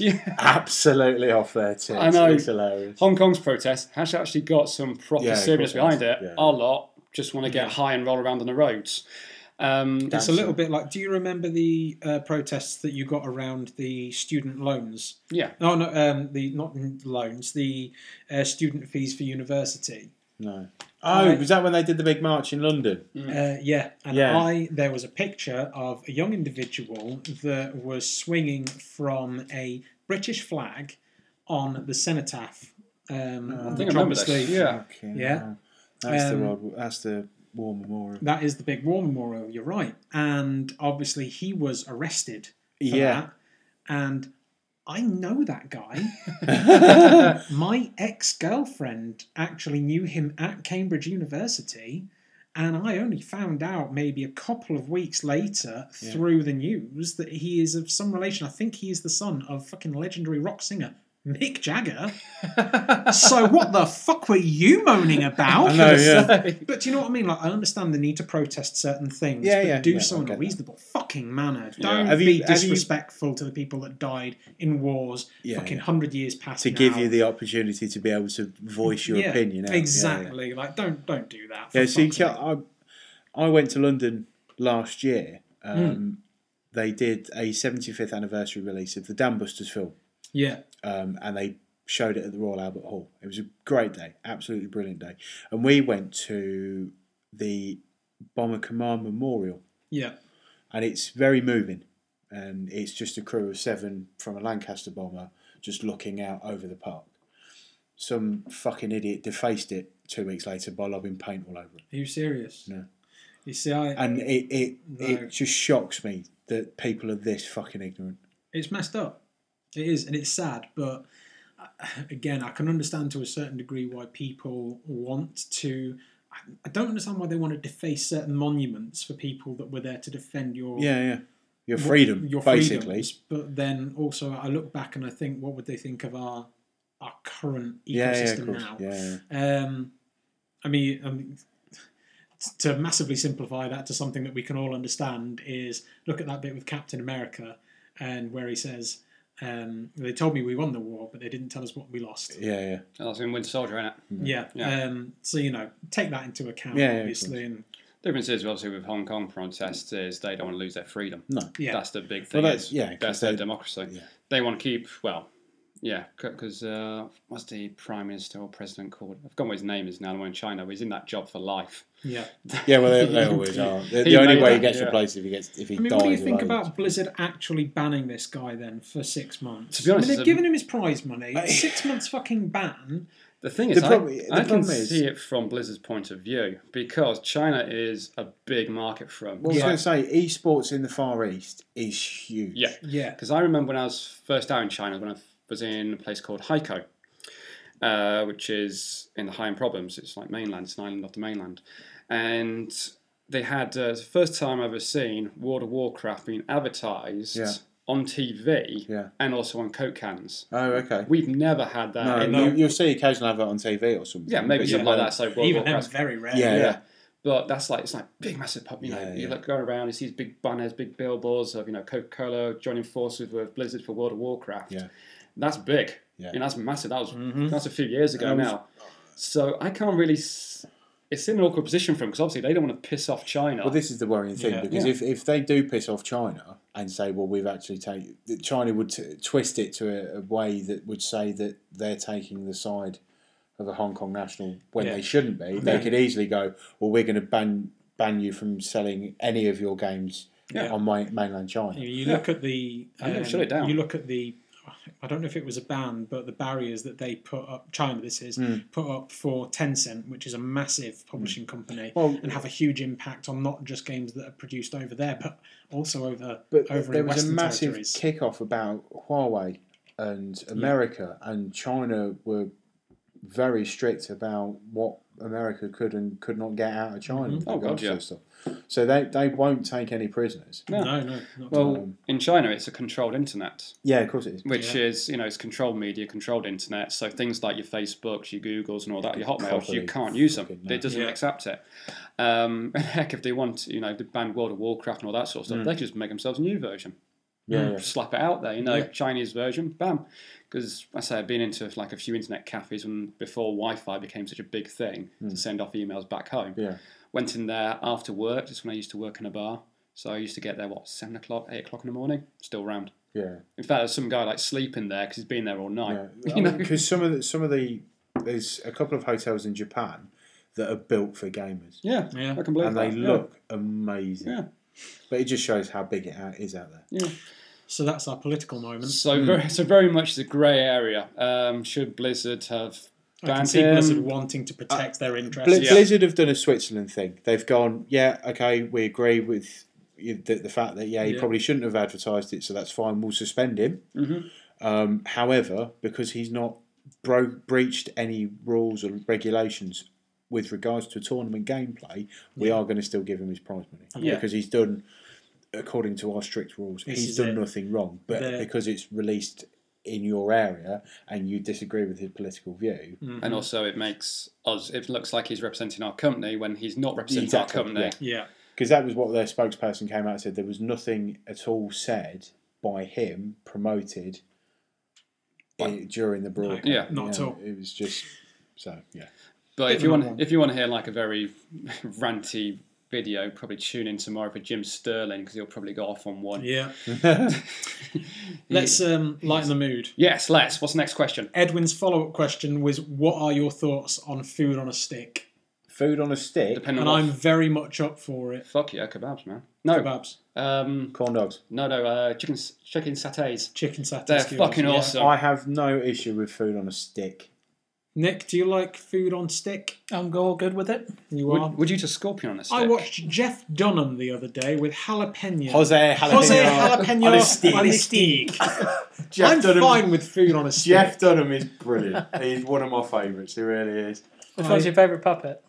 [SPEAKER 2] yeah.
[SPEAKER 3] Absolutely off their tits.
[SPEAKER 2] I know.
[SPEAKER 3] It's hilarious.
[SPEAKER 2] Hong Kong's protest has actually got some proper
[SPEAKER 3] Yeah, of
[SPEAKER 2] seriousness
[SPEAKER 3] course it
[SPEAKER 2] behind it.
[SPEAKER 3] has. Yeah.
[SPEAKER 2] Our lot just want to get high and roll around on the roads. Um,
[SPEAKER 1] It's a little bit like. Do you remember the uh, protests that you got around the student loans?
[SPEAKER 2] yeah.
[SPEAKER 1] No, no, um, the not loans, the uh, student fees for university.
[SPEAKER 3] No. Oh, was that when they did the big march in London?
[SPEAKER 1] Uh, yeah, and
[SPEAKER 3] Yeah.
[SPEAKER 1] I there was a picture of a young individual that was swinging from a British flag on the cenotaph. Um,
[SPEAKER 3] Oh. I
[SPEAKER 2] I
[SPEAKER 1] which
[SPEAKER 2] think I remember
[SPEAKER 1] obviously-
[SPEAKER 2] this. Yeah.
[SPEAKER 3] Okay,
[SPEAKER 1] Yeah.
[SPEAKER 3] no. That's,
[SPEAKER 1] Um,
[SPEAKER 3] the world, that's the war memorial.
[SPEAKER 1] That is the big war memorial. You're right, and obviously he was arrested for
[SPEAKER 3] Yeah.
[SPEAKER 1] that. And I know that guy. My ex girlfriend actually knew him at Cambridge University, and I only found out maybe a couple of weeks later
[SPEAKER 3] Yeah.
[SPEAKER 1] through the news that he is of some relation. I think he is the son of fucking legendary rock singer Mick Jagger. so what the fuck were you moaning about?
[SPEAKER 3] I know, yeah.
[SPEAKER 1] But do you know what I mean? Like, I understand the need to protest certain things,
[SPEAKER 3] Yeah,
[SPEAKER 1] but
[SPEAKER 3] yeah,
[SPEAKER 1] do
[SPEAKER 3] yeah,
[SPEAKER 1] so
[SPEAKER 3] I
[SPEAKER 1] in a
[SPEAKER 3] get that.
[SPEAKER 1] reasonable fucking manner.
[SPEAKER 2] Yeah.
[SPEAKER 1] Don't
[SPEAKER 3] Have
[SPEAKER 1] be
[SPEAKER 3] you- have you-
[SPEAKER 1] disrespectful to the people that died in wars,
[SPEAKER 3] Yeah,
[SPEAKER 1] fucking
[SPEAKER 3] yeah.
[SPEAKER 1] hundred years past.
[SPEAKER 3] to give
[SPEAKER 1] now.
[SPEAKER 3] you the opportunity to be able to voice your
[SPEAKER 1] Yeah,
[SPEAKER 3] opinion. out. Yeah, yeah.
[SPEAKER 1] exactly. Like, don't don't do that. for
[SPEAKER 3] Yeah, see,
[SPEAKER 1] fuck's sake.
[SPEAKER 3] I, I went to London last year.
[SPEAKER 1] Hmm.
[SPEAKER 3] Um, They did a 75th anniversary release of the Dam Busters film,
[SPEAKER 1] yeah,
[SPEAKER 3] um, and they showed it at the Royal Albert Hall. It was a great day, absolutely brilliant day. And we went to the Bomber Command Memorial,
[SPEAKER 1] yeah,
[SPEAKER 3] and it's very moving. And it's just a crew of seven from a Lancaster bomber just looking out over the park. Some fucking idiot defaced it two weeks later by lobbing paint all over it.
[SPEAKER 1] Are you serious?
[SPEAKER 3] No.
[SPEAKER 1] You see, I
[SPEAKER 3] and it it,
[SPEAKER 1] No.
[SPEAKER 3] it just shocks me that people are this fucking ignorant.
[SPEAKER 1] it's messed up. It is, and it's sad. But uh, again, I can understand to a certain degree why people want to. I- I don't understand why they want to deface certain monuments for people that were there to defend your
[SPEAKER 3] Yeah, yeah. Your
[SPEAKER 1] what-
[SPEAKER 3] freedom,
[SPEAKER 1] your
[SPEAKER 3] basically.
[SPEAKER 1] freedoms. But then also, I look back and I think, what would they think of our our current ecosystem
[SPEAKER 3] Yeah, yeah, of course.
[SPEAKER 1] now?
[SPEAKER 3] Yeah, yeah.
[SPEAKER 1] Um, I mean, I mean, t- to massively simplify that to something that we can all understand is look at that bit with Captain America and where he says, um, "They told me we won the war, but they didn't tell us what we lost."
[SPEAKER 3] yeah, yeah.
[SPEAKER 2] That's in Winter Soldier, innit?
[SPEAKER 1] Yeah.
[SPEAKER 2] Yeah.
[SPEAKER 1] Um, so you know, take that into account,
[SPEAKER 3] Yeah, yeah, of
[SPEAKER 1] obviously, and
[SPEAKER 2] Difference is obviously with Hong Kong protests is they don't want to lose their freedom.
[SPEAKER 3] No.
[SPEAKER 1] yeah,
[SPEAKER 2] That's the big thing.
[SPEAKER 3] that's-
[SPEAKER 2] is
[SPEAKER 3] yeah, 'cause
[SPEAKER 2] that's their
[SPEAKER 3] they-
[SPEAKER 2] democracy.
[SPEAKER 3] yeah.
[SPEAKER 2] They want to keep well, yeah, because uh, what's the prime minister or president called? I've forgotten what his name is now. The one in China. He's in that job for life.
[SPEAKER 1] yeah.
[SPEAKER 3] Yeah, well, they, they always are. The,
[SPEAKER 2] He
[SPEAKER 3] the only
[SPEAKER 2] made
[SPEAKER 3] way
[SPEAKER 2] that,
[SPEAKER 3] he gets
[SPEAKER 2] yeah.
[SPEAKER 3] replaced if he gets if he
[SPEAKER 1] I mean,
[SPEAKER 3] dies.
[SPEAKER 1] what do you
[SPEAKER 3] of
[SPEAKER 1] think
[SPEAKER 3] age.
[SPEAKER 1] about Blizzard actually banning this guy then for six months?
[SPEAKER 2] To be honest,
[SPEAKER 1] I mean,
[SPEAKER 2] it's
[SPEAKER 1] they've
[SPEAKER 2] a-
[SPEAKER 1] given him his prize money.
[SPEAKER 3] I-
[SPEAKER 1] six months fucking ban.
[SPEAKER 2] The thing
[SPEAKER 3] The
[SPEAKER 2] is, I-
[SPEAKER 3] problem-
[SPEAKER 2] I,
[SPEAKER 3] the
[SPEAKER 2] can
[SPEAKER 3] problem is-
[SPEAKER 2] see it from Blizzard's point of view because China is a big market for them.
[SPEAKER 3] Well, I was going to say esports in the Far East is huge.
[SPEAKER 2] yeah,
[SPEAKER 1] Yeah.
[SPEAKER 2] Because I remember when I was first out in China, when I was in a place called Haikou, uh, which is in the Hainan province. It's like mainland, it's an island off the mainland. And they had, uh, it's the first time I've ever seen World of Warcraft being advertised
[SPEAKER 3] Yeah.
[SPEAKER 2] on TV
[SPEAKER 3] Yeah.
[SPEAKER 2] and also on Coke cans.
[SPEAKER 3] Oh, okay.
[SPEAKER 2] We've never had that.
[SPEAKER 3] No,
[SPEAKER 2] Uh, in-
[SPEAKER 1] no.
[SPEAKER 3] You, you'll see occasionally have it on TV or something.
[SPEAKER 2] yeah, maybe
[SPEAKER 3] but
[SPEAKER 2] something
[SPEAKER 3] you
[SPEAKER 2] like
[SPEAKER 3] won't.
[SPEAKER 2] that. So World of
[SPEAKER 1] Even then,
[SPEAKER 2] Warcraft.
[SPEAKER 1] very rare.
[SPEAKER 3] Yeah, yeah.
[SPEAKER 2] But that's like it's like big massive pub. You know,
[SPEAKER 3] Yeah,
[SPEAKER 2] you
[SPEAKER 3] yeah.
[SPEAKER 2] look go around, you see these big banners, big billboards of you know Coca Cola joining forces with Blizzard for World of Warcraft.
[SPEAKER 3] Yeah.
[SPEAKER 2] that's big.
[SPEAKER 3] Yeah.
[SPEAKER 2] You know, that's massive. That was that's a few years ago
[SPEAKER 3] Mm-hmm. And I was-
[SPEAKER 2] now. So I can't really. S- it's in an awkward position for them because obviously they don't want to piss off China.
[SPEAKER 3] Well, this is the worrying thing
[SPEAKER 1] Yeah.
[SPEAKER 3] because
[SPEAKER 2] Yeah.
[SPEAKER 3] if, if they do piss off China and say, well, we've actually taken, China would t- twist it to a, a way that would say that they're taking the side of a Hong Kong national when
[SPEAKER 1] Yeah.
[SPEAKER 3] they shouldn't be. They
[SPEAKER 1] Yeah.
[SPEAKER 3] could easily go, well, we're going to ban ban you from selling any of your games
[SPEAKER 1] Yeah.
[SPEAKER 3] on my, mainland China.
[SPEAKER 1] You, you look at the. um,
[SPEAKER 2] And they've shut it down.
[SPEAKER 1] You look at the. I don't know if it was a ban, but the barriers that they put up, China, this is,
[SPEAKER 3] Hmm.
[SPEAKER 1] put up for Tencent, which is a massive publishing company,
[SPEAKER 3] Well-
[SPEAKER 1] and have a huge impact on not just games that are produced over there, but also over
[SPEAKER 3] But
[SPEAKER 1] over
[SPEAKER 3] there
[SPEAKER 1] in
[SPEAKER 3] was
[SPEAKER 1] Western
[SPEAKER 3] a massive
[SPEAKER 1] territories.
[SPEAKER 3] kickoff about Huawei and America, and China were very strict about what America could and could not get out of China. with
[SPEAKER 2] Oh,
[SPEAKER 3] regards
[SPEAKER 2] God, yeah.
[SPEAKER 3] to stuff. So they, they won't take any prisoners.
[SPEAKER 2] Yeah.
[SPEAKER 1] No, no, not
[SPEAKER 2] well,
[SPEAKER 1] well,
[SPEAKER 2] in China, it's a controlled internet,
[SPEAKER 3] Yeah, of course it is.
[SPEAKER 2] which
[SPEAKER 1] Yeah.
[SPEAKER 2] is you know it's controlled media, controlled internet. So things like your Facebooks, your Googles, and all that, your Hotmails,
[SPEAKER 3] Properly
[SPEAKER 2] you can't use them.
[SPEAKER 3] fucking no.
[SPEAKER 2] It doesn't
[SPEAKER 1] Yeah.
[SPEAKER 2] accept it. Um, and heck, if they want, you know, to ban World of Warcraft and all that sort of stuff, they could just make themselves a new version.
[SPEAKER 3] Mm. Yeah, yeah.
[SPEAKER 2] slap it out there, you know,
[SPEAKER 1] Yeah.
[SPEAKER 2] Chinese version, bam. Because I say I've been into like a few internet cafes when before Wi-Fi became such a big thing to send off emails back home.
[SPEAKER 3] Mm. Yeah.
[SPEAKER 2] Went in there after work, just when I used to work in a bar. So I used to get there what seven o'clock, eight o'clock in the morning, still round.
[SPEAKER 3] yeah.
[SPEAKER 2] In fact, there's some guy like sleeping there because he's been there all night.
[SPEAKER 3] Because
[SPEAKER 2] You know,
[SPEAKER 3] some of the, some of the there's a couple of hotels in Japan that are built for gamers,
[SPEAKER 2] yeah,
[SPEAKER 1] Yeah.
[SPEAKER 2] I can believe
[SPEAKER 3] and
[SPEAKER 2] that.
[SPEAKER 3] they
[SPEAKER 2] yeah.
[SPEAKER 3] look amazing.
[SPEAKER 2] Yeah.
[SPEAKER 3] But it just shows how big it out- is out there.
[SPEAKER 1] so that's our political moment.
[SPEAKER 2] So very, so very much the grey area. Um, should Blizzard have
[SPEAKER 1] I can
[SPEAKER 2] banned
[SPEAKER 1] see Blizzard
[SPEAKER 2] him?
[SPEAKER 1] wanting to protect
[SPEAKER 3] Uh,
[SPEAKER 1] their interests.
[SPEAKER 3] Bli-
[SPEAKER 2] Yeah.
[SPEAKER 3] Blizzard have done a Switzerland thing. They've gone, yeah, okay, we agree with you- the, the fact that yeah, he
[SPEAKER 1] Yeah.
[SPEAKER 3] probably shouldn't have advertised it, so that's fine. We'll suspend him.
[SPEAKER 2] Mhm.
[SPEAKER 1] Mm-hmm.
[SPEAKER 3] Um, however, because he's not bro- breached any rules or regulations with regards to tournament gameplay, we are going to still give him his prize money
[SPEAKER 2] Yeah.
[SPEAKER 3] because he's done. According to our strict rules,
[SPEAKER 1] This
[SPEAKER 3] he's
[SPEAKER 1] is
[SPEAKER 3] done
[SPEAKER 1] it.
[SPEAKER 3] nothing wrong, but
[SPEAKER 1] The-
[SPEAKER 3] because it's released in your area and you disagree with his political view.
[SPEAKER 1] Hmm.
[SPEAKER 2] And also, it makes us, it looks like he's representing our company when he's not representing
[SPEAKER 3] Exactly,
[SPEAKER 2] our company.
[SPEAKER 3] yeah.
[SPEAKER 1] Yeah.
[SPEAKER 3] Because that was what their spokesperson came out and said. There was nothing at all said by him promoted i- during the broadcast.
[SPEAKER 2] Yeah.
[SPEAKER 1] Not at
[SPEAKER 3] Yeah,
[SPEAKER 1] all.
[SPEAKER 3] It was just so yeah.
[SPEAKER 2] But if
[SPEAKER 1] Bit
[SPEAKER 2] you
[SPEAKER 1] of
[SPEAKER 2] want,
[SPEAKER 1] an odd one.
[SPEAKER 2] if you want to hear like a very ranty video, probably tune in tomorrow for Jim Sterling because he'll probably go off on one.
[SPEAKER 1] Yeah. Let's um, lighten the mood.
[SPEAKER 2] Yes, Les. What's the next question?
[SPEAKER 1] Edwin's follow up question was What are your thoughts on food on a stick?
[SPEAKER 3] Food on a stick,
[SPEAKER 2] Depending
[SPEAKER 1] And
[SPEAKER 2] on
[SPEAKER 1] I'm
[SPEAKER 2] what-
[SPEAKER 1] very much up for it.
[SPEAKER 2] fuck yeah, kebabs, man. No,
[SPEAKER 1] Kebabs,
[SPEAKER 2] um,
[SPEAKER 3] corn dogs.
[SPEAKER 2] no, no, uh, chicken chicken satays.
[SPEAKER 1] chicken satay.
[SPEAKER 2] They're
[SPEAKER 1] skewers,
[SPEAKER 2] fucking
[SPEAKER 1] yeah.
[SPEAKER 2] awesome.
[SPEAKER 3] I have no issue with food on a stick.
[SPEAKER 1] Nick, do you like food on stick?
[SPEAKER 4] I'm all good with it.
[SPEAKER 1] You are.
[SPEAKER 2] Would, would you eat a scorpion on a stick?
[SPEAKER 1] I watched Jeff Dunham the other day with jalapeno.
[SPEAKER 3] Jose jalapeno,
[SPEAKER 1] Jose jalapeno
[SPEAKER 3] on a stick.
[SPEAKER 1] on a stick.
[SPEAKER 3] Jeff
[SPEAKER 1] I'm
[SPEAKER 3] Dunham.
[SPEAKER 1] fine with food on a stick.
[SPEAKER 3] Jeff Dunham is brilliant. He's one of my favourites. He really is.
[SPEAKER 4] Which one's your favourite puppet?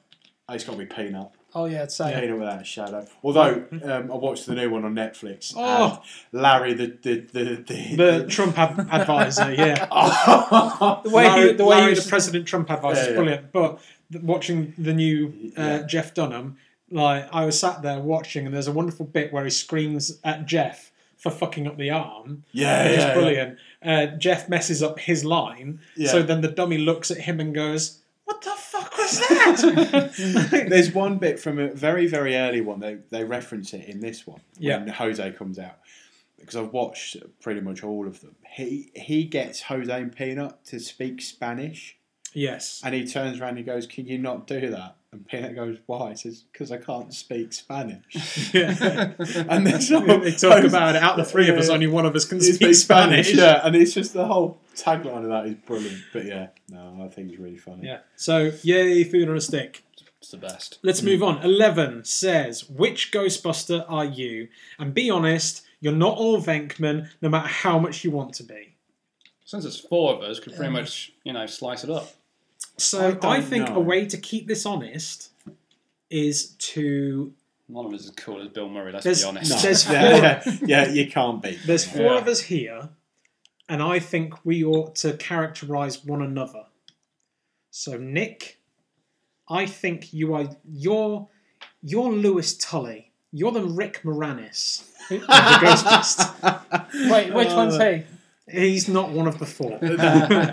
[SPEAKER 3] Oh, it's got to be Peanut.
[SPEAKER 4] Oh yeah, it's same.
[SPEAKER 3] Peanut without a shadow. Although um, I watched the new one on Netflix.
[SPEAKER 1] Oh.
[SPEAKER 3] and Larry the the the, the,
[SPEAKER 1] the Trump ad- advisor, yeah.
[SPEAKER 4] The way
[SPEAKER 1] Larry,
[SPEAKER 4] he, the way
[SPEAKER 1] Larry,
[SPEAKER 4] he
[SPEAKER 1] the
[SPEAKER 4] was,
[SPEAKER 1] President Trump advisor
[SPEAKER 3] Yeah,
[SPEAKER 1] is
[SPEAKER 3] yeah.
[SPEAKER 1] brilliant. But th- watching the new uh,
[SPEAKER 3] Yeah.
[SPEAKER 1] Jeff Dunham, like I was sat there watching, and there's a wonderful bit where he screams at Jeff for fucking up the arm.
[SPEAKER 3] Yeah,
[SPEAKER 1] which
[SPEAKER 3] yeah,
[SPEAKER 1] is
[SPEAKER 3] yeah.
[SPEAKER 1] brilliant. Uh, Jeff messes up his line,
[SPEAKER 3] Yeah.
[SPEAKER 1] so then the dummy looks at him and goes, "What the fuck was that?"
[SPEAKER 3] There's one bit from a very very early one. They they reference it in this one
[SPEAKER 1] Yeah.
[SPEAKER 3] when Jose comes out because I've watched pretty much all of them. He he gets Jose and Peanut to speak Spanish,
[SPEAKER 1] yes,
[SPEAKER 3] and he turns around and goes, "Can you not do that?" And Peanut goes, "Why?" He says, "Because I can't speak Spanish."
[SPEAKER 1] yeah.
[SPEAKER 3] and then
[SPEAKER 1] they talk about it. Out of the three of us, only one of us can
[SPEAKER 3] You
[SPEAKER 1] speak Spanish.
[SPEAKER 3] Yeah, and it's just the whole tagline of that is brilliant. But yeah, no, I think it's really funny.
[SPEAKER 1] yeah. So yay, food on a stick.
[SPEAKER 2] It's the best.
[SPEAKER 1] Let's move on. 11 says, Which Ghostbuster are you? And be honest, you're not all Venkman, no matter how much you want to be.
[SPEAKER 2] Since it's four of us, could pretty much you know slice it up.
[SPEAKER 1] So
[SPEAKER 3] don't
[SPEAKER 1] I, think
[SPEAKER 3] know.
[SPEAKER 1] a way to keep this honest is to.
[SPEAKER 2] None of us is cool as Bill Murray. Let's
[SPEAKER 1] There's-
[SPEAKER 2] be honest.
[SPEAKER 1] no. There's
[SPEAKER 3] yeah, yeah, yeah, you can't beat.
[SPEAKER 1] There's
[SPEAKER 3] that.
[SPEAKER 1] four
[SPEAKER 2] Yeah.
[SPEAKER 1] of us here, and I think we ought to characterize one another. So, Nick, I think you are. You're, you're Lewis Tully. You're the Rick Moranis of the Ghostbusters.
[SPEAKER 4] wait, which one's he?
[SPEAKER 1] He's not one of the four.
[SPEAKER 3] Although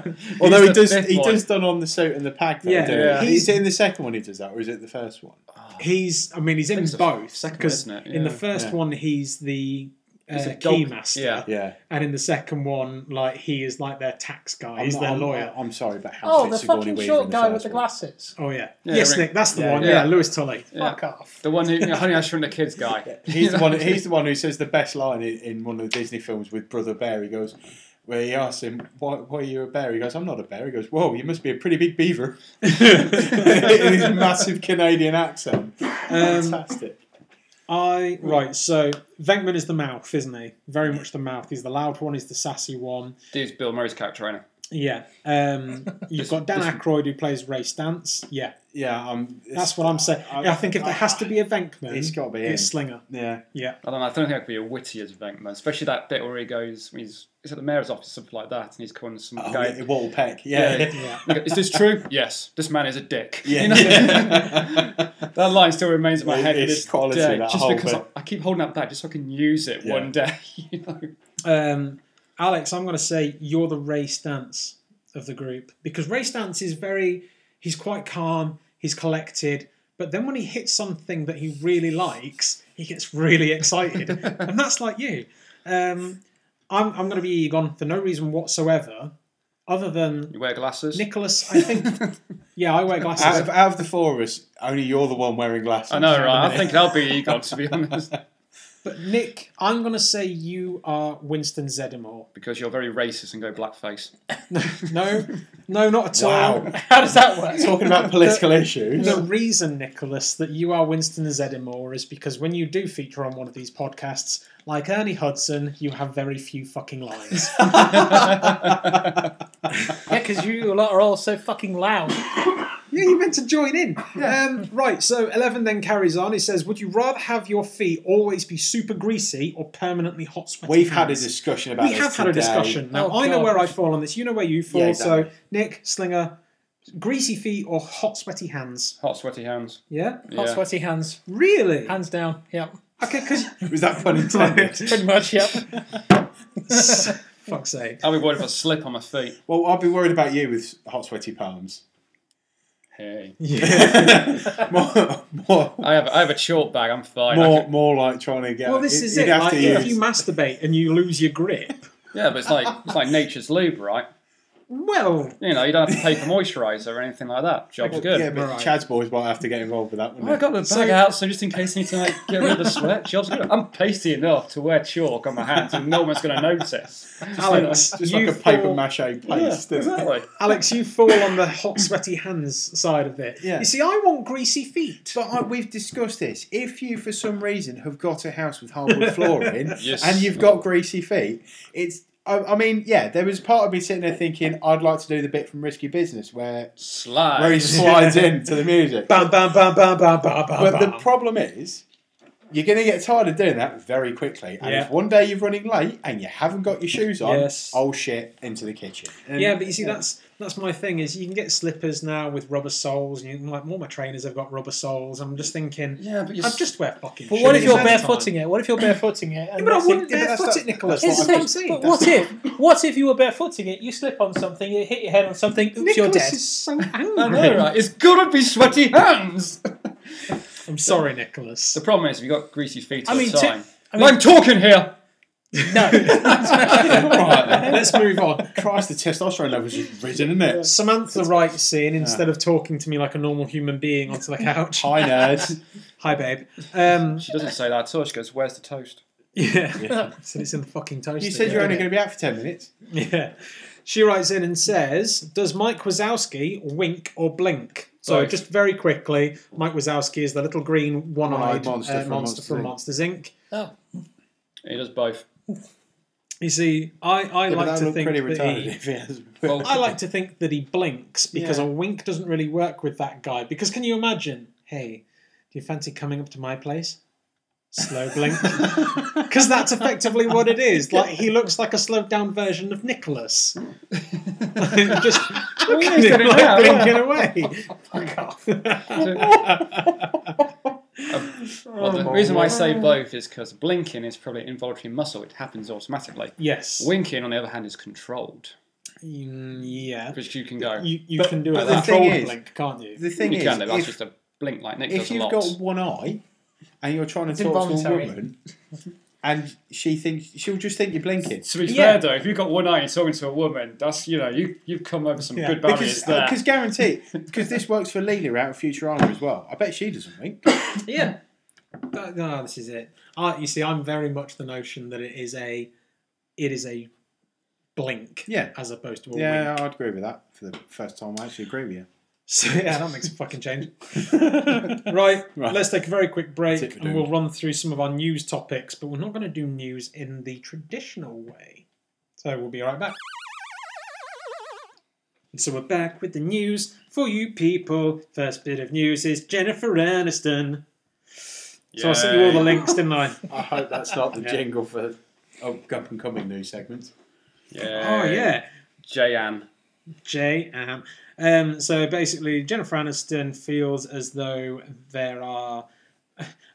[SPEAKER 2] He's
[SPEAKER 3] he
[SPEAKER 2] the
[SPEAKER 3] does,
[SPEAKER 2] fifth
[SPEAKER 3] he
[SPEAKER 2] one.
[SPEAKER 3] does done on the suit and the pack. Though,
[SPEAKER 1] Yeah.
[SPEAKER 3] doesn't he?
[SPEAKER 2] Yeah.
[SPEAKER 3] Is it in the second one he does that, or is it the first one?
[SPEAKER 1] He's, I mean, he's in
[SPEAKER 2] it's the
[SPEAKER 1] both.
[SPEAKER 2] second one,
[SPEAKER 1] Because
[SPEAKER 2] isn't it?
[SPEAKER 1] in the
[SPEAKER 2] Yeah.
[SPEAKER 1] first
[SPEAKER 3] Yeah.
[SPEAKER 1] one, he's the uh,
[SPEAKER 2] He's a dog-
[SPEAKER 1] keymaster,
[SPEAKER 2] yeah.
[SPEAKER 3] Yeah,
[SPEAKER 1] and in the second one, like he is like their tax guy. he's
[SPEAKER 3] I'm,
[SPEAKER 1] their
[SPEAKER 3] I'm-
[SPEAKER 1] lawyer.
[SPEAKER 3] I'm sorry, but how
[SPEAKER 4] Oh,
[SPEAKER 3] fit's
[SPEAKER 4] the
[SPEAKER 3] Sigourney
[SPEAKER 4] fucking
[SPEAKER 3] Weaver
[SPEAKER 4] short
[SPEAKER 3] in
[SPEAKER 4] guy with
[SPEAKER 3] first
[SPEAKER 4] the
[SPEAKER 3] one?
[SPEAKER 4] glasses.
[SPEAKER 1] oh yeah,
[SPEAKER 2] Yeah,
[SPEAKER 1] yes,
[SPEAKER 2] Rick-
[SPEAKER 1] Nick, that's the
[SPEAKER 3] yeah,
[SPEAKER 1] one.
[SPEAKER 2] yeah.
[SPEAKER 1] Yeah, Lewis Tully.
[SPEAKER 2] Yeah.
[SPEAKER 4] Fuck off.
[SPEAKER 2] The one who, you know, honey, I shrunk the kids guy.
[SPEAKER 3] He's the one. He's the one who says the best line in, in one of the Disney films with Brother Bear. He goes. Where he asks him, why, why are you a bear? He goes, I'm not a bear. He goes, Whoa, you must be a pretty big beaver. in his massive Canadian accent.
[SPEAKER 1] Um,
[SPEAKER 3] Fantastic.
[SPEAKER 1] I right. So Venkman is the mouth, isn't he? Very much the mouth. He's the loud one. He's the sassy one.
[SPEAKER 2] Dude's Bill Murray's character, ain't
[SPEAKER 1] Yeah. Um, you've
[SPEAKER 2] This-
[SPEAKER 1] got Dan
[SPEAKER 2] this-
[SPEAKER 1] Aykroyd who plays Ray Stance. Yeah,
[SPEAKER 3] Yeah, um,
[SPEAKER 1] that's what I'm saying. I, think if there has to be a Venkman,
[SPEAKER 3] It's gotta be him.
[SPEAKER 1] it's Slinger.
[SPEAKER 3] Yeah.
[SPEAKER 2] I don't know. I don't think I could be a witty as Venkman, especially that bit where he goes, he's, he's at the mayor's office, something like that, and he's calling some
[SPEAKER 3] Oh,
[SPEAKER 2] guy.
[SPEAKER 3] yeah, Walter Peck. Yeah.
[SPEAKER 2] Yeah.
[SPEAKER 1] Yeah.
[SPEAKER 2] He goes, Is this true? yes. This man is a dick.
[SPEAKER 3] Yeah.
[SPEAKER 2] You know? that line still remains in my
[SPEAKER 3] It-
[SPEAKER 2] head. to
[SPEAKER 3] it's
[SPEAKER 2] this
[SPEAKER 3] quality,
[SPEAKER 2] day,
[SPEAKER 3] that
[SPEAKER 2] just
[SPEAKER 3] whole
[SPEAKER 2] because I,
[SPEAKER 3] bit.
[SPEAKER 2] I keep holding up that just so I can use it
[SPEAKER 3] Yeah.
[SPEAKER 2] one day. You know?
[SPEAKER 1] Um, Alex, I'm going to say you're the Ray Stance of the group because Ray Stance is very, he's quite calm, he's collected, but then when he hits something that he really likes, he gets really excited. and that's like you. Um, I'm, I'm going to be Egon for no reason whatsoever, other than
[SPEAKER 2] You wear glasses.
[SPEAKER 1] Nicholas, I think. yeah, I wear
[SPEAKER 3] Out,
[SPEAKER 1] glasses.
[SPEAKER 3] of, out of the four of us, only you're the one wearing glasses.
[SPEAKER 2] I know, right? I think I'll be Egon, to be honest,
[SPEAKER 1] But Nick, I'm going to say you are Winston Zeddemore.
[SPEAKER 2] because you're very racist and go blackface.
[SPEAKER 1] No, no, not at all.
[SPEAKER 3] Wow.
[SPEAKER 4] How does that work?
[SPEAKER 3] Talking about political issues.
[SPEAKER 1] The reason, Nicholas, that you are Winston Zeddemore is because when you do feature on one of these podcasts, like Ernie Hudson, you have very few fucking lines.
[SPEAKER 4] Yeah, because you lot are all so fucking loud.
[SPEAKER 1] Yeah, you meant to join in. Um, right, so 11 then carries on. He says, Would you rather have your feet always be super greasy or permanently hot sweaty?
[SPEAKER 3] We've had a
[SPEAKER 1] hands?
[SPEAKER 3] discussion about
[SPEAKER 1] We
[SPEAKER 3] this
[SPEAKER 1] have had a
[SPEAKER 3] today.
[SPEAKER 1] discussion. Now,
[SPEAKER 2] Oh,
[SPEAKER 1] I know
[SPEAKER 2] God.
[SPEAKER 1] where I fall on this. You know where you fall.
[SPEAKER 3] Yeah, exactly.
[SPEAKER 1] So, Nick, Slinger, greasy feet or hot sweaty hands?
[SPEAKER 2] Hot, sweaty hands.
[SPEAKER 1] Yeah?
[SPEAKER 4] Hot,
[SPEAKER 2] Yeah.
[SPEAKER 4] sweaty hands.
[SPEAKER 1] Really?
[SPEAKER 4] Hands down. Yep.
[SPEAKER 1] Okay, because.
[SPEAKER 3] Was that pun intended?
[SPEAKER 4] Pretty much. Yep.
[SPEAKER 1] Fuck's sake.
[SPEAKER 2] I'll be worried if I slip on my feet.
[SPEAKER 3] well, I'll be worried about you with hot, sweaty palms.
[SPEAKER 2] Hey.
[SPEAKER 3] more, more,
[SPEAKER 2] I have, I have a chalk bag. I'm fine. I
[SPEAKER 3] more,
[SPEAKER 2] can-
[SPEAKER 3] more like trying to get.
[SPEAKER 1] Well, this is
[SPEAKER 3] you'd
[SPEAKER 1] it.
[SPEAKER 3] have
[SPEAKER 1] Like,
[SPEAKER 3] to
[SPEAKER 1] if
[SPEAKER 3] use-
[SPEAKER 1] you masturbate and you lose your grip,
[SPEAKER 2] yeah, but it's like it's like nature's lube, right?
[SPEAKER 1] well,
[SPEAKER 2] You know, you don't have to pay for moisturiser or anything like that. Job's good.
[SPEAKER 3] Yeah, but
[SPEAKER 1] Right.
[SPEAKER 3] Chad's boys might have to get involved with that, wouldn't
[SPEAKER 2] Well, I
[SPEAKER 3] they?
[SPEAKER 2] got the bag
[SPEAKER 1] So-
[SPEAKER 2] out, so just in case I need to like, get rid of the sweat. Job's good. I'm pasty enough to wear chalk on my hands, and no one's going to notice.
[SPEAKER 1] Alex,
[SPEAKER 3] Just
[SPEAKER 1] you
[SPEAKER 3] like a paper
[SPEAKER 1] fall-
[SPEAKER 3] mache paste.
[SPEAKER 2] Yeah,
[SPEAKER 3] isn't it?
[SPEAKER 2] exactly.
[SPEAKER 1] Alex, you fall on the hot, sweaty hands side of it.
[SPEAKER 3] Yeah.
[SPEAKER 1] You see, I want greasy feet.
[SPEAKER 3] But I, we've discussed this. If you, for some reason, have got a house with hardwood flooring
[SPEAKER 2] Yes.
[SPEAKER 3] and you've got greasy feet, it's. I, I mean, yeah, there was part of me sitting there thinking I'd like to do the bit from Risky Business where
[SPEAKER 2] Slide.
[SPEAKER 3] where he slides in to the music.
[SPEAKER 1] Bam, bam, bam, bam, bam, bam, bam.
[SPEAKER 3] But the
[SPEAKER 1] bam.
[SPEAKER 3] problem is, you're going to get tired of doing that very quickly. And
[SPEAKER 1] Yeah.
[SPEAKER 3] if one day you're running late and you haven't got your shoes on,
[SPEAKER 1] Yes.
[SPEAKER 3] oh shit, into the kitchen. And-
[SPEAKER 1] yeah, but you see, that's that's my thing. Is you can get slippers now with rubber soles, and you can, like all my trainers have got rubber soles. I'm just thinking,
[SPEAKER 2] Yeah, but you're
[SPEAKER 1] I'd just wear fucking.
[SPEAKER 4] But what if
[SPEAKER 1] shoes
[SPEAKER 4] you're
[SPEAKER 1] all the time.
[SPEAKER 4] barefooting it? What if you're barefooting it?
[SPEAKER 1] Yeah, but
[SPEAKER 4] and
[SPEAKER 1] I
[SPEAKER 4] next thing-
[SPEAKER 1] wouldn't
[SPEAKER 3] Yeah, but that's
[SPEAKER 1] barefoot
[SPEAKER 3] not-
[SPEAKER 1] it, Nicholas.
[SPEAKER 3] that's
[SPEAKER 4] Here's the
[SPEAKER 1] That's
[SPEAKER 3] not
[SPEAKER 1] what
[SPEAKER 4] thing.
[SPEAKER 1] I'm saying.
[SPEAKER 4] But what if? What if you were barefooting it? You slip on something, you hit your head on something. Oops,
[SPEAKER 1] Nicholas
[SPEAKER 4] you're dead.
[SPEAKER 1] is so
[SPEAKER 2] I know,
[SPEAKER 1] angry.
[SPEAKER 2] right? It's gotta be sweaty hands.
[SPEAKER 1] I'm sorry, Nicholas.
[SPEAKER 2] The problem is, if you've got greasy feet
[SPEAKER 4] I
[SPEAKER 2] all
[SPEAKER 4] mean,
[SPEAKER 2] the
[SPEAKER 4] ti-
[SPEAKER 2] time.
[SPEAKER 4] I mean-
[SPEAKER 2] I'm talking here.
[SPEAKER 4] No,
[SPEAKER 3] Right,
[SPEAKER 1] Let's move on.
[SPEAKER 3] Christ, the testosterone levels have risen, isn't it?
[SPEAKER 1] Samantha writes in instead of talking to me like a normal human being onto the couch.
[SPEAKER 3] Hi, nerds.
[SPEAKER 1] Hi, babe. Um,
[SPEAKER 2] She doesn't say that at all. She goes, "Where's the toast?"
[SPEAKER 1] yeah.
[SPEAKER 3] Yeah.
[SPEAKER 1] So it's in the fucking toaster.
[SPEAKER 3] You said
[SPEAKER 1] yeah.
[SPEAKER 3] you're only going to be out for 10 minutes.
[SPEAKER 1] Yeah. She writes in and says, Does Mike Wazowski wink or blink? So,
[SPEAKER 2] Both.
[SPEAKER 1] just very quickly, Mike Wazowski is the little green one eyed
[SPEAKER 3] One-eyed monster from
[SPEAKER 1] monster from Monsters Inc.
[SPEAKER 2] He does both.
[SPEAKER 1] You see, I, I
[SPEAKER 3] Yeah, but
[SPEAKER 1] like
[SPEAKER 3] that
[SPEAKER 1] to
[SPEAKER 3] looked
[SPEAKER 1] think
[SPEAKER 3] pretty
[SPEAKER 1] that
[SPEAKER 3] retarded
[SPEAKER 1] he,
[SPEAKER 3] if it has.
[SPEAKER 2] Well,
[SPEAKER 1] I like to think that he blinks because
[SPEAKER 3] Yeah.
[SPEAKER 1] a wink doesn't really work with that guy. Because can you imagine? Hey, do you fancy coming up to my place? Slow blink. Because that's effectively what it is. Like he looks like a slowed down version of Nicholas. Just look at
[SPEAKER 2] he's
[SPEAKER 1] him,
[SPEAKER 2] got it
[SPEAKER 1] like,
[SPEAKER 2] now,
[SPEAKER 1] blinking away. Fuck off.
[SPEAKER 2] well, the
[SPEAKER 3] my
[SPEAKER 2] reason why I
[SPEAKER 3] word.
[SPEAKER 2] say both is because blinking is probably involuntary muscle. It happens automatically.
[SPEAKER 1] yes.
[SPEAKER 2] Winking, on the other hand, is controlled
[SPEAKER 1] Mm, yeah.
[SPEAKER 2] because you can go.
[SPEAKER 1] You, you
[SPEAKER 3] But-
[SPEAKER 1] can do
[SPEAKER 3] but
[SPEAKER 1] a
[SPEAKER 3] the thing
[SPEAKER 1] controlled
[SPEAKER 3] is-
[SPEAKER 1] blink, can't you?
[SPEAKER 3] The thing
[SPEAKER 2] you
[SPEAKER 3] is,
[SPEAKER 2] can. do. That's
[SPEAKER 3] if,
[SPEAKER 2] just a blink like Nick
[SPEAKER 3] if
[SPEAKER 2] does a
[SPEAKER 3] you've
[SPEAKER 2] lot.
[SPEAKER 3] got one eye and you're trying to talk to a
[SPEAKER 4] involuntary.
[SPEAKER 3] woman and she thinks, she'll just think you're blinking.
[SPEAKER 2] to be
[SPEAKER 1] Yeah.
[SPEAKER 2] fair though, if you've got one eye and talking to a woman, that's you know you you've come over some
[SPEAKER 1] Yeah.
[SPEAKER 2] good barriers
[SPEAKER 3] Because, uh,
[SPEAKER 2] there.
[SPEAKER 3] because guarantee, because this works for Leela out of Futurama as well. I bet she doesn't wink.
[SPEAKER 1] Yeah. That, no, this is it. I, you see, I'm very much the notion that it is a, it is a blink.
[SPEAKER 3] Yeah.
[SPEAKER 1] As opposed to a wink.
[SPEAKER 3] Yeah, I'd agree with that. For the first time, I actually agree with you.
[SPEAKER 1] So yeah, that makes a fucking change. right,
[SPEAKER 3] Right.
[SPEAKER 1] Let's take a very quick
[SPEAKER 3] That's it
[SPEAKER 1] break
[SPEAKER 3] for
[SPEAKER 1] and
[SPEAKER 3] doing.
[SPEAKER 1] we'll run through some of our news topics, but we're not going to do news in the traditional way. So we'll be right back. So we're back with the news for you people. First bit of news is Jennifer Aniston. So I sent you all the links, didn't I?
[SPEAKER 3] I hope that's not the
[SPEAKER 1] Yeah.
[SPEAKER 3] jingle for oh, up and coming news segments.
[SPEAKER 2] Yeah.
[SPEAKER 1] Oh yeah.
[SPEAKER 2] Jan.
[SPEAKER 1] J. Um, um, so basically, Jennifer Aniston feels as though there are.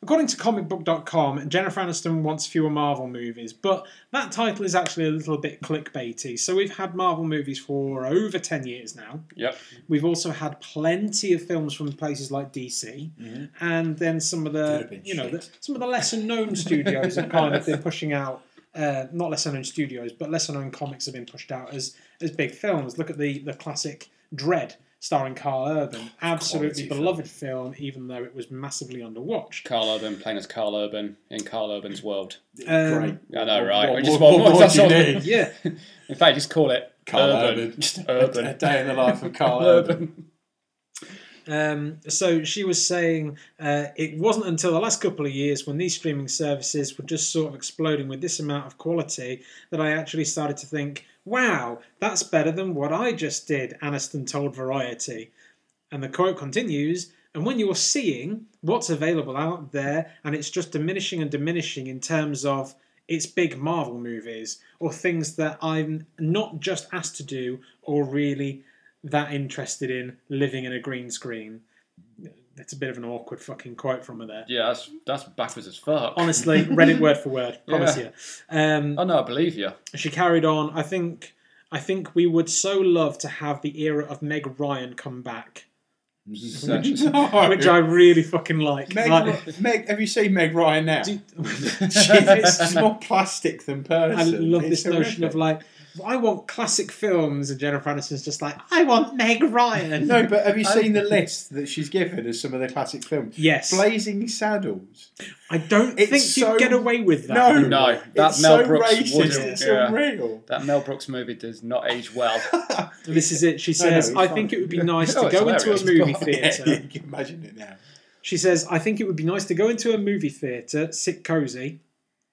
[SPEAKER 1] According to comicbook.com, Jennifer Aniston wants fewer Marvel movies, but that title is actually a little bit clickbaity. So we've had Marvel movies for over 10 years now.
[SPEAKER 2] Yep.
[SPEAKER 1] We've also had plenty of films from places like DC, and then some of
[SPEAKER 3] They'd
[SPEAKER 1] the
[SPEAKER 3] have been
[SPEAKER 1] you know the,
[SPEAKER 3] shit.
[SPEAKER 1] some of the lesser known studios have kind of been pushing out. Uh, not lesser known studios, but lesser known comics have been pushed out as as big films. Look at the the classic Dread, starring Carl Urban, absolutely
[SPEAKER 3] Quality film.
[SPEAKER 1] beloved film. even though it was massively underwatched.
[SPEAKER 2] Carl Urban playing as Carl Urban in Carl Urban's world.
[SPEAKER 1] Um,
[SPEAKER 3] Great.
[SPEAKER 2] I know, right?
[SPEAKER 3] What-
[SPEAKER 2] We just
[SPEAKER 3] what-
[SPEAKER 2] want-
[SPEAKER 3] what
[SPEAKER 2] that's
[SPEAKER 3] do you
[SPEAKER 2] all-
[SPEAKER 3] need?
[SPEAKER 1] Yeah,
[SPEAKER 2] In fact, just call it
[SPEAKER 3] Carl
[SPEAKER 2] Urban.
[SPEAKER 3] Urban.
[SPEAKER 2] Just
[SPEAKER 3] A, a
[SPEAKER 2] Urban.
[SPEAKER 3] day in the life of Carl Urban.
[SPEAKER 2] Urban.
[SPEAKER 1] Um, so she was saying uh, it wasn't until the last couple of years when these streaming services were just sort of exploding with this amount of quality that I actually started to think, wow, that's better than what I just did, Aniston told Variety. And the quote continues And when you're seeing what's available out there, and it's just diminishing and diminishing in terms of its big Marvel movies or things that I'm not just asked to do or really that interested in living in a green screen. That's a bit of an awkward fucking quote from her there.
[SPEAKER 2] Yeah, that's, that's backwards as fuck.
[SPEAKER 1] Honestly, read it word for word. Promise
[SPEAKER 2] Yeah.
[SPEAKER 1] you. Um,
[SPEAKER 3] Uh,
[SPEAKER 2] Oh, no, I believe you.
[SPEAKER 1] she carried on. I think I think we would so love to have the era of Meg Ryan come back,
[SPEAKER 2] So-
[SPEAKER 1] which I really fucking like.
[SPEAKER 3] Oh, Meg,
[SPEAKER 1] Like,
[SPEAKER 3] Meg, have you seen Meg Ryan now?
[SPEAKER 1] do-
[SPEAKER 3] She's more plastic than person.
[SPEAKER 1] I love
[SPEAKER 3] It's
[SPEAKER 1] this notion of
[SPEAKER 3] horrific.
[SPEAKER 1] like, I want classic films, and Jennifer Aniston's just like, I want Meg Ryan.
[SPEAKER 3] No, but have you
[SPEAKER 2] I-
[SPEAKER 3] seen the list that she's given as some of the classic films?
[SPEAKER 1] Yes,
[SPEAKER 3] Blazing Saddles.
[SPEAKER 1] I don't
[SPEAKER 3] It's
[SPEAKER 1] think
[SPEAKER 3] so-
[SPEAKER 1] you get away with that.
[SPEAKER 3] No,
[SPEAKER 2] No, that
[SPEAKER 3] it's
[SPEAKER 2] Mel
[SPEAKER 3] so
[SPEAKER 2] Brooks
[SPEAKER 3] racist.
[SPEAKER 2] wouldn't,
[SPEAKER 3] It's
[SPEAKER 2] yeah.
[SPEAKER 3] unreal.
[SPEAKER 2] That Mel Brooks movie does not age well.
[SPEAKER 1] this is it. She
[SPEAKER 3] no,
[SPEAKER 1] says,
[SPEAKER 3] it's
[SPEAKER 1] I
[SPEAKER 3] fine.
[SPEAKER 1] think it would be nice
[SPEAKER 2] No,
[SPEAKER 1] to
[SPEAKER 2] it's
[SPEAKER 1] go into a
[SPEAKER 2] hilarious,
[SPEAKER 1] movie
[SPEAKER 2] but-
[SPEAKER 1] theatre.
[SPEAKER 3] Yeah, you can imagine it now.
[SPEAKER 1] She says, I think it would be nice to go into a movie theatre, sit cozy.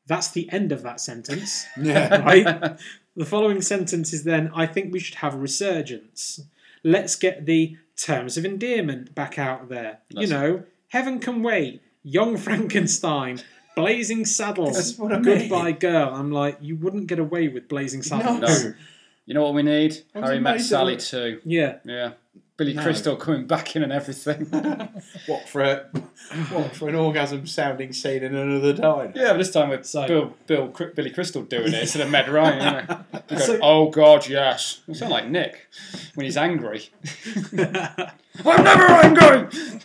[SPEAKER 1] That's the end of that sentence.
[SPEAKER 3] Yeah.
[SPEAKER 1] right? the following sentence is then I think we should have a resurgence. Let's get the terms of endearment back out there.
[SPEAKER 2] That's-
[SPEAKER 1] you know, Heaven Can Wait, Young Frankenstein, Blazing Saddles,
[SPEAKER 3] That's what I mean.
[SPEAKER 1] Goodbye Girl. I'm like, you wouldn't get away with Blazing Saddles.
[SPEAKER 2] No. You know what we need?
[SPEAKER 3] I'm
[SPEAKER 2] Harry Met
[SPEAKER 3] amazed
[SPEAKER 2] Sally
[SPEAKER 3] that-
[SPEAKER 2] 2.
[SPEAKER 1] Yeah.
[SPEAKER 2] Yeah. Billy
[SPEAKER 3] No.
[SPEAKER 2] Crystal coming back in and everything. yeah,
[SPEAKER 3] What for a what for an orgasm sounding scene in another diner?
[SPEAKER 2] but this time with
[SPEAKER 1] So-
[SPEAKER 2] Bill, Bill, Cr- Billy Crystal doing it instead of Med Ryan. isn't it? You go,
[SPEAKER 1] So-
[SPEAKER 2] oh, God, yes. You sound like Nick when he's angry. I'm never angry!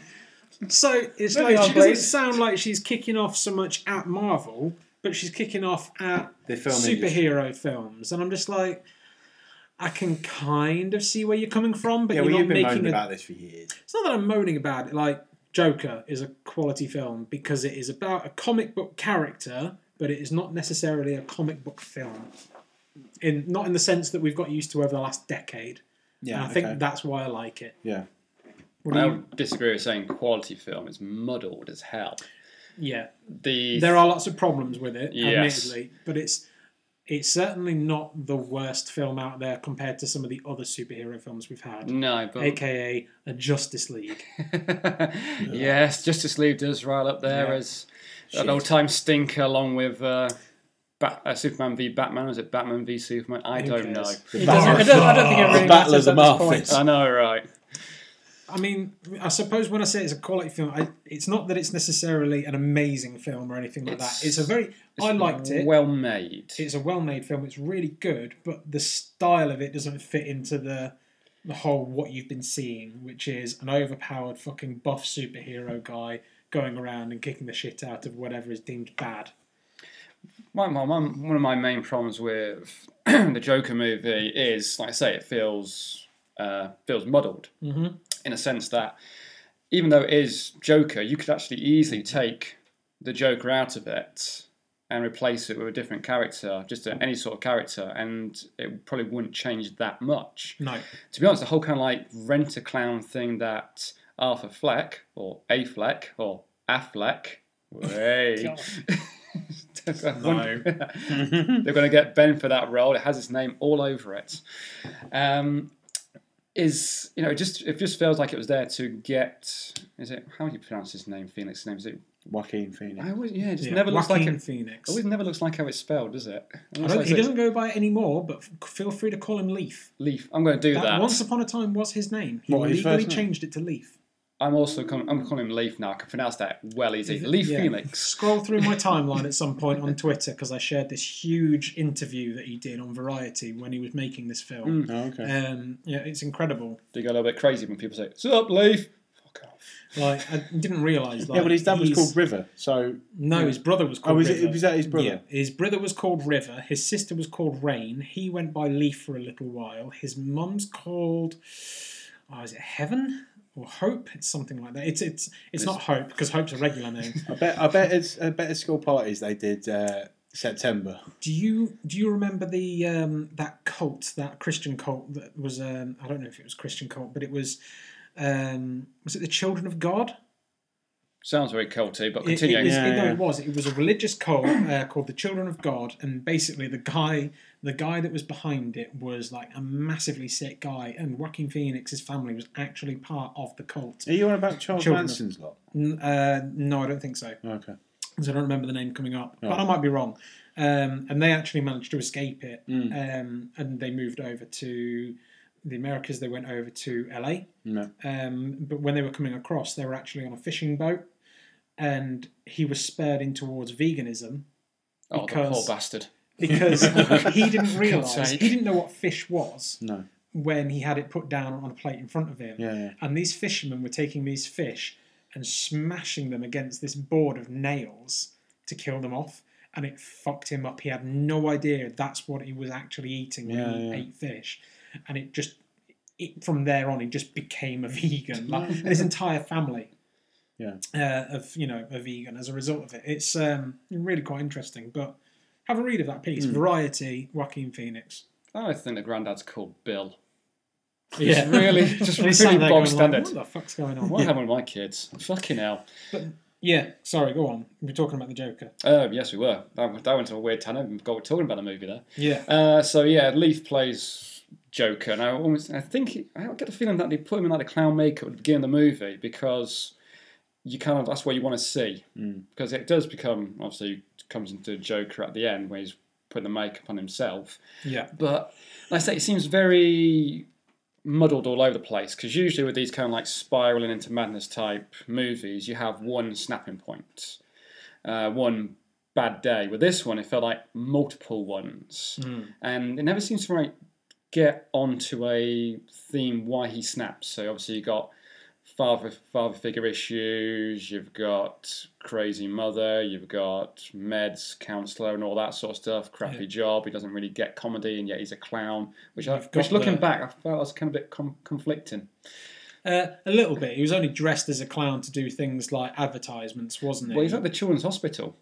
[SPEAKER 1] so it's
[SPEAKER 2] Moving
[SPEAKER 1] like
[SPEAKER 2] on,
[SPEAKER 1] she doesn't
[SPEAKER 2] please.
[SPEAKER 1] sound like she's kicking off so much at Marvel, but she's kicking off at
[SPEAKER 3] The film industry.
[SPEAKER 1] superhero films, and I'm just like, I can kind of see where you're coming from, but
[SPEAKER 3] Yeah,
[SPEAKER 1] you're
[SPEAKER 3] well,
[SPEAKER 1] not
[SPEAKER 3] you've been
[SPEAKER 1] making
[SPEAKER 3] moaning
[SPEAKER 1] a.
[SPEAKER 3] about this for years.
[SPEAKER 1] It's not that I'm moaning about it. Like Joker is a quality film because it is about a comic book character, but it is not necessarily a comic book film. In not in the sense that we've got used to over the last decade.
[SPEAKER 3] Yeah,
[SPEAKER 1] and I think that's why I like it.
[SPEAKER 3] yeah.
[SPEAKER 1] What do
[SPEAKER 2] I
[SPEAKER 1] you-
[SPEAKER 2] would disagree with saying quality film. It's muddled as hell.
[SPEAKER 1] yeah,
[SPEAKER 2] The
[SPEAKER 1] there are lots of problems with it,
[SPEAKER 2] Yes.
[SPEAKER 1] admittedly, but it's. It's certainly not the worst film out there compared to some of the other superhero films we've had.
[SPEAKER 2] no, but
[SPEAKER 1] aka a Justice League.
[SPEAKER 2] yes, Justice League does right up there
[SPEAKER 3] Yeah.
[SPEAKER 2] as an old time stinker, along with uh, Bat- uh, Superman v Batman. Was it Batman v Superman? I
[SPEAKER 1] Who
[SPEAKER 2] don't know.
[SPEAKER 1] cares?
[SPEAKER 4] It doesn't, I, don't, I don't think it really
[SPEAKER 3] The
[SPEAKER 4] matters
[SPEAKER 3] Battle of the
[SPEAKER 4] at this point.
[SPEAKER 3] Marfis.
[SPEAKER 2] I know, right?
[SPEAKER 1] I mean, I suppose when I say it's a quality film, I, it's not that it's necessarily an amazing film or anything like
[SPEAKER 2] It's-
[SPEAKER 1] that. It's a very I liked it.
[SPEAKER 2] Well made.
[SPEAKER 1] it's a well-made film. It's really good, but the style of it doesn't fit into the the whole what you've been seeing, which is an overpowered fucking buff superhero guy going around and kicking the shit out of whatever is deemed bad.
[SPEAKER 2] My, my, my, one of my main problems with the Joker movie is, like I say, it feels uh, feels muddled
[SPEAKER 1] Mhm.
[SPEAKER 2] in a sense that even though it is Joker, you could actually easily take the Joker out of it and replace it with a different character, just a, any sort of character, and it probably wouldn't change that much.
[SPEAKER 1] No,
[SPEAKER 2] To be honest, the whole kind of like rent a clown thing that Arthur Fleck or A Fleck or Affleck. Way. They're going to get Ben for that role. It has his name all over it. Um, is you know it just it just feels like it was there to get is it how do you pronounce his name Phoenix's name is it
[SPEAKER 3] Joaquin Phoenix.
[SPEAKER 2] I always, yeah it just
[SPEAKER 1] yeah.
[SPEAKER 2] never looks like
[SPEAKER 1] Joaquin
[SPEAKER 2] it
[SPEAKER 1] Phoenix.
[SPEAKER 2] always never looks like how it's spelled does it It
[SPEAKER 1] I
[SPEAKER 2] looks
[SPEAKER 1] don't-
[SPEAKER 2] like
[SPEAKER 1] he
[SPEAKER 2] it's
[SPEAKER 1] doesn't go by it anymore, but f- feel free to call him Leaf.
[SPEAKER 2] Leaf I'm going to do
[SPEAKER 1] That,
[SPEAKER 2] that,
[SPEAKER 1] once upon a time was his name. He
[SPEAKER 3] What, his
[SPEAKER 1] legally
[SPEAKER 3] first name?
[SPEAKER 1] changed it to Leaf.
[SPEAKER 2] I'm also calling, I'm calling him Leaf now I can pronounce that well easy Leaf
[SPEAKER 1] Yeah.
[SPEAKER 2] Phoenix
[SPEAKER 1] Scroll through my timeline at some point on Twitter because I shared this huge interview that he did on Variety when he was making this film.
[SPEAKER 3] Oh, okay.
[SPEAKER 1] Um, yeah, it's incredible.
[SPEAKER 2] they go a little bit crazy when people say sup Leaf fuck off
[SPEAKER 1] Like I didn't realise. Like,
[SPEAKER 3] yeah, but his dad was
[SPEAKER 1] he's-
[SPEAKER 3] called River, so
[SPEAKER 1] No, his brother was called.
[SPEAKER 3] Oh, is it-
[SPEAKER 1] River.
[SPEAKER 3] was that his brother?
[SPEAKER 1] Yeah, his brother was called River. His sister was called Rain. He went by Leaf for a little while. His mum's called. Oh, is it Heaven or Hope? It's something like that. It's it's it's not Hope because Hope's a regular name.
[SPEAKER 3] I bet I bet it's I bet at school parties they did uh, September.
[SPEAKER 1] Do you do you remember the um, that cult, that Christian cult that was? Um, I don't know if it was Christian cult, but it was. Um, was it the Children of God?
[SPEAKER 2] Sounds very cold too, but
[SPEAKER 1] It-
[SPEAKER 2] continue.
[SPEAKER 1] It, was-
[SPEAKER 3] Yeah,
[SPEAKER 1] it- no,
[SPEAKER 3] yeah.
[SPEAKER 1] it was. It was a religious cult uh, called the Children of God, and basically the guy, the guy that was behind it was like a massively sick guy, and Joaquin Phoenix's family was actually part of the cult.
[SPEAKER 3] Are you on about Charles
[SPEAKER 1] Children of-
[SPEAKER 3] Manson's lot?
[SPEAKER 1] N- uh, no, I don't think so,
[SPEAKER 3] Okay.
[SPEAKER 1] because I don't remember the name coming up, but
[SPEAKER 3] Oh.
[SPEAKER 1] I might be wrong. Um, and they actually managed to escape it,
[SPEAKER 3] Mm.
[SPEAKER 1] um, and they moved over to the Americas. They went over to LA.
[SPEAKER 3] No.
[SPEAKER 1] Um, but when they were coming across, they were actually on a fishing boat, and he was spurred in towards veganism
[SPEAKER 2] oh, the poor
[SPEAKER 1] because-
[SPEAKER 2] bastard.
[SPEAKER 1] because he didn't realize
[SPEAKER 2] sake.
[SPEAKER 1] he didn't know what fish was
[SPEAKER 3] No.
[SPEAKER 1] when he had it put down on a plate in front of him.
[SPEAKER 3] Yeah. yeah.
[SPEAKER 1] And these fishermen were taking these fish and smashing them against this board of nails to kill them off. And it fucked him up. He had no idea that's what he was actually eating when
[SPEAKER 3] Yeah,
[SPEAKER 1] he
[SPEAKER 3] yeah.
[SPEAKER 1] ate fish. And it just, it, from there on, he just became a vegan. Like, and his entire family
[SPEAKER 3] Yeah.
[SPEAKER 1] uh, of, you know, a vegan as a result of it. It's um, really quite interesting. But have a read of that
[SPEAKER 3] Hmm.
[SPEAKER 1] piece Variety, Joaquin Phoenix.
[SPEAKER 2] I think the granddad's called Bill. He's
[SPEAKER 1] Yeah.
[SPEAKER 2] really, just
[SPEAKER 1] And he sat
[SPEAKER 2] really
[SPEAKER 1] there
[SPEAKER 2] bog
[SPEAKER 1] going
[SPEAKER 2] standard.
[SPEAKER 1] Like, what the fuck's going on?
[SPEAKER 2] What happened with my kids? Fucking hell.
[SPEAKER 1] Yeah, sorry, go on. We're talking about the Joker.
[SPEAKER 2] Uh, yes, we were. That, that went to a weird tangent. We got- We're talking about the movie there.
[SPEAKER 1] Yeah.
[SPEAKER 2] Uh, so yeah, Leaf plays Joker, and I almost I think he- I get the feeling that they put him in like a clown makeup at the beginning of the movie because you kind of that's what you want to see because it does become obviously comes into Joker at the end where he's putting the makeup on himself,
[SPEAKER 1] Yeah.
[SPEAKER 2] but like I say, it seems very muddled all over the place because usually with these kind of like spiraling into madness type movies, you have one snapping point, uh, one bad day. With this one, it felt like multiple ones,
[SPEAKER 1] Hmm.
[SPEAKER 2] and it never seems to right get onto a theme why he snaps. So obviously you got father father figure issues, you've got crazy mother, you've got meds, counsellor and all that sort of stuff, crappy job, he doesn't really get comedy and yet he's a clown. Which I
[SPEAKER 1] You've got
[SPEAKER 2] which looking
[SPEAKER 1] the-
[SPEAKER 2] back I felt was kind of a bit com- conflicting.
[SPEAKER 1] Uh, a little bit. He was only dressed as a clown to do things like advertisements, wasn't he?
[SPEAKER 2] Well he's at the children's hospital.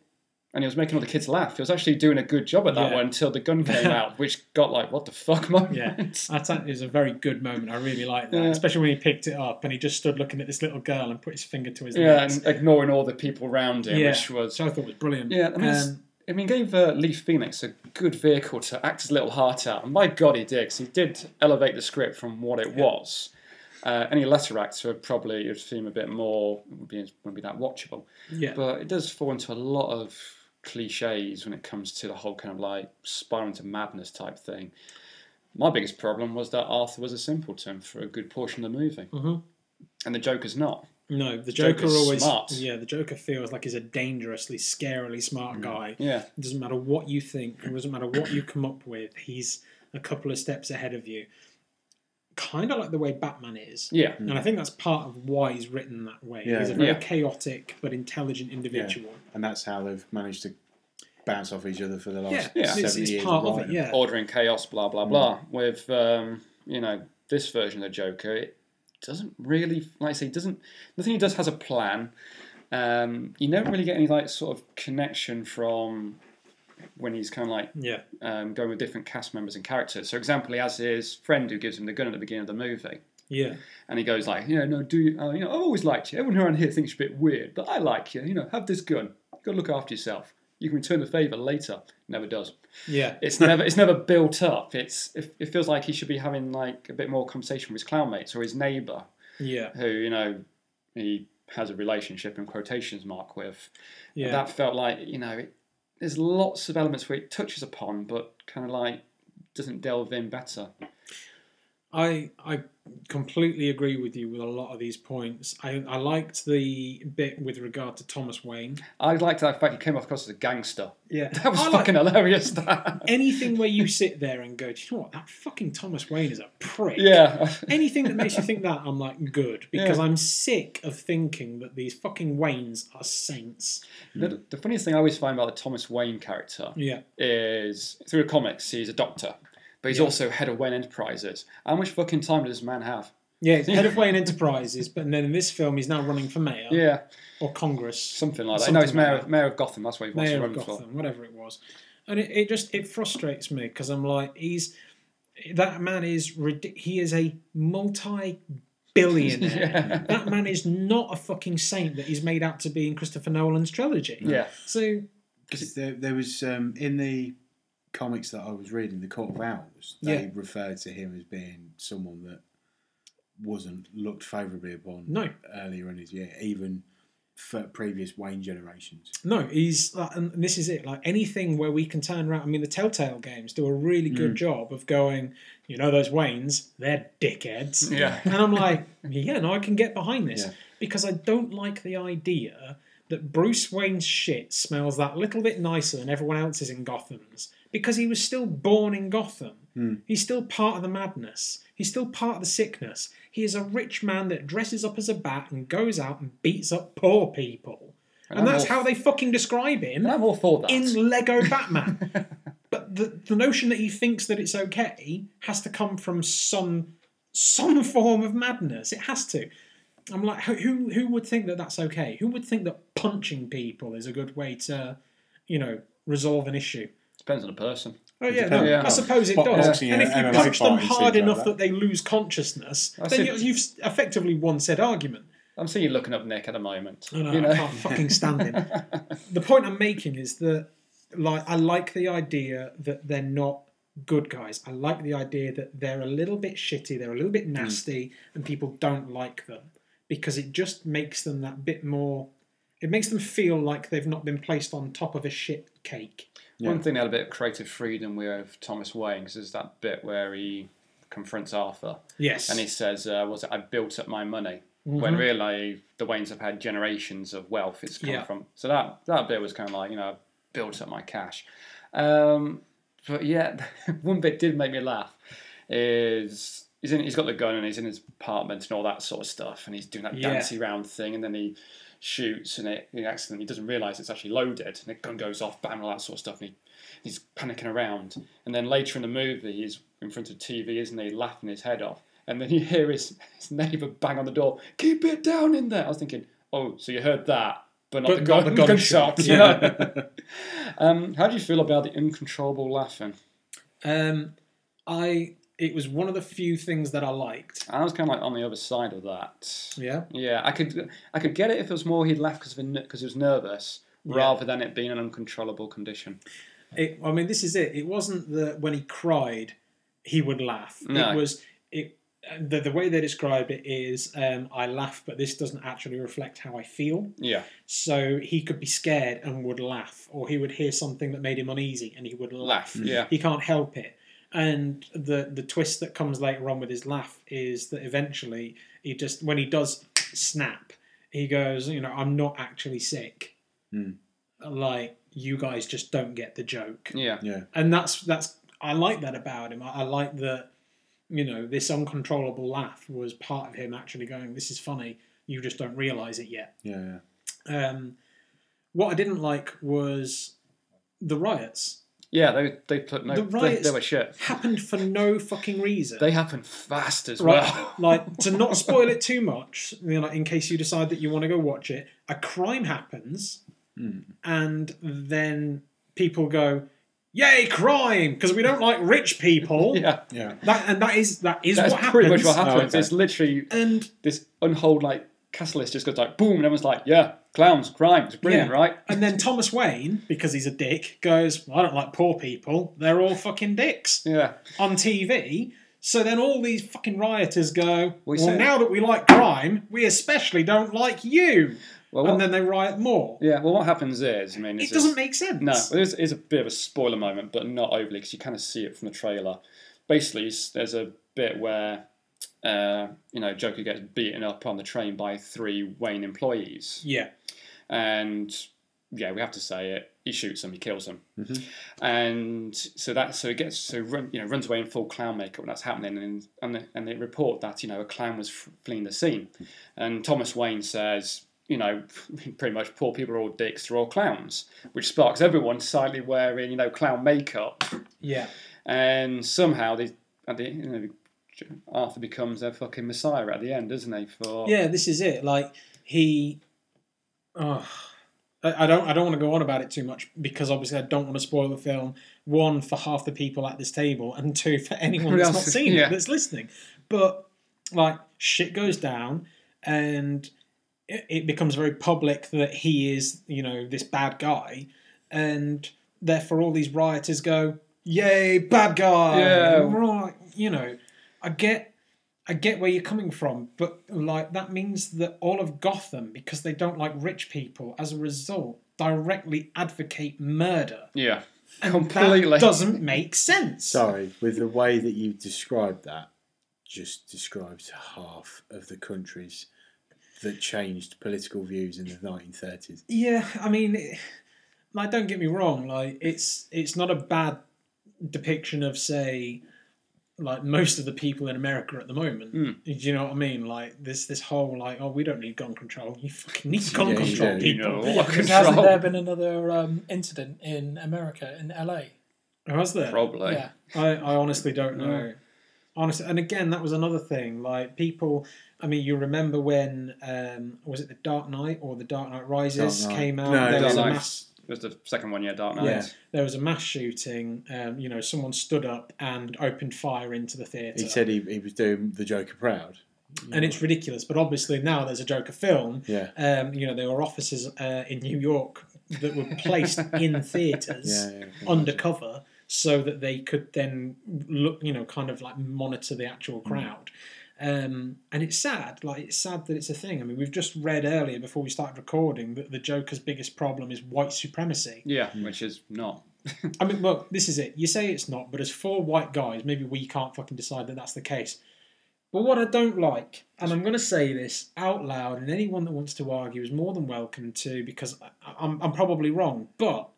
[SPEAKER 2] And he was making all the kids laugh. He was actually doing a good job at that
[SPEAKER 1] Yeah.
[SPEAKER 2] one until the gun came out, which got like, what the fuck, moment.
[SPEAKER 1] Yeah. That that is a very good moment. I really like that,
[SPEAKER 2] Yeah.
[SPEAKER 1] especially when he picked it up and he just stood looking at this little girl and put his finger to his
[SPEAKER 2] Yeah,
[SPEAKER 1] lips.
[SPEAKER 2] and ignoring all the people around him,
[SPEAKER 1] Yeah.
[SPEAKER 2] which was
[SPEAKER 1] So I thought was brilliant.
[SPEAKER 2] Yeah, I mean, it's-
[SPEAKER 1] Um,
[SPEAKER 2] I mean, gave uh, Leaf Phoenix a good vehicle to act his little heart out, and my God, he did. 'cause he did elevate the script from what it was. Uh, any lesser acts would probably it would seem a bit more would be would be that watchable,
[SPEAKER 1] yeah.
[SPEAKER 2] but it does fall into a lot of cliches when it comes to the whole kind of like spiraling to madness type thing. My biggest problem was that Arthur was a simpleton for a good portion of the movie,
[SPEAKER 1] Mhm.
[SPEAKER 2] and the Joker's not.
[SPEAKER 1] no, the Joker
[SPEAKER 2] Joker's
[SPEAKER 1] always.
[SPEAKER 2] smart.
[SPEAKER 1] Yeah, the Joker feels like he's a dangerously, scarily smart guy.
[SPEAKER 2] Yeah,
[SPEAKER 1] It doesn't matter what you think, it doesn't matter what you come up with, he's a couple of steps ahead of you. Kind of like the way Batman is.
[SPEAKER 2] yeah.
[SPEAKER 1] And I think that's part of why he's written that way.
[SPEAKER 3] Yeah.
[SPEAKER 1] He's a very
[SPEAKER 2] Yeah.
[SPEAKER 1] chaotic but intelligent individual.
[SPEAKER 3] And that's how they've managed to bounce off each other for the last
[SPEAKER 1] Yeah,
[SPEAKER 2] Yeah.
[SPEAKER 1] It's,
[SPEAKER 3] 70
[SPEAKER 1] it's
[SPEAKER 3] years
[SPEAKER 1] part
[SPEAKER 3] of
[SPEAKER 1] of it.
[SPEAKER 3] writing.
[SPEAKER 1] Yeah,
[SPEAKER 2] order and chaos, blah blah blah. With um, you know this version of the Joker, it doesn't really like I say doesn't nothing he does has a plan. Um, you don't really get any like sort of connection from when he's kind of like
[SPEAKER 1] yeah,
[SPEAKER 2] um, going with different cast members and characters. So, example, he has his friend who gives him the gun at the beginning of the movie.
[SPEAKER 1] yeah.
[SPEAKER 2] And he goes like, you know, no, do you, uh, you know, I've always liked you. Everyone around here thinks you're a bit weird, but I like you. You know, have this gun. You've got to look after yourself. You can return the favour later. Never does
[SPEAKER 1] yeah.
[SPEAKER 2] it's never it's never built up. It's it, it feels like he should be having like a bit more conversation with his clown mates or his neighbour
[SPEAKER 1] Yeah,
[SPEAKER 2] who you know he has a relationship in quotations mark with.
[SPEAKER 1] yeah,
[SPEAKER 2] That felt like you know it, there's lots of elements where it touches upon, but kind of like doesn't delve in better.
[SPEAKER 1] I I completely agree with you with a lot of these points. I, I liked the bit with regard to Thomas Wayne.
[SPEAKER 2] I liked that fact he came across as a gangster.
[SPEAKER 1] Yeah,
[SPEAKER 2] That was
[SPEAKER 1] I like
[SPEAKER 2] fucking hilarious. That.
[SPEAKER 1] anything where you sit there and go, do you know what? That fucking Thomas Wayne is a prick.
[SPEAKER 2] yeah.
[SPEAKER 1] Anything that makes you think that, I'm like, good, because
[SPEAKER 2] Yeah.
[SPEAKER 1] I'm sick of thinking that these fucking Waynes are saints.
[SPEAKER 2] the, the funniest thing I always find about the Thomas Wayne character
[SPEAKER 1] Yeah,
[SPEAKER 2] is through the comics he's a doctor, but he's also head of Wayne Enterprises. How much fucking time does this man have?
[SPEAKER 1] yeah. he's Head of Wayne Enterprises, but then in this film, he's now running for mayor
[SPEAKER 2] Yeah,
[SPEAKER 1] or Congress.
[SPEAKER 2] something like
[SPEAKER 1] Oh.
[SPEAKER 2] that.
[SPEAKER 1] Something
[SPEAKER 2] no, he's
[SPEAKER 1] like
[SPEAKER 2] mayor
[SPEAKER 1] that.
[SPEAKER 2] of, mayor of Gotham. That's what he wants
[SPEAKER 1] Mayor
[SPEAKER 2] to
[SPEAKER 1] of
[SPEAKER 2] run for.
[SPEAKER 1] Gotham, whatever it was. And it, it just it frustrates me because I'm like he's that man is ridic- he is a multi billionaire.
[SPEAKER 2] yeah.
[SPEAKER 1] That man is not a fucking saint that he's made out to be in Christopher Nolan's trilogy.
[SPEAKER 2] yeah.
[SPEAKER 1] So
[SPEAKER 3] Because there, there was um, in the comics that I was reading, the Court of Owls, they
[SPEAKER 1] Yeah.
[SPEAKER 3] referred to him as being someone that wasn't looked favourably upon
[SPEAKER 1] no,
[SPEAKER 3] earlier in his year, even for previous Wayne generations.
[SPEAKER 1] no, he's like, and and this is it. Like anything where we can turn around. I mean, the Telltale games do a really good job of going. You know those Waynes, they're dickheads.
[SPEAKER 2] Yeah.
[SPEAKER 1] and I'm like, yeah, no, I can get behind this
[SPEAKER 3] Yeah.
[SPEAKER 1] because I don't like the idea that Bruce Wayne's shit smells that little bit nicer than everyone else's in Gotham's because he was still born in Gotham. He's still part of the madness. He's still part of the sickness. He is a rich man that dresses up as a bat and goes out and beats up poor people. And,
[SPEAKER 2] I'm
[SPEAKER 1] that's
[SPEAKER 2] all-
[SPEAKER 1] how they fucking describe him
[SPEAKER 2] And I'm all for that.
[SPEAKER 1] in Lego Batman. but the, the notion that he thinks that it's okay has to come from some some form of madness. It has to. I'm like, who- who who would think that that's okay? Who would think that punching people is a good way to, you know, resolve an issue?
[SPEAKER 2] Depends on the person.
[SPEAKER 1] Oh yeah, no,
[SPEAKER 2] Yeah.
[SPEAKER 1] I suppose it
[SPEAKER 3] Bo-
[SPEAKER 1] does.
[SPEAKER 3] boxing
[SPEAKER 1] And if
[SPEAKER 3] and
[SPEAKER 1] you
[SPEAKER 3] MMA
[SPEAKER 1] punch them
[SPEAKER 3] fighting
[SPEAKER 1] hard
[SPEAKER 3] seems like
[SPEAKER 1] enough
[SPEAKER 3] that.
[SPEAKER 1] that they lose consciousness,
[SPEAKER 2] I
[SPEAKER 1] then
[SPEAKER 2] see.
[SPEAKER 1] you, you've effectively won said argument.
[SPEAKER 2] I'm seeing you looking up Nick at the moment.
[SPEAKER 1] I know,
[SPEAKER 2] you
[SPEAKER 1] I can't fucking stand him. the point I'm making is that, like, I like the idea that they're not good guys. I like the idea that they're a little bit shitty, they're a little
[SPEAKER 2] Hmm.
[SPEAKER 1] bit nasty, and people don't like them because it just makes them that bit more. It makes them feel like they've not been placed on top of a shit cake.
[SPEAKER 2] One thing that had a bit of creative freedom with Thomas Wayne 'cause there's that bit where he confronts Arthur
[SPEAKER 1] Yes, Mm-hmm.
[SPEAKER 2] and he says, uh, "Was it, I built up my money?" When really the Waynes have had generations of wealth. It's come
[SPEAKER 1] Yeah.
[SPEAKER 2] from. So that that bit was kind of like you know, I built up my cash. Um, but yeah, one bit did make me laugh. Is he's in, he's got the gun and he's in his apartment and all that sort of stuff and he's doing that
[SPEAKER 1] Yeah.
[SPEAKER 2] dancey round thing and then he shoots and it he accidentally he doesn't realise it's actually loaded and the gun goes off, bam, all that sort of stuff and he he's panicking around. And then later in the movie, he's in front of TV, isn't he, laughing his head off. And then you hear his, his neighbour bang on the door, keep it down in there. I was thinking, oh, so you heard that, but not
[SPEAKER 1] But
[SPEAKER 2] the,
[SPEAKER 1] not
[SPEAKER 2] gun,
[SPEAKER 1] the
[SPEAKER 2] gunshot.
[SPEAKER 1] gunshot.
[SPEAKER 2] you know? um, how do you feel about the uncontrollable laughing?
[SPEAKER 1] Um, I. It was one of the few things that I liked.
[SPEAKER 2] I was kind of like on the other side of that.
[SPEAKER 1] Yeah.
[SPEAKER 2] Yeah, I could I could get it if it was more he'd laugh because he was nervous, rather than it being an uncontrollable condition.
[SPEAKER 1] It, I mean, this is it. It wasn't that when he cried, he would laugh.
[SPEAKER 2] No.
[SPEAKER 1] It was it. The, the way they describe it is, um, I laugh, but this doesn't actually reflect how I feel.
[SPEAKER 2] Yeah,
[SPEAKER 1] So he could be scared and would laugh, or he would hear something that made him uneasy and he would laugh.
[SPEAKER 2] Yeah,
[SPEAKER 1] He can't help it. And the the twist that comes later on with his laugh is that eventually he just when he does snap, he goes, you know, I'm not actually sick.
[SPEAKER 3] Hmm.
[SPEAKER 1] Like you guys just don't get the joke
[SPEAKER 2] yeah,
[SPEAKER 3] Yeah,
[SPEAKER 1] and that's that's I like that about him. I, I like that you know this uncontrollable laugh was part of him actually going, "This is funny. You just don't realize it yet."
[SPEAKER 3] yeah, yeah.
[SPEAKER 1] Um, what I didn't like was the riots
[SPEAKER 2] yeah. They they put no.
[SPEAKER 1] The
[SPEAKER 2] they,
[SPEAKER 1] riots-
[SPEAKER 2] they were shit.
[SPEAKER 1] happened for no fucking reason.
[SPEAKER 2] They happen fast as
[SPEAKER 1] Right,
[SPEAKER 2] well.
[SPEAKER 1] like to not spoil it too much, you know, like, in case you decide that you want to go watch it. A crime happens,
[SPEAKER 2] Hmm.
[SPEAKER 1] and then people go, "Yay, crime!" Because we don't like rich people.
[SPEAKER 2] yeah,
[SPEAKER 3] yeah.
[SPEAKER 1] That and that is that is
[SPEAKER 2] that's
[SPEAKER 1] what happens.
[SPEAKER 2] pretty much what happens.
[SPEAKER 3] Oh, okay.
[SPEAKER 2] It's literally
[SPEAKER 1] And
[SPEAKER 2] this unhold like catalyst just goes like boom, and everyone's like, yeah, clowns, crime. It's brilliant,
[SPEAKER 1] Yeah.
[SPEAKER 2] right?
[SPEAKER 1] and then Thomas Wayne, because he's a dick, goes, "Well, I don't like poor people. They're all fucking dicks
[SPEAKER 2] Yeah,
[SPEAKER 1] on TV. So then all these fucking rioters go,
[SPEAKER 2] We
[SPEAKER 1] Well,
[SPEAKER 2] say-
[SPEAKER 1] now that we like crime, we especially don't like you.
[SPEAKER 2] Well, what-
[SPEAKER 1] and then they riot more.
[SPEAKER 2] yeah. Well, what happens is, I mean,
[SPEAKER 1] It
[SPEAKER 2] it's
[SPEAKER 1] doesn't make sense.
[SPEAKER 2] No, well, it is, it is a bit of a spoiler moment, but not overly because you kind of see it from the trailer. Basically, s- there's a bit where uh, you know Joker gets beaten up on the train by three Wayne employees,
[SPEAKER 1] Yeah.
[SPEAKER 2] and yeah, we have to say it. He shoots them, he kills them, and so that so it gets so run, you know runs away in full clown makeup. when that's happening, and and they, and they report that you know a clown was f- fleeing the scene,
[SPEAKER 1] Hmm.
[SPEAKER 2] and Thomas Wayne says. You know, pretty much poor people are all dicks, they're all clowns, which sparks everyone slightly wearing, you know, clown makeup.
[SPEAKER 1] Yeah.
[SPEAKER 2] And somehow they, at the, you know, Arthur becomes their fucking messiah at the end, doesn't he? For
[SPEAKER 1] Yeah, this is it. Like he oh, I I don't I don't want to go on about it too much because obviously I don't want to spoil the film. One for half the people at this table and two for anyone that's not
[SPEAKER 2] else?
[SPEAKER 1] seen
[SPEAKER 2] Yeah.
[SPEAKER 1] it that's listening. But like shit goes down and it, it becomes very public that he is you know this bad guy and therefore all these rioters go yay bad guy
[SPEAKER 2] Yeah.
[SPEAKER 1] And we're all like you know i get i get where you're coming from but like that means that all of gotham because they don't like rich people as a result directly advocate murder
[SPEAKER 2] Yeah.
[SPEAKER 1] that
[SPEAKER 2] Completely.
[SPEAKER 1] doesn't make sense
[SPEAKER 3] Sorry, with the way that you described that, just describes half of the countries that changed political views in the 1930s.
[SPEAKER 1] Yeah, I mean, it- like, don't get me wrong. Like, it's it's not a bad depiction of say, like most of the people in America at the moment. Do you know what I mean? Like, this this whole like, oh, we don't need gun control. You fucking need gun
[SPEAKER 3] Yeah, you
[SPEAKER 1] control,
[SPEAKER 3] do.
[SPEAKER 2] You
[SPEAKER 1] people.
[SPEAKER 2] know,
[SPEAKER 4] Because hasn't
[SPEAKER 2] control.
[SPEAKER 4] there been another um, incident in America in LA?
[SPEAKER 1] Who has that?
[SPEAKER 2] Probably.
[SPEAKER 4] yeah,
[SPEAKER 1] I, I honestly don't know. Honestly, and again, that was another thing. Like people, I mean, you remember when um, was it the Dark Knight or the Dark Knight Rises
[SPEAKER 3] Dark Knight.
[SPEAKER 1] came out? there
[SPEAKER 3] No, Dark
[SPEAKER 1] was a
[SPEAKER 2] Knight.
[SPEAKER 1] mass
[SPEAKER 2] It was the second one, yeah, Dark Knight.
[SPEAKER 3] Yeah.
[SPEAKER 1] there was a mass shooting. Um, you know, someone stood up and opened fire into the theatre.
[SPEAKER 3] He said he, he was doing the Joker proud.
[SPEAKER 1] and it's ridiculous. But obviously now there's a Joker film.
[SPEAKER 3] Yeah.
[SPEAKER 1] Um, you know, there were officers uh, in New York that were placed in theatres
[SPEAKER 3] Yeah, yeah, I can
[SPEAKER 1] undercover so that they could then look, you know, kind of like monitor the actual crowd. Um, and it's sad, like it's sad that it's a thing. I mean, we've just read earlier before we started recording that the Joker's biggest problem is white supremacy.
[SPEAKER 2] Yeah, which is not.
[SPEAKER 1] I mean, look, this is it. You say it's not, but as four white guys, maybe we can't fucking decide that that's the case. But what I don't like, and I'm going to say this out loud, and anyone that wants to argue is more than welcome to, because I, I'm, I'm probably wrong, but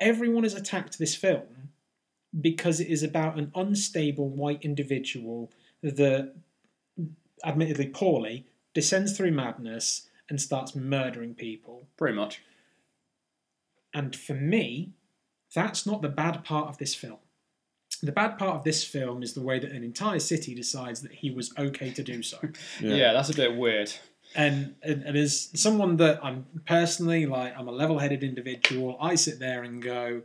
[SPEAKER 1] everyone has attacked this film because it is about an unstable white individual that, admittedly poorly, descends through madness and starts murdering people.
[SPEAKER 2] Pretty much.
[SPEAKER 1] And for me, that's not the bad part of this film. The bad part of this film is the way that an entire city decides that he was okay to do so.
[SPEAKER 2] Yeah, that's a bit weird.
[SPEAKER 1] and, and, and as someone that I'm personally like, I'm a level headed individual, I sit there and go,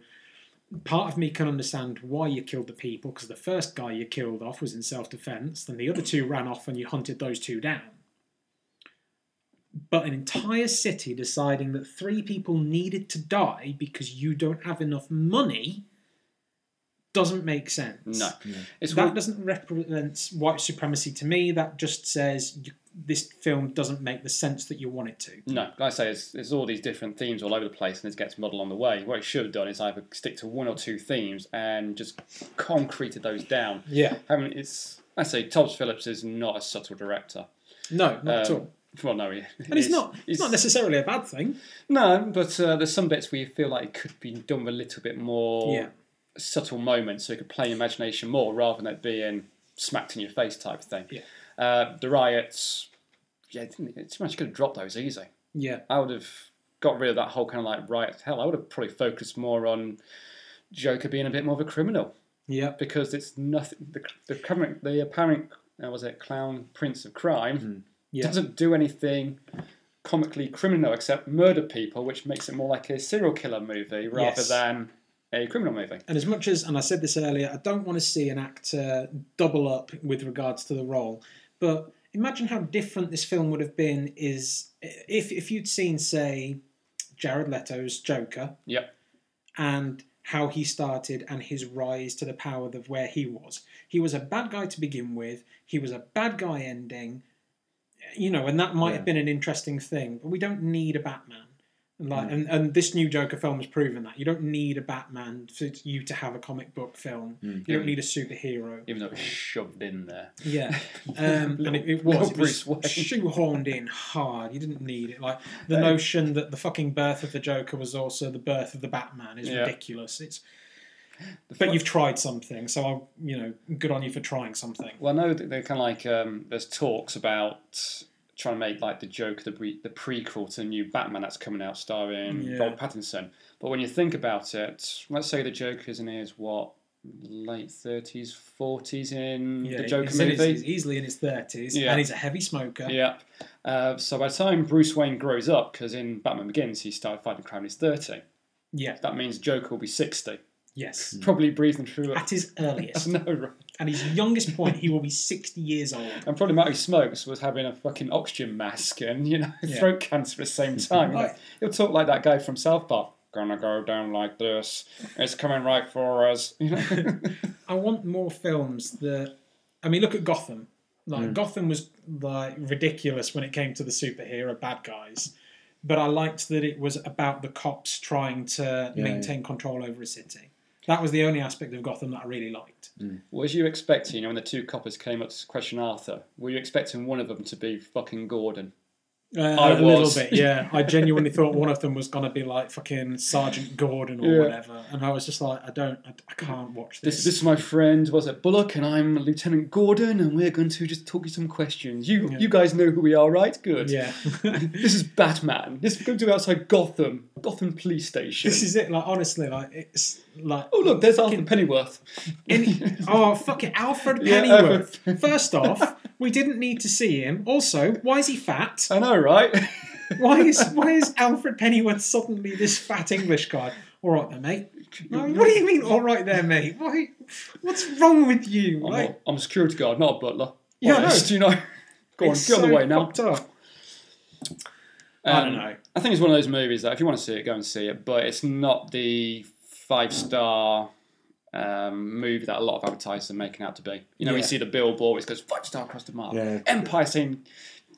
[SPEAKER 1] part of me can understand why you killed the people because the first guy you killed off was in self defense, then the other two ran off and you hunted those two down. But an entire city deciding that three people needed to die because you don't have enough money doesn't make sense
[SPEAKER 2] No. It's
[SPEAKER 1] that
[SPEAKER 2] weird.
[SPEAKER 1] doesn't represent white supremacy to me. That just says you, this film doesn't make the sense that you want it to.
[SPEAKER 2] No, like I say, it's, it's all these different themes all over the place, and it gets muddled on the way. What it should have done is either stick to one or two themes and just concreted those down.
[SPEAKER 1] Yeah.
[SPEAKER 2] I mean, it's I say Tobbs Phillips is not a subtle director.
[SPEAKER 1] No, not at
[SPEAKER 2] Um,
[SPEAKER 1] all.
[SPEAKER 2] Well, no, he,
[SPEAKER 1] And it's not. It's not necessarily a bad thing.
[SPEAKER 2] No, but uh, there's some bits where you feel like it could be done with a little bit more
[SPEAKER 1] Yeah.
[SPEAKER 2] subtle moments, so you could play your imagination more rather than it being smacked in your face type thing.
[SPEAKER 1] Yeah.
[SPEAKER 2] Uh, the riots, yeah, it didn't- it's much could have dropped those easy.
[SPEAKER 1] Yeah.
[SPEAKER 2] I would have got rid of that whole kind of like riot. Hell, I would have probably focused more on Joker being a bit more of a criminal
[SPEAKER 1] Yep.
[SPEAKER 2] because it's nothing. The the, current, the apparent uh, was it clown prince of crime
[SPEAKER 1] Mm-hmm. Yeah.
[SPEAKER 2] doesn't do anything comically criminal except murder people, which makes it more like a serial killer movie rather
[SPEAKER 1] Yes.
[SPEAKER 2] than a criminal movie.
[SPEAKER 1] And as much as, and I said this earlier, I don't want to see an actor double up with regards to the role. But imagine how different this film would have been is if if you'd seen, say, Jared Leto's Joker
[SPEAKER 2] Yep.
[SPEAKER 1] and how he started and his rise to the power of where he was. He was a bad guy to begin with. He was a bad guy ending. You know, and that might
[SPEAKER 3] Yeah.
[SPEAKER 1] have been an interesting thing, but we don't need a Batman. And Like,
[SPEAKER 2] Mm.
[SPEAKER 1] and, and this new Joker film has proven that you don't need a Batman for you to have a comic book film.
[SPEAKER 2] Mm.
[SPEAKER 1] You don't need a superhero.
[SPEAKER 2] Even though it was shoved in there.
[SPEAKER 1] Yeah, um, and it, it
[SPEAKER 2] little
[SPEAKER 1] was, it was
[SPEAKER 2] Bruce Wayne. Uh,
[SPEAKER 1] shoehorned in hard. You didn't need it. Like the notion that the fucking birth of the Joker was also the birth of the Batman is
[SPEAKER 2] Yeah.
[SPEAKER 1] ridiculous. It's but you've tried something, so I'll you know good on you for trying something.
[SPEAKER 2] Well, I know that they're kind of like um, there's talks about trying to make like the Joker the pre- the prequel to the new Batman that's coming out starring
[SPEAKER 1] Yeah.
[SPEAKER 2] Robert Pattinson. But when you think about it, let's say the Joker's in his what late thirties, forties in
[SPEAKER 1] Yeah,
[SPEAKER 2] the Joker
[SPEAKER 1] he's, in his-
[SPEAKER 2] movie.
[SPEAKER 1] he's easily in his thirties,
[SPEAKER 2] Yeah.
[SPEAKER 1] and he's a heavy smoker.
[SPEAKER 2] Yeah. Uh, so by the time Bruce Wayne grows up, because in Batman Begins he started fighting crime when he's 30,
[SPEAKER 1] Yeah.
[SPEAKER 2] that means Joker will be 60.
[SPEAKER 1] Yes,
[SPEAKER 2] Probably breathing through it.
[SPEAKER 1] at his earliest,
[SPEAKER 2] no, right.
[SPEAKER 1] and his youngest point, he will be 60 years old.
[SPEAKER 2] And probably Matty Smokes was having a fucking oxygen mask and, you know,
[SPEAKER 1] Yeah.
[SPEAKER 2] throat cancer at the same time. you know.
[SPEAKER 1] Right.
[SPEAKER 2] He'll talk like that guy from South Park. Gonna go down like this. It's coming right for us. You know?
[SPEAKER 1] I want more films that. I mean, look at Gotham. Like
[SPEAKER 2] Mm.
[SPEAKER 1] Gotham was like ridiculous when it came to the superhero bad guys, but I liked that it was about the cops trying to
[SPEAKER 3] Yeah,
[SPEAKER 1] maintain control over a city. That was the only aspect of Gotham that I really liked.
[SPEAKER 2] was you expecting, you know, when the two coppers came up to question Arthur, were you expecting one of them to be fucking Gordon?
[SPEAKER 1] Uh,
[SPEAKER 2] I
[SPEAKER 1] A little
[SPEAKER 2] was.
[SPEAKER 1] bit, yeah. I genuinely thought one of them was gonna be like fucking Sergeant Gordon or
[SPEAKER 2] Yeah.
[SPEAKER 1] whatever, and I was just like, I don't, I, I can't watch
[SPEAKER 2] This, this is my friend, was it Bullock, and I'm Lieutenant Gordon, and we're going to just talk you some questions. You you guys know who we are, right? Good.
[SPEAKER 1] yeah.
[SPEAKER 2] this is Batman. This is going to be outside Gotham, Gotham Police Station.
[SPEAKER 1] this is it. Like honestly, like it's like
[SPEAKER 2] oh look, there's Arthur Pennyworth.
[SPEAKER 1] Oh, fuck it. Alfred
[SPEAKER 2] Yeah,
[SPEAKER 1] Pennyworth. First off, we didn't need to see him. Also, why is he fat?
[SPEAKER 2] I know, right?
[SPEAKER 1] Why is why is Alfred Pennyworth suddenly this fat English guy? All right there, mate. No, what do you mean, all right there, mate? Why, what's wrong with you?
[SPEAKER 2] I'm,
[SPEAKER 1] Like,
[SPEAKER 2] a, I'm a security guard, not a butler.
[SPEAKER 1] Yeah, I know.
[SPEAKER 2] Honest, you know. Go on, get
[SPEAKER 1] it's
[SPEAKER 2] on the
[SPEAKER 1] so
[SPEAKER 2] way now.
[SPEAKER 1] fucked up.
[SPEAKER 2] Um,
[SPEAKER 1] I don't know.
[SPEAKER 2] I think it's one of those movies that if you want to see it, go and see it. But it's not the five star um, movie that a lot of advertisers are making out to be. You know, we
[SPEAKER 1] Yeah.
[SPEAKER 2] see the billboard, it goes five star across the mile.
[SPEAKER 3] Yeah.
[SPEAKER 2] Empire saying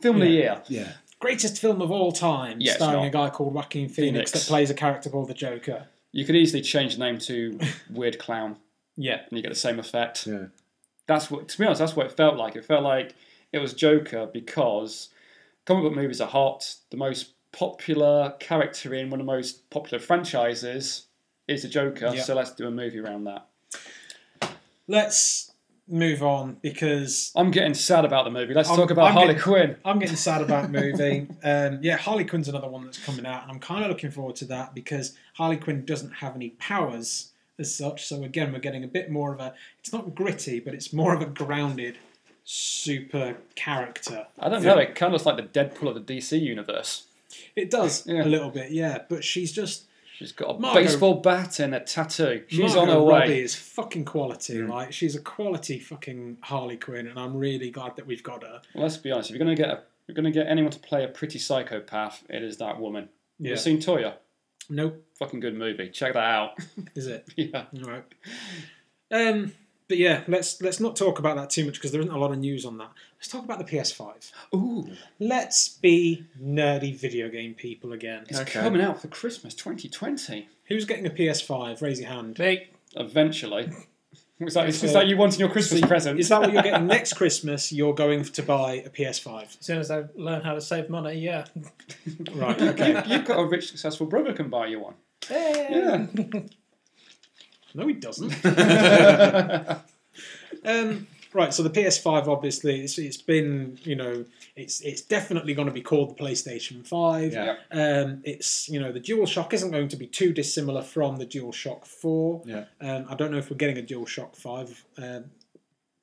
[SPEAKER 2] film of the year.
[SPEAKER 3] Yeah.
[SPEAKER 1] Greatest film of all time,
[SPEAKER 2] Yeah, it's
[SPEAKER 1] starring
[SPEAKER 2] not.
[SPEAKER 1] a guy called Joaquin Phoenix,
[SPEAKER 2] Phoenix.
[SPEAKER 1] that plays a character called the Joker.
[SPEAKER 2] You could easily change the name to Weird Clown
[SPEAKER 1] Yeah.
[SPEAKER 2] and you get the same effect.
[SPEAKER 3] Yeah.
[SPEAKER 2] That's what, to be honest, that's what it felt like. It felt like it was Joker because comic book movies are hot. The most popular character in one of the most popular franchises is the Joker.
[SPEAKER 1] Yeah.
[SPEAKER 2] So let's do a movie around that.
[SPEAKER 1] Let's move on because
[SPEAKER 2] I'm getting sad about the movie. Let's
[SPEAKER 1] I'm-
[SPEAKER 2] talk about
[SPEAKER 1] I'm
[SPEAKER 2] Harley
[SPEAKER 1] getting-
[SPEAKER 2] Quinn.
[SPEAKER 1] I'm getting sad about movie. Um, yeah, Harley Quinn's another one that's coming out, and I'm kind of looking forward to that because Harley Quinn doesn't have any powers as such. So again, we're getting a bit more of a. It's not gritty, but it's more of a grounded super character.
[SPEAKER 2] I don't know. It kind of looks like the Deadpool of the DC universe.
[SPEAKER 1] It does a
[SPEAKER 2] Yeah.
[SPEAKER 1] little bit, yeah. But she's just
[SPEAKER 2] She's got a
[SPEAKER 1] Margot-
[SPEAKER 2] baseball bat and a tattoo. She's
[SPEAKER 1] Margot
[SPEAKER 2] on her
[SPEAKER 1] Robbie
[SPEAKER 2] way. Mm.
[SPEAKER 1] is fucking quality. Like she's a quality fucking Harley Quinn, and I'm really glad that we've got her.
[SPEAKER 2] Well, let's be honest. If you're gonna get a, if you're gonna get anyone to play a pretty psychopath, it is that woman.
[SPEAKER 1] Yeah.
[SPEAKER 2] You've seen Toya.
[SPEAKER 1] Nope,
[SPEAKER 2] Fucking good movie. Check that out.
[SPEAKER 1] is it?
[SPEAKER 2] yeah.
[SPEAKER 1] All right. Um, but yeah, let's let's not talk about that too much because there isn't a lot of news on that. Let's talk about the PS5.
[SPEAKER 2] Ooh,
[SPEAKER 1] Let's be nerdy video game people again.
[SPEAKER 2] it's
[SPEAKER 3] Okay.
[SPEAKER 2] coming out for Christmas 2020.
[SPEAKER 1] Who's getting a PS5? Raise your hand.
[SPEAKER 4] Big.
[SPEAKER 2] Eventually. Is that, is
[SPEAKER 1] So-
[SPEAKER 2] that you wanting your Christmas present?
[SPEAKER 1] Is that what you're getting next Christmas? You're going to buy a PS5.
[SPEAKER 4] As soon as I learn how to save money, yeah.
[SPEAKER 1] Right.
[SPEAKER 2] you,
[SPEAKER 1] Okay.
[SPEAKER 2] you've got a rich, successful brother who can buy you one. Yeah.
[SPEAKER 1] No, he doesn't. um, right. So the PS5, obviously, it's, it's been you know it's it's definitely going to be called the PlayStation Five.
[SPEAKER 3] Yeah.
[SPEAKER 1] Um, it's you know the DualShock isn't going to be too dissimilar from the DualShock Four.
[SPEAKER 3] Yeah.
[SPEAKER 1] Um, I don't know if we're getting a DualShock Five, um,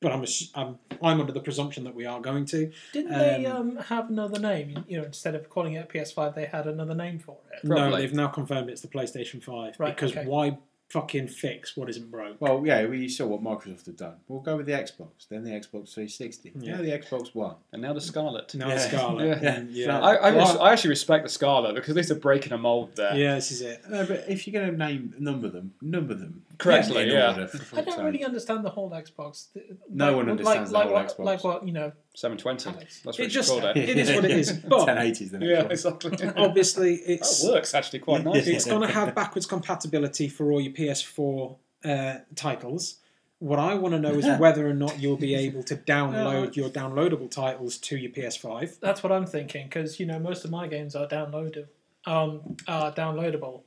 [SPEAKER 1] but I'm, ass- I'm I'm under the presumption that we are going to.
[SPEAKER 4] Didn't
[SPEAKER 1] Um,
[SPEAKER 4] they um, have another name? You know, instead of calling it PS5, they had another name for it.
[SPEAKER 1] No,
[SPEAKER 2] Probably.
[SPEAKER 1] they've now confirmed it's the PlayStation Five
[SPEAKER 4] Right,
[SPEAKER 1] because
[SPEAKER 4] okay.
[SPEAKER 1] why fucking fix what isn't broke?
[SPEAKER 3] Well, yeah, we saw what Microsoft had done. We'll go with the Xbox, then the Xbox 360,
[SPEAKER 1] Yeah.
[SPEAKER 3] now the Xbox One.
[SPEAKER 2] And now the Scarlet.
[SPEAKER 1] Now
[SPEAKER 3] Yeah.
[SPEAKER 1] it's Scarlet.
[SPEAKER 2] Yeah.
[SPEAKER 1] Yeah. Yeah.
[SPEAKER 2] I, I,
[SPEAKER 3] Well,
[SPEAKER 2] res- I actually respect the Scarlet because they're breaking a mold there.
[SPEAKER 1] this is it.
[SPEAKER 3] No, but if you're going to name number them, number them
[SPEAKER 2] Correctly,
[SPEAKER 3] in
[SPEAKER 2] yeah.
[SPEAKER 3] order, for
[SPEAKER 4] I
[SPEAKER 3] fuck's
[SPEAKER 4] don't
[SPEAKER 3] sake.
[SPEAKER 4] really understand the whole Xbox.
[SPEAKER 3] No one
[SPEAKER 4] Like- like-
[SPEAKER 3] understands the
[SPEAKER 4] like
[SPEAKER 3] whole
[SPEAKER 4] what-
[SPEAKER 3] Xbox.
[SPEAKER 4] Like what you know?
[SPEAKER 2] 720. That's what
[SPEAKER 1] It
[SPEAKER 2] it's
[SPEAKER 1] just-
[SPEAKER 2] called. eh?
[SPEAKER 1] It is what it is, but-
[SPEAKER 3] 1080s then.
[SPEAKER 2] Yeah, exactly. that
[SPEAKER 1] Obviously, it's
[SPEAKER 2] works actually quite nicely.
[SPEAKER 1] it's going to have backwards compatibility for all your PS4 uh, titles. What I want to know is whether or not you'll be able to download your downloadable titles to your PS5.
[SPEAKER 4] That's what I'm thinking because you know most of my games are downloaded, um, are downloadable,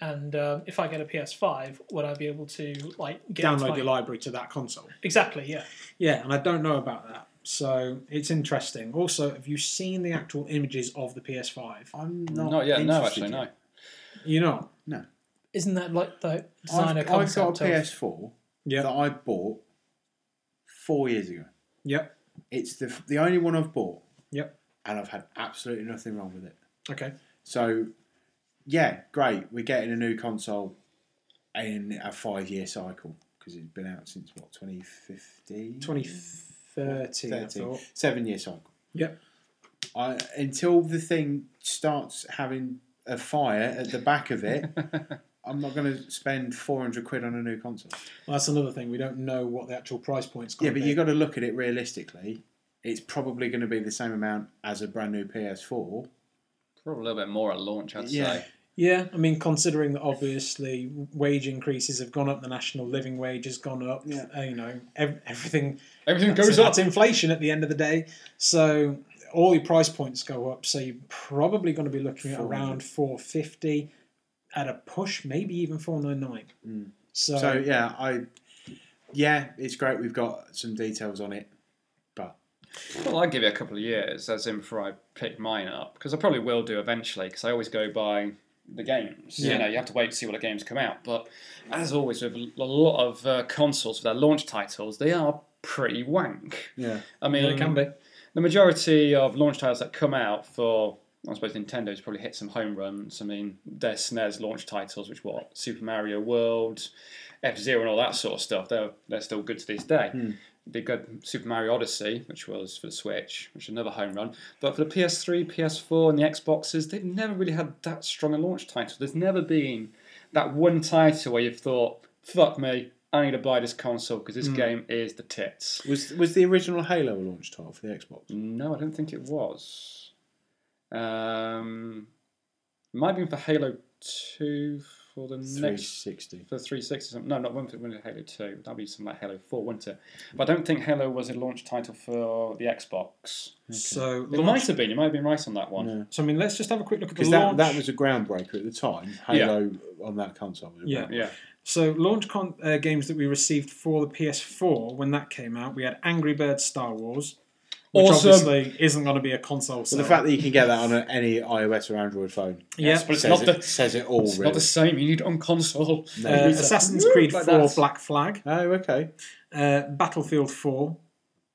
[SPEAKER 4] and um, if I get a PS5, would I be able to like get into
[SPEAKER 1] Download
[SPEAKER 4] my-
[SPEAKER 1] your library to that console.
[SPEAKER 4] Exactly, yeah.
[SPEAKER 1] Yeah, and I don't know about that. So it's interesting. Also, have you seen the actual images of the PS5?
[SPEAKER 3] I'm not.
[SPEAKER 2] Not yet, no,
[SPEAKER 3] interested
[SPEAKER 2] actually, no.
[SPEAKER 3] yet.
[SPEAKER 1] You know,
[SPEAKER 4] Isn't that like the
[SPEAKER 3] I've,
[SPEAKER 4] designer
[SPEAKER 3] I've got a
[SPEAKER 4] concept of
[SPEAKER 3] PS4
[SPEAKER 1] yeah,
[SPEAKER 3] that I bought four years ago.
[SPEAKER 1] yep,
[SPEAKER 3] It's the the only one I've bought,
[SPEAKER 1] yep.
[SPEAKER 3] and I've had absolutely nothing wrong with it.
[SPEAKER 1] Okay,
[SPEAKER 3] So, yeah, great. We're getting a new console in a five year cycle 'cause because it's been out since what 2015.
[SPEAKER 1] 2013, I
[SPEAKER 3] 13.
[SPEAKER 1] thought.
[SPEAKER 3] Seven year cycle.
[SPEAKER 1] Yep.
[SPEAKER 3] I, until the thing starts having a fire at the back of it, I'm not going to spend 400 quid on a new console.
[SPEAKER 1] Well, that's another thing. We don't know what the actual price point's
[SPEAKER 3] Yeah,
[SPEAKER 1] going
[SPEAKER 3] but
[SPEAKER 1] be.
[SPEAKER 3] you've got to look at it realistically. It's probably going to be the same amount as a brand new PS4.
[SPEAKER 2] Probably a little bit more at launch, I'd
[SPEAKER 3] Yeah.
[SPEAKER 2] say.
[SPEAKER 1] Yeah, I mean, considering that obviously wage increases have gone up, the national living wage has gone up.
[SPEAKER 3] Yeah.
[SPEAKER 1] Uh, you know, ev- everything
[SPEAKER 2] Everything
[SPEAKER 1] that's,
[SPEAKER 2] goes up.
[SPEAKER 1] that's inflation at the end of the day. So all your price points go up. So you're probably going to be looking at
[SPEAKER 3] 400.
[SPEAKER 1] around 450 at a push, maybe even 499.
[SPEAKER 3] Mm.
[SPEAKER 1] So,
[SPEAKER 3] So yeah, I yeah, it's great. We've got some details on it, but
[SPEAKER 2] Well, I'll give it a couple of years, as in before I pick mine up, because I probably will do eventually, because I always go by the games.
[SPEAKER 1] Yeah.
[SPEAKER 2] You know, you have to wait to see what the games come out. But as always, with a lot of uh, consoles for their launch titles, they are pretty wank.
[SPEAKER 3] yeah,
[SPEAKER 2] I mean,
[SPEAKER 1] yeah, it can be.
[SPEAKER 2] the majority of launch titles that come out for, I suppose Nintendo's probably hit some home runs. I mean, their SNES launch titles, which what Super Mario World, F Zero, and all that sort of stuff, they're they're still good to this day. They got Super Mario Odyssey, which was for the Switch, which is another home run. But for the PS3, PS4, and the Xboxes, they've never really had that strong a launch title. There's never been that one title where you've thought, "Fuck me, I need to buy this console because this game is the tits."
[SPEAKER 3] was was the original Halo a launch title for the Xbox?
[SPEAKER 2] No, I don't think it was. Um, it might have been for Halo 2 for the next.
[SPEAKER 3] 360.
[SPEAKER 2] For 360 something. No, not one for, one for Halo 2. That'd be something like Halo 4, wouldn't it? But I don't think Halo was a launch title for the Xbox.
[SPEAKER 1] So,
[SPEAKER 2] It
[SPEAKER 1] launch-
[SPEAKER 2] might have been. You might have been right on that one.
[SPEAKER 3] No.
[SPEAKER 1] so I mean, let's just have a quick look at the
[SPEAKER 3] Because that,
[SPEAKER 1] launch.
[SPEAKER 3] that was a groundbreaker at the time. Halo on that console. Was a
[SPEAKER 1] Yeah.
[SPEAKER 3] groundbreaker.
[SPEAKER 2] Yeah.
[SPEAKER 1] So, launch con- uh, games that we received for the PS4 when that came out, we had Angry Birds Star Wars, which
[SPEAKER 2] Awesome.
[SPEAKER 1] obviously isn't going to be a console.
[SPEAKER 3] So
[SPEAKER 1] So
[SPEAKER 3] the fact that you can get that on a- any iOS or Android phone
[SPEAKER 1] yeah,
[SPEAKER 2] But it's
[SPEAKER 3] says,
[SPEAKER 2] not
[SPEAKER 3] it,
[SPEAKER 2] the-
[SPEAKER 3] says it all.
[SPEAKER 2] It's
[SPEAKER 3] Really.
[SPEAKER 2] not the same. You need it on console.
[SPEAKER 1] uh,
[SPEAKER 3] No.
[SPEAKER 1] Assassin's
[SPEAKER 2] Woo,
[SPEAKER 1] Creed
[SPEAKER 2] like
[SPEAKER 1] 4
[SPEAKER 2] that.
[SPEAKER 1] Black Flag,
[SPEAKER 3] oh, okay.
[SPEAKER 1] uh, Battlefield 4,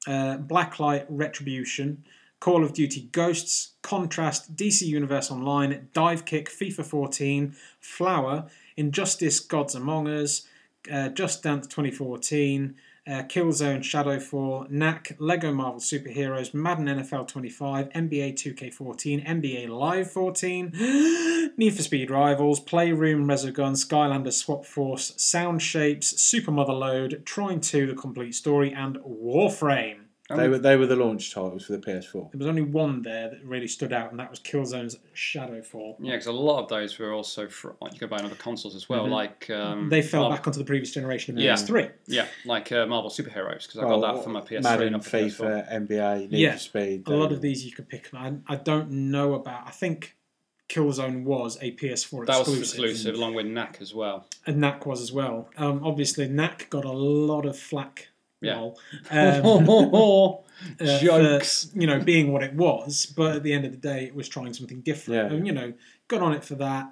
[SPEAKER 1] uh, Blacklight Retribution, Call of Duty Ghosts, Contrast, DC Universe Online, Dive Kick, FIFA 14, Flower, Injustice Gods Among Us, uh, Just Dance 2014, uh, Killzone Shadowfall, Knack, Lego Marvel Superheroes, Madden NFL 25, NBA 2K14, NBA Live 14, Need for Speed Rivals, Playroom, Resogun, Skylanders Swap Force, Sound Shapes, Super Motherload, Trine 2 The Complete Story, and Warframe.
[SPEAKER 3] They were they were the launch titles for the PS4.
[SPEAKER 1] There was only one there that really stood out, and that was Killzone's Shadowfall.
[SPEAKER 2] Yeah, because a lot of those were also for. You could buy on other consoles as
[SPEAKER 3] Mm-hmm.
[SPEAKER 2] well, like. Um,
[SPEAKER 1] They fell
[SPEAKER 2] Mar-
[SPEAKER 1] back onto the previous generation of
[SPEAKER 2] Yeah.
[SPEAKER 1] PS3.
[SPEAKER 2] Yeah, like uh, Marvel Superheroes, because I
[SPEAKER 3] Well,
[SPEAKER 2] got that for my PS3.
[SPEAKER 3] Oh, Madden,
[SPEAKER 2] not for PS4.
[SPEAKER 3] FIFA, NBA, Need
[SPEAKER 1] Yeah.
[SPEAKER 3] for Speed.
[SPEAKER 1] A lot of these you could pick. I, I don't know about. I think Killzone was a PS4
[SPEAKER 2] That was
[SPEAKER 1] exclusive,
[SPEAKER 2] exclusive, along with Knack as well.
[SPEAKER 1] and Knack was as well. Um, obviously, Knack got a lot of flack.
[SPEAKER 2] Yeah. Oh,
[SPEAKER 1] lol, um, uh, for,
[SPEAKER 2] Jokes.
[SPEAKER 1] you know, being what it was, but at the end of the day, it was trying something different.
[SPEAKER 3] Yeah.
[SPEAKER 1] And you know, good on it for that.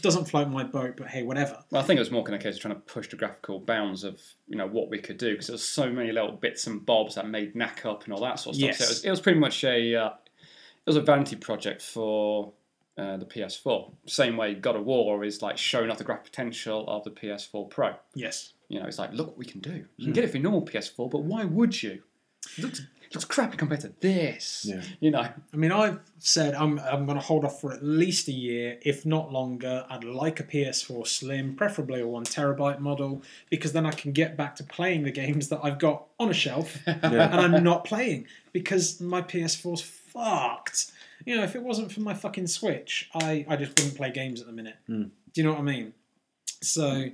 [SPEAKER 1] Doesn't float my boat, but hey, whatever.
[SPEAKER 2] Well, I think it was more kind of a case of trying to push the graphical bounds of you know what we could do because there was so many little bits and bobs that made knack up and all that sort of
[SPEAKER 1] Yes.
[SPEAKER 2] stuff. So it was, it was pretty much a uh, it was a vanity project for uh, the PS4. Same way God of War is like showing off the graphic potential of the PS4 Pro.
[SPEAKER 1] Yes.
[SPEAKER 2] You know, it's like look what we can do. You
[SPEAKER 1] Hmm.
[SPEAKER 2] can get it for your normal PS4, but why would you? It looks it looks crappy compared to this.
[SPEAKER 3] Yeah.
[SPEAKER 2] You know,
[SPEAKER 1] I mean, I've said I'm I'm going to hold off for at least a year, if not longer. I'd like a PS4 Slim, preferably a one terabyte model, because then I can get back to playing the games that I've got on a shelf and I'm not playing because my PS4's fucked. You know, if it wasn't for my fucking Switch, I I just wouldn't play games at the minute. Do you know what I mean? So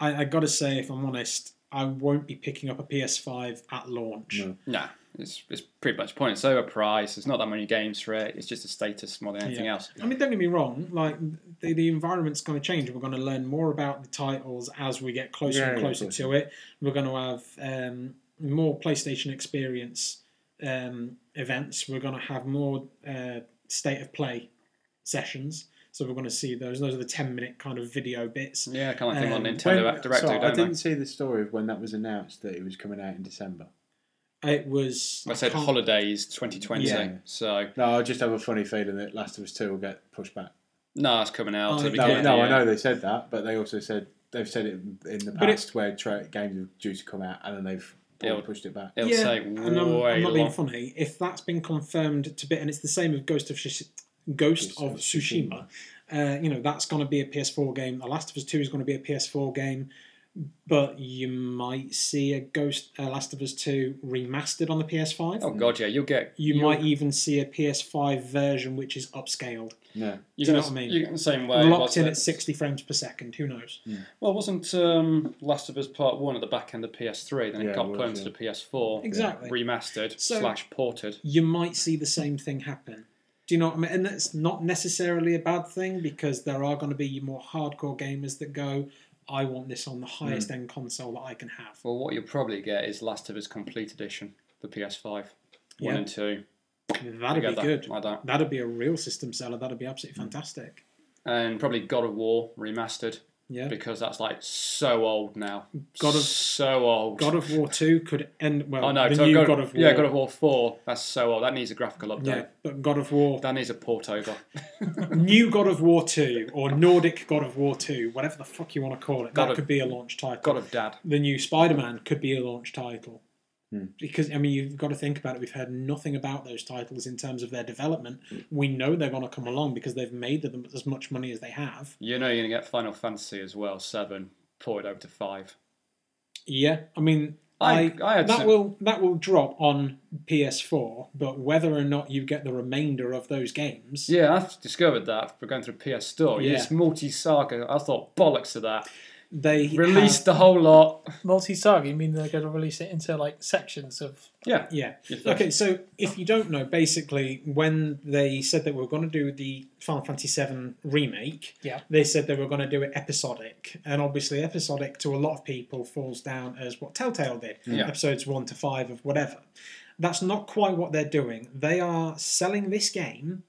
[SPEAKER 1] I, I got to say, if I'm honest, I won't be picking up a PS5 at launch.
[SPEAKER 3] No.
[SPEAKER 2] No, it's, it's pretty much pointless. It's overpriced. There's not that many games for it. It's just a status more than anything
[SPEAKER 1] Yeah.
[SPEAKER 2] else.
[SPEAKER 1] I mean, don't get me wrong. Like the, the environment's going to change. We're going to learn more about the titles as we get closer
[SPEAKER 3] Yeah,
[SPEAKER 1] and
[SPEAKER 3] yeah,
[SPEAKER 1] closer
[SPEAKER 3] of course.
[SPEAKER 1] to it. We're going to have um, more PlayStation Experience um, events. We're going to have more uh, state of play sessions. So we're going to see those. Those are the ten-minute kind of video bits.
[SPEAKER 2] Yeah, kind of thing on
[SPEAKER 1] Um,
[SPEAKER 2] Nintendo
[SPEAKER 3] When-
[SPEAKER 2] Direct,
[SPEAKER 3] sorry,
[SPEAKER 2] do,
[SPEAKER 3] I
[SPEAKER 2] don't
[SPEAKER 3] didn't
[SPEAKER 2] they?
[SPEAKER 3] see the story of when that was announced that it was coming out in December.
[SPEAKER 1] It was.
[SPEAKER 2] I said
[SPEAKER 1] can't-
[SPEAKER 2] holidays 2020.
[SPEAKER 3] Yeah.
[SPEAKER 2] So,
[SPEAKER 3] No, I just have a funny feeling that Last of Us Two will get pushed back.
[SPEAKER 2] no, it's coming out.
[SPEAKER 1] Oh,
[SPEAKER 2] to the
[SPEAKER 1] We
[SPEAKER 3] No,
[SPEAKER 2] beginning
[SPEAKER 1] can't,
[SPEAKER 3] no,
[SPEAKER 2] of the
[SPEAKER 3] I
[SPEAKER 2] year.
[SPEAKER 3] know they said that, but they also said they've said it in the
[SPEAKER 1] But it-
[SPEAKER 3] past where tra- games are due to come out and then they've
[SPEAKER 2] Yeah.
[SPEAKER 3] pushed it back.
[SPEAKER 2] It'll take way
[SPEAKER 1] and I'm, I'm not being
[SPEAKER 2] long.
[SPEAKER 1] funny. If that's been confirmed to be, and it's the same with Ghost of Shish- Ghost
[SPEAKER 3] Ghost
[SPEAKER 1] of
[SPEAKER 3] of
[SPEAKER 1] Tsushima, uh, you know that's going to be a PS4 game. The Last of Us Two is going to be a PS4 game, but you might see a Ghost uh, Last of Us Two remastered on the PS5.
[SPEAKER 2] Oh god, yeah, you'll get
[SPEAKER 1] You
[SPEAKER 2] you'll-
[SPEAKER 1] might even see a PS5 version which is upscaled,
[SPEAKER 3] Yeah.
[SPEAKER 2] You're
[SPEAKER 1] do you
[SPEAKER 2] gonna,
[SPEAKER 1] know what I mean?
[SPEAKER 2] You're gonna- same way.
[SPEAKER 1] locked
[SPEAKER 2] wasn't
[SPEAKER 1] in
[SPEAKER 2] Uh, it?
[SPEAKER 1] at 60 frames per second. Who knows?
[SPEAKER 2] Well, wasn't um, Last of Us Part One at the back end of PS3? Then it
[SPEAKER 3] Yeah,
[SPEAKER 2] got
[SPEAKER 3] it was,
[SPEAKER 2] cloned to
[SPEAKER 3] yeah.
[SPEAKER 2] the PS4,
[SPEAKER 1] Exactly.
[SPEAKER 2] remastered
[SPEAKER 1] So-
[SPEAKER 2] slash ported.
[SPEAKER 1] you might see the same thing happen. Do you know what I mean? And that's not necessarily a bad thing because there are going to be more hardcore gamers that go, I want this on the
[SPEAKER 2] Hmm.
[SPEAKER 1] highest end console that I can have.
[SPEAKER 2] Well, what you'll probably get is Last of Us Complete Edition for PS5,
[SPEAKER 1] Yeah.
[SPEAKER 2] one and two.
[SPEAKER 1] That'd be
[SPEAKER 2] together,
[SPEAKER 1] good.
[SPEAKER 2] like that,
[SPEAKER 1] That'd be a real system seller. That'd be absolutely fantastic.
[SPEAKER 2] and probably God of War remastered
[SPEAKER 1] Yeah.
[SPEAKER 2] because that's like so old now.
[SPEAKER 1] God of-
[SPEAKER 2] so old.
[SPEAKER 1] God of War 2 could end, well,
[SPEAKER 2] Oh no!
[SPEAKER 1] the
[SPEAKER 2] so
[SPEAKER 1] new
[SPEAKER 2] God,
[SPEAKER 1] God, of War.
[SPEAKER 2] Yeah, God of War Four. That's so old. That needs a graphical update.
[SPEAKER 1] Yeah, but God of War,
[SPEAKER 2] That needs a port over.
[SPEAKER 1] new God of War 2 or Nordic God of War 2, whatever the fuck you want to call it,
[SPEAKER 2] God
[SPEAKER 1] that
[SPEAKER 2] of-
[SPEAKER 1] could be a launch title.
[SPEAKER 2] God of Dad.
[SPEAKER 1] the new Spider-Man could be a launch title. Because I mean, you've got to think about it. We've heard nothing about those titles in terms of their development. We know they're going to come along because they've made them as much money as they have.
[SPEAKER 2] You know you're gonna get Final Fantasy as well. Seven ported over to five.
[SPEAKER 1] Yeah, I mean, I,
[SPEAKER 2] I- I had
[SPEAKER 1] that
[SPEAKER 2] some-
[SPEAKER 1] will that will drop on PS4, but whether or not you get the remainder of those games,
[SPEAKER 2] Yeah, I've discovered that for going through PS Store.
[SPEAKER 1] Yeah.
[SPEAKER 2] Yeah. This multi saga, I thought bollocks to that.
[SPEAKER 1] they
[SPEAKER 2] Release
[SPEAKER 1] have-
[SPEAKER 2] the whole lot.
[SPEAKER 4] Multi saga, you mean they're going to release it into like sections of.
[SPEAKER 2] Yeah.
[SPEAKER 1] Yeah.
[SPEAKER 2] Your first-
[SPEAKER 1] Okay, so if you don't know, basically, when they said that we were going to do the Final Fantasy VII remake,
[SPEAKER 4] Yeah.
[SPEAKER 1] they said they were going to do it episodic. And obviously, episodic to a lot of people falls down as what Telltale did
[SPEAKER 2] Yeah.
[SPEAKER 1] episodes one to five of whatever. That's not quite what they're doing. They are selling this game,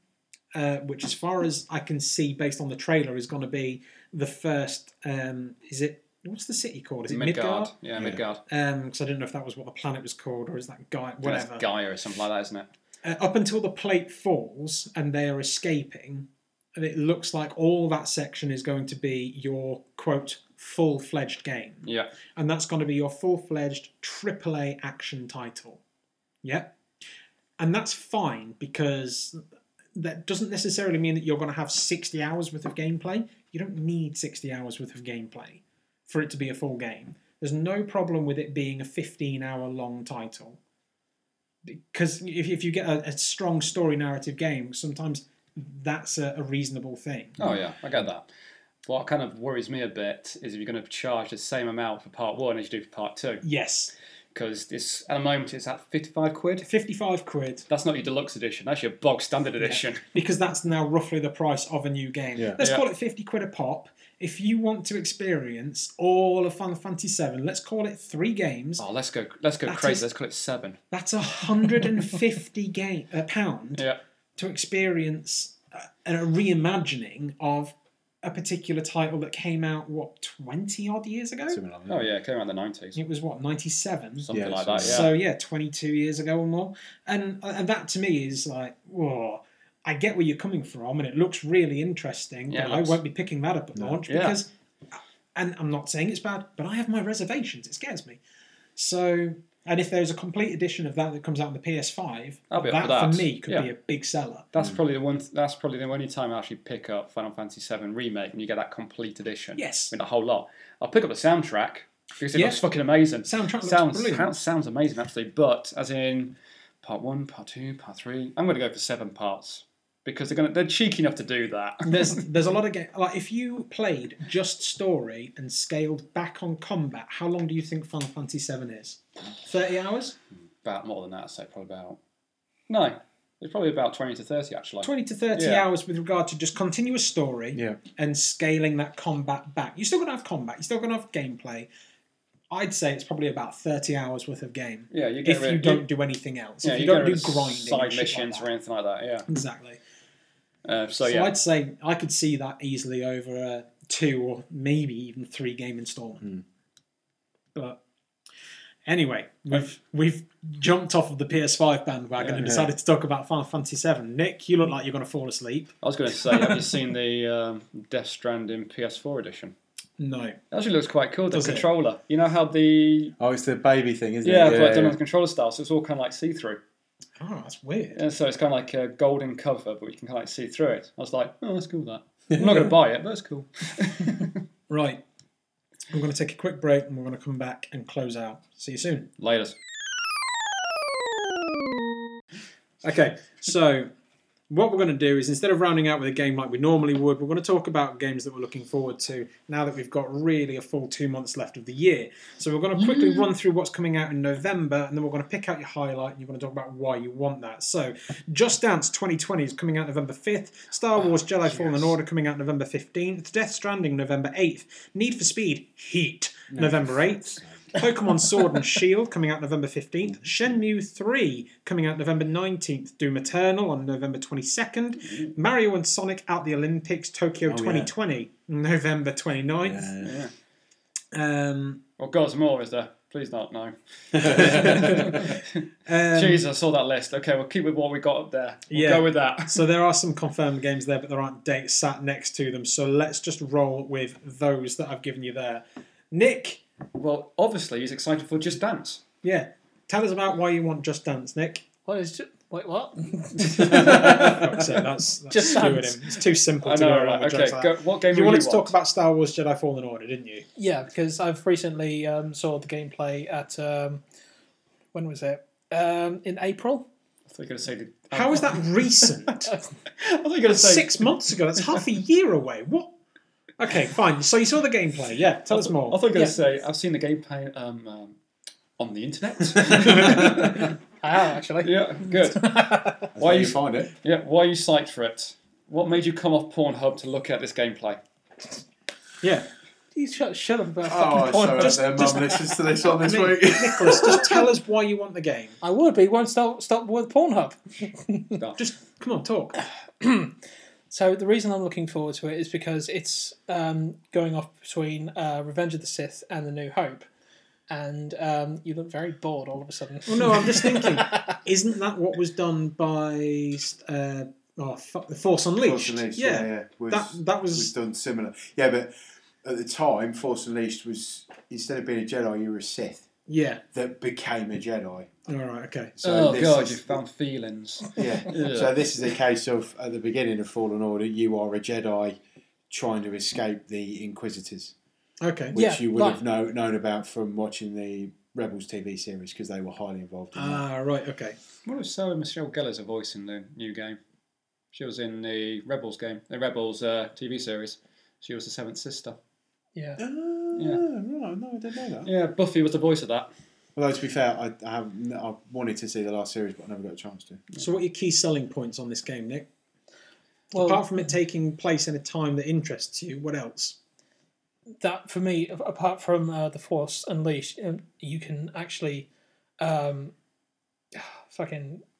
[SPEAKER 1] uh, which, as far as I can see, based on the trailer, is going to be the first. Um, is it. What's the city called? Is it
[SPEAKER 2] Midgard.
[SPEAKER 1] Midgard?
[SPEAKER 2] Yeah,
[SPEAKER 3] Yeah.
[SPEAKER 2] Midgard.
[SPEAKER 1] Um, because I didn't know if that was what the planet was called, or is that Guy?
[SPEAKER 2] That's
[SPEAKER 1] Whatever
[SPEAKER 2] Gaia or something like that, isn't it?
[SPEAKER 1] uh, up until the plate falls and they are escaping, and it looks like all that section is going to be your quote full fledged game,
[SPEAKER 2] Yeah.
[SPEAKER 1] and that's going to be your full fledged AAA action title. Yeah, and that's fine because that doesn't necessarily mean that you're going to have 60 hours worth of gameplay. You don't need 60 hours worth of gameplay for it to be a full game. There's no problem with it being a 15 hour long title because if, if you get a, a strong story narrative game, sometimes that's a, a reasonable thing.
[SPEAKER 2] Oh, yeah, I get that. What kind of worries me a bit is if you're going to charge the same amount for part one as you do for part two.
[SPEAKER 1] Yes,
[SPEAKER 2] Because it's at the moment it's at 55 quid.
[SPEAKER 1] fifty-five quid
[SPEAKER 2] That's not your deluxe edition, that's your bog standard edition.
[SPEAKER 1] because that's now roughly the price of a new game.
[SPEAKER 3] Yeah.
[SPEAKER 1] Let's
[SPEAKER 2] Yeah.
[SPEAKER 1] call it fifty quid a pop. If you want to experience all of Final Fantasy VII, let's call it three games.
[SPEAKER 2] Oh, let's go let's go
[SPEAKER 1] That
[SPEAKER 2] crazy.
[SPEAKER 1] is-
[SPEAKER 2] Let's call it seven.
[SPEAKER 1] That's a hundred and fifty game a pound
[SPEAKER 2] Yeah.
[SPEAKER 1] to experience uh, a, a reimagining of a particular title that came out what twenty odd years ago.
[SPEAKER 3] Something like that.
[SPEAKER 2] Oh, yeah, it came out in the 90s.
[SPEAKER 1] It was what ninety-seven.
[SPEAKER 2] Something
[SPEAKER 3] Yeah,
[SPEAKER 2] like that, yeah.
[SPEAKER 1] So yeah, 22 years ago or more, and uh, and that to me is like, whoa, I get where you're coming from, and it looks really interesting.
[SPEAKER 2] Yeah,
[SPEAKER 1] but
[SPEAKER 2] it
[SPEAKER 1] I
[SPEAKER 2] looks-
[SPEAKER 1] won't be picking that up at launch
[SPEAKER 2] Yeah.
[SPEAKER 1] because, and I'm not saying it's bad, but I have my reservations. It scares me. So, and if there's a complete edition of that that comes out on the PS5,
[SPEAKER 2] I'll be up
[SPEAKER 1] that,
[SPEAKER 2] for
[SPEAKER 1] for
[SPEAKER 2] that.
[SPEAKER 1] me could
[SPEAKER 2] Yeah.
[SPEAKER 1] be a big seller.
[SPEAKER 2] That's probably the one. that's probably the only time I actually pick up Final Fantasy VII remake and you get that complete edition.
[SPEAKER 1] Yes.
[SPEAKER 2] I mean, a whole lot. I'll pick up the soundtrack because it
[SPEAKER 1] Yeah.
[SPEAKER 2] looks fucking amazing.
[SPEAKER 1] Soundtrack looks
[SPEAKER 2] sounds
[SPEAKER 1] brilliant.
[SPEAKER 2] sounds- sounds amazing actually. But as in part one, part two, part three, I'm going to go for seven parts because they're going to, they're cheeky enough to do that.
[SPEAKER 1] There's there's a lot of game. Like if you played just story and scaled back on combat, how long do you think Final Fantasy VII is? Thirty hours.
[SPEAKER 2] about more than that. I'd say probably about no, it's probably about twenty to thirty actually.
[SPEAKER 1] 20 to 30
[SPEAKER 2] Yeah.
[SPEAKER 1] hours with regard to just continuous story
[SPEAKER 3] Yeah.
[SPEAKER 1] and scaling that combat back. You're still going to have combat, you're still going to have gameplay. I'd say it's probably about 30 hours worth of game
[SPEAKER 2] Yeah, you get
[SPEAKER 1] if
[SPEAKER 2] rid,
[SPEAKER 1] you don't do anything else.
[SPEAKER 2] yeah,
[SPEAKER 1] if you,
[SPEAKER 2] get
[SPEAKER 1] don't do
[SPEAKER 2] rid of
[SPEAKER 1] grinding, and
[SPEAKER 2] side
[SPEAKER 1] shit like
[SPEAKER 2] missions
[SPEAKER 1] that.
[SPEAKER 2] or anything like that. Yeah.
[SPEAKER 1] Exactly.
[SPEAKER 2] Uh, so,
[SPEAKER 1] So,
[SPEAKER 2] yeah,
[SPEAKER 1] I'd say I could see that easily over a two or maybe even three game installment.
[SPEAKER 2] Hmm.
[SPEAKER 1] But anyway, we've we've jumped off of the PS5 bandwagon and
[SPEAKER 3] Yeah.
[SPEAKER 1] decided to talk about Final Fantasy VII. Nick, you look like you're going to fall asleep.
[SPEAKER 2] I was going to say, have you seen the um, Death Stranding PS4 edition?
[SPEAKER 1] No.
[SPEAKER 2] It actually looks quite cool. The
[SPEAKER 1] Does it?
[SPEAKER 2] controller. You know how the
[SPEAKER 3] Oh, it's the baby thing, isn't
[SPEAKER 2] yeah,
[SPEAKER 3] it?
[SPEAKER 2] but done on the controller style, so it's all kind of like see through.
[SPEAKER 1] Oh, that's weird.
[SPEAKER 2] And so it's kind of like a golden cover, but you can kind of like see through it. I was like, oh, that's cool. That I'm not going to buy it, but it's cool.
[SPEAKER 1] Right. I'm going to take a quick break and we're going to come back and close out. See you soon.
[SPEAKER 2] Latest.
[SPEAKER 1] Okay, so what we're going to do is instead of rounding out with a game like we normally would, we're going to talk about games that we're looking forward to now that we've got really a full two months left of the year. So we're going to quickly run through what's coming out in November and then we're going to pick out your highlight and you're going to talk about why you want that. So Just Dance 2020 is coming out November 5th, Star Wars Jedi Fallen Order coming out November 15th, Death Stranding November 8th, Need for Speed Heat November 8th. Pokemon Sword and Shield coming out November 15th. Shenmue 3 coming out November 19th. Doom Eternal on November 22nd. Mario and Sonic at the Olympics Tokyo
[SPEAKER 3] yeah.
[SPEAKER 1] 2020 November 29th.
[SPEAKER 3] Yeah.
[SPEAKER 2] Yeah.
[SPEAKER 1] Um,
[SPEAKER 2] Well, God's more is there. Please not. No.
[SPEAKER 1] um,
[SPEAKER 2] Jeez, I saw that list. Okay, we'll keep with what we got up there. We'll
[SPEAKER 1] Yeah.
[SPEAKER 2] go with that.
[SPEAKER 1] so there are some confirmed games there, but there aren't dates sat next to them. So let's just roll with those that I've given you there. Nick,
[SPEAKER 2] Well, obviously, he's excited for Just Dance.
[SPEAKER 1] yeah, tell us about why you want Just Dance, Nick.
[SPEAKER 4] What is ju- wait? What?
[SPEAKER 1] So that's, that's
[SPEAKER 4] Just
[SPEAKER 1] screwing
[SPEAKER 4] Dance.
[SPEAKER 1] him. It's too simple
[SPEAKER 2] I
[SPEAKER 1] to go
[SPEAKER 2] know,
[SPEAKER 1] around
[SPEAKER 2] right?
[SPEAKER 1] with
[SPEAKER 2] Okay,
[SPEAKER 1] jokes like that.
[SPEAKER 2] go, what game
[SPEAKER 1] You
[SPEAKER 2] will
[SPEAKER 1] wanted
[SPEAKER 2] you
[SPEAKER 1] to
[SPEAKER 2] want?
[SPEAKER 1] talk about Star Wars Jedi Fallen Order, didn't you?
[SPEAKER 4] Yeah, because I've recently um, saw the gameplay at um, when was it? Um, in April.
[SPEAKER 2] I thought you were going to say the.
[SPEAKER 1] How is that recent?
[SPEAKER 2] I thought you were going to say
[SPEAKER 1] Six months ago. That's half a year away. What? Okay, fine. So you saw the gameplay. Yeah, tell us
[SPEAKER 2] I
[SPEAKER 1] more.
[SPEAKER 2] thought you were going to
[SPEAKER 4] Yeah.
[SPEAKER 2] say I've seen the gameplay um, um, on the internet.
[SPEAKER 4] I
[SPEAKER 3] Ah,
[SPEAKER 4] have actually.
[SPEAKER 2] yeah, good.
[SPEAKER 3] Why
[SPEAKER 2] Why
[SPEAKER 3] you
[SPEAKER 2] you?
[SPEAKER 3] find it?
[SPEAKER 2] Yeah, why are you psyched for it? What made you come off Pornhub to look at this gameplay?
[SPEAKER 1] Yeah.
[SPEAKER 4] You shut, shut up
[SPEAKER 3] Oh,
[SPEAKER 4] about fucking porn.
[SPEAKER 3] sorry,
[SPEAKER 1] Just-
[SPEAKER 3] there,
[SPEAKER 1] just-
[SPEAKER 3] mum listens to this on this
[SPEAKER 1] I mean,
[SPEAKER 3] week.
[SPEAKER 1] Nicholas, just tell us why you want the game.
[SPEAKER 4] I would, but you won't stop stop with Pornhub.
[SPEAKER 1] Just come on, talk.
[SPEAKER 4] So the reason I'm looking forward to it is because it's um, going off between uh, Revenge of the Sith and The New Hope, and um, you look very bored all of a sudden.
[SPEAKER 1] Well, no, I'm just thinking, isn't that what was done by uh, oh, fuck, the Force Unleashed?
[SPEAKER 3] Force Unleashed,
[SPEAKER 1] yeah.
[SPEAKER 3] yeah, yeah. Was,
[SPEAKER 1] That- that was-
[SPEAKER 3] done similar. Yeah, but at the time, Force Unleashed was instead of being a Jedi, you were a Sith
[SPEAKER 1] Yeah.
[SPEAKER 3] that became a Jedi.
[SPEAKER 1] All right. Okay.
[SPEAKER 3] So
[SPEAKER 2] oh
[SPEAKER 3] this
[SPEAKER 2] God,
[SPEAKER 3] is-
[SPEAKER 2] you found feelings.
[SPEAKER 3] yeah.
[SPEAKER 2] Yeah.
[SPEAKER 3] So this is a case of at the beginning of Fallen Order, you are a Jedi trying to escape the Inquisitors,
[SPEAKER 1] Okay.
[SPEAKER 3] which
[SPEAKER 4] Yeah,
[SPEAKER 3] you would
[SPEAKER 4] right.
[SPEAKER 3] have know, known about from watching the Rebels TV series because they were highly involved. in that.
[SPEAKER 1] Ah, right. Okay.
[SPEAKER 2] What if Sarah Michelle Gellar's a voice in the new game? She was in the Rebels game, the Rebels uh, TV series. She was the seventh sister.
[SPEAKER 4] Yeah.
[SPEAKER 3] Ah,
[SPEAKER 2] Yeah.
[SPEAKER 3] right. No, I didn't know that.
[SPEAKER 2] Yeah, Buffy was the voice of that.
[SPEAKER 3] Although to be fair, I, I have I wanted to see the last series, but I never got a chance to.
[SPEAKER 1] So, what are your key selling points on this game, Nick?
[SPEAKER 4] Well,
[SPEAKER 1] Apart from it taking place in a time that interests you, what else?
[SPEAKER 4] that for me, a- apart from uh, the Force Unleashed, um, you can actually um, fucking.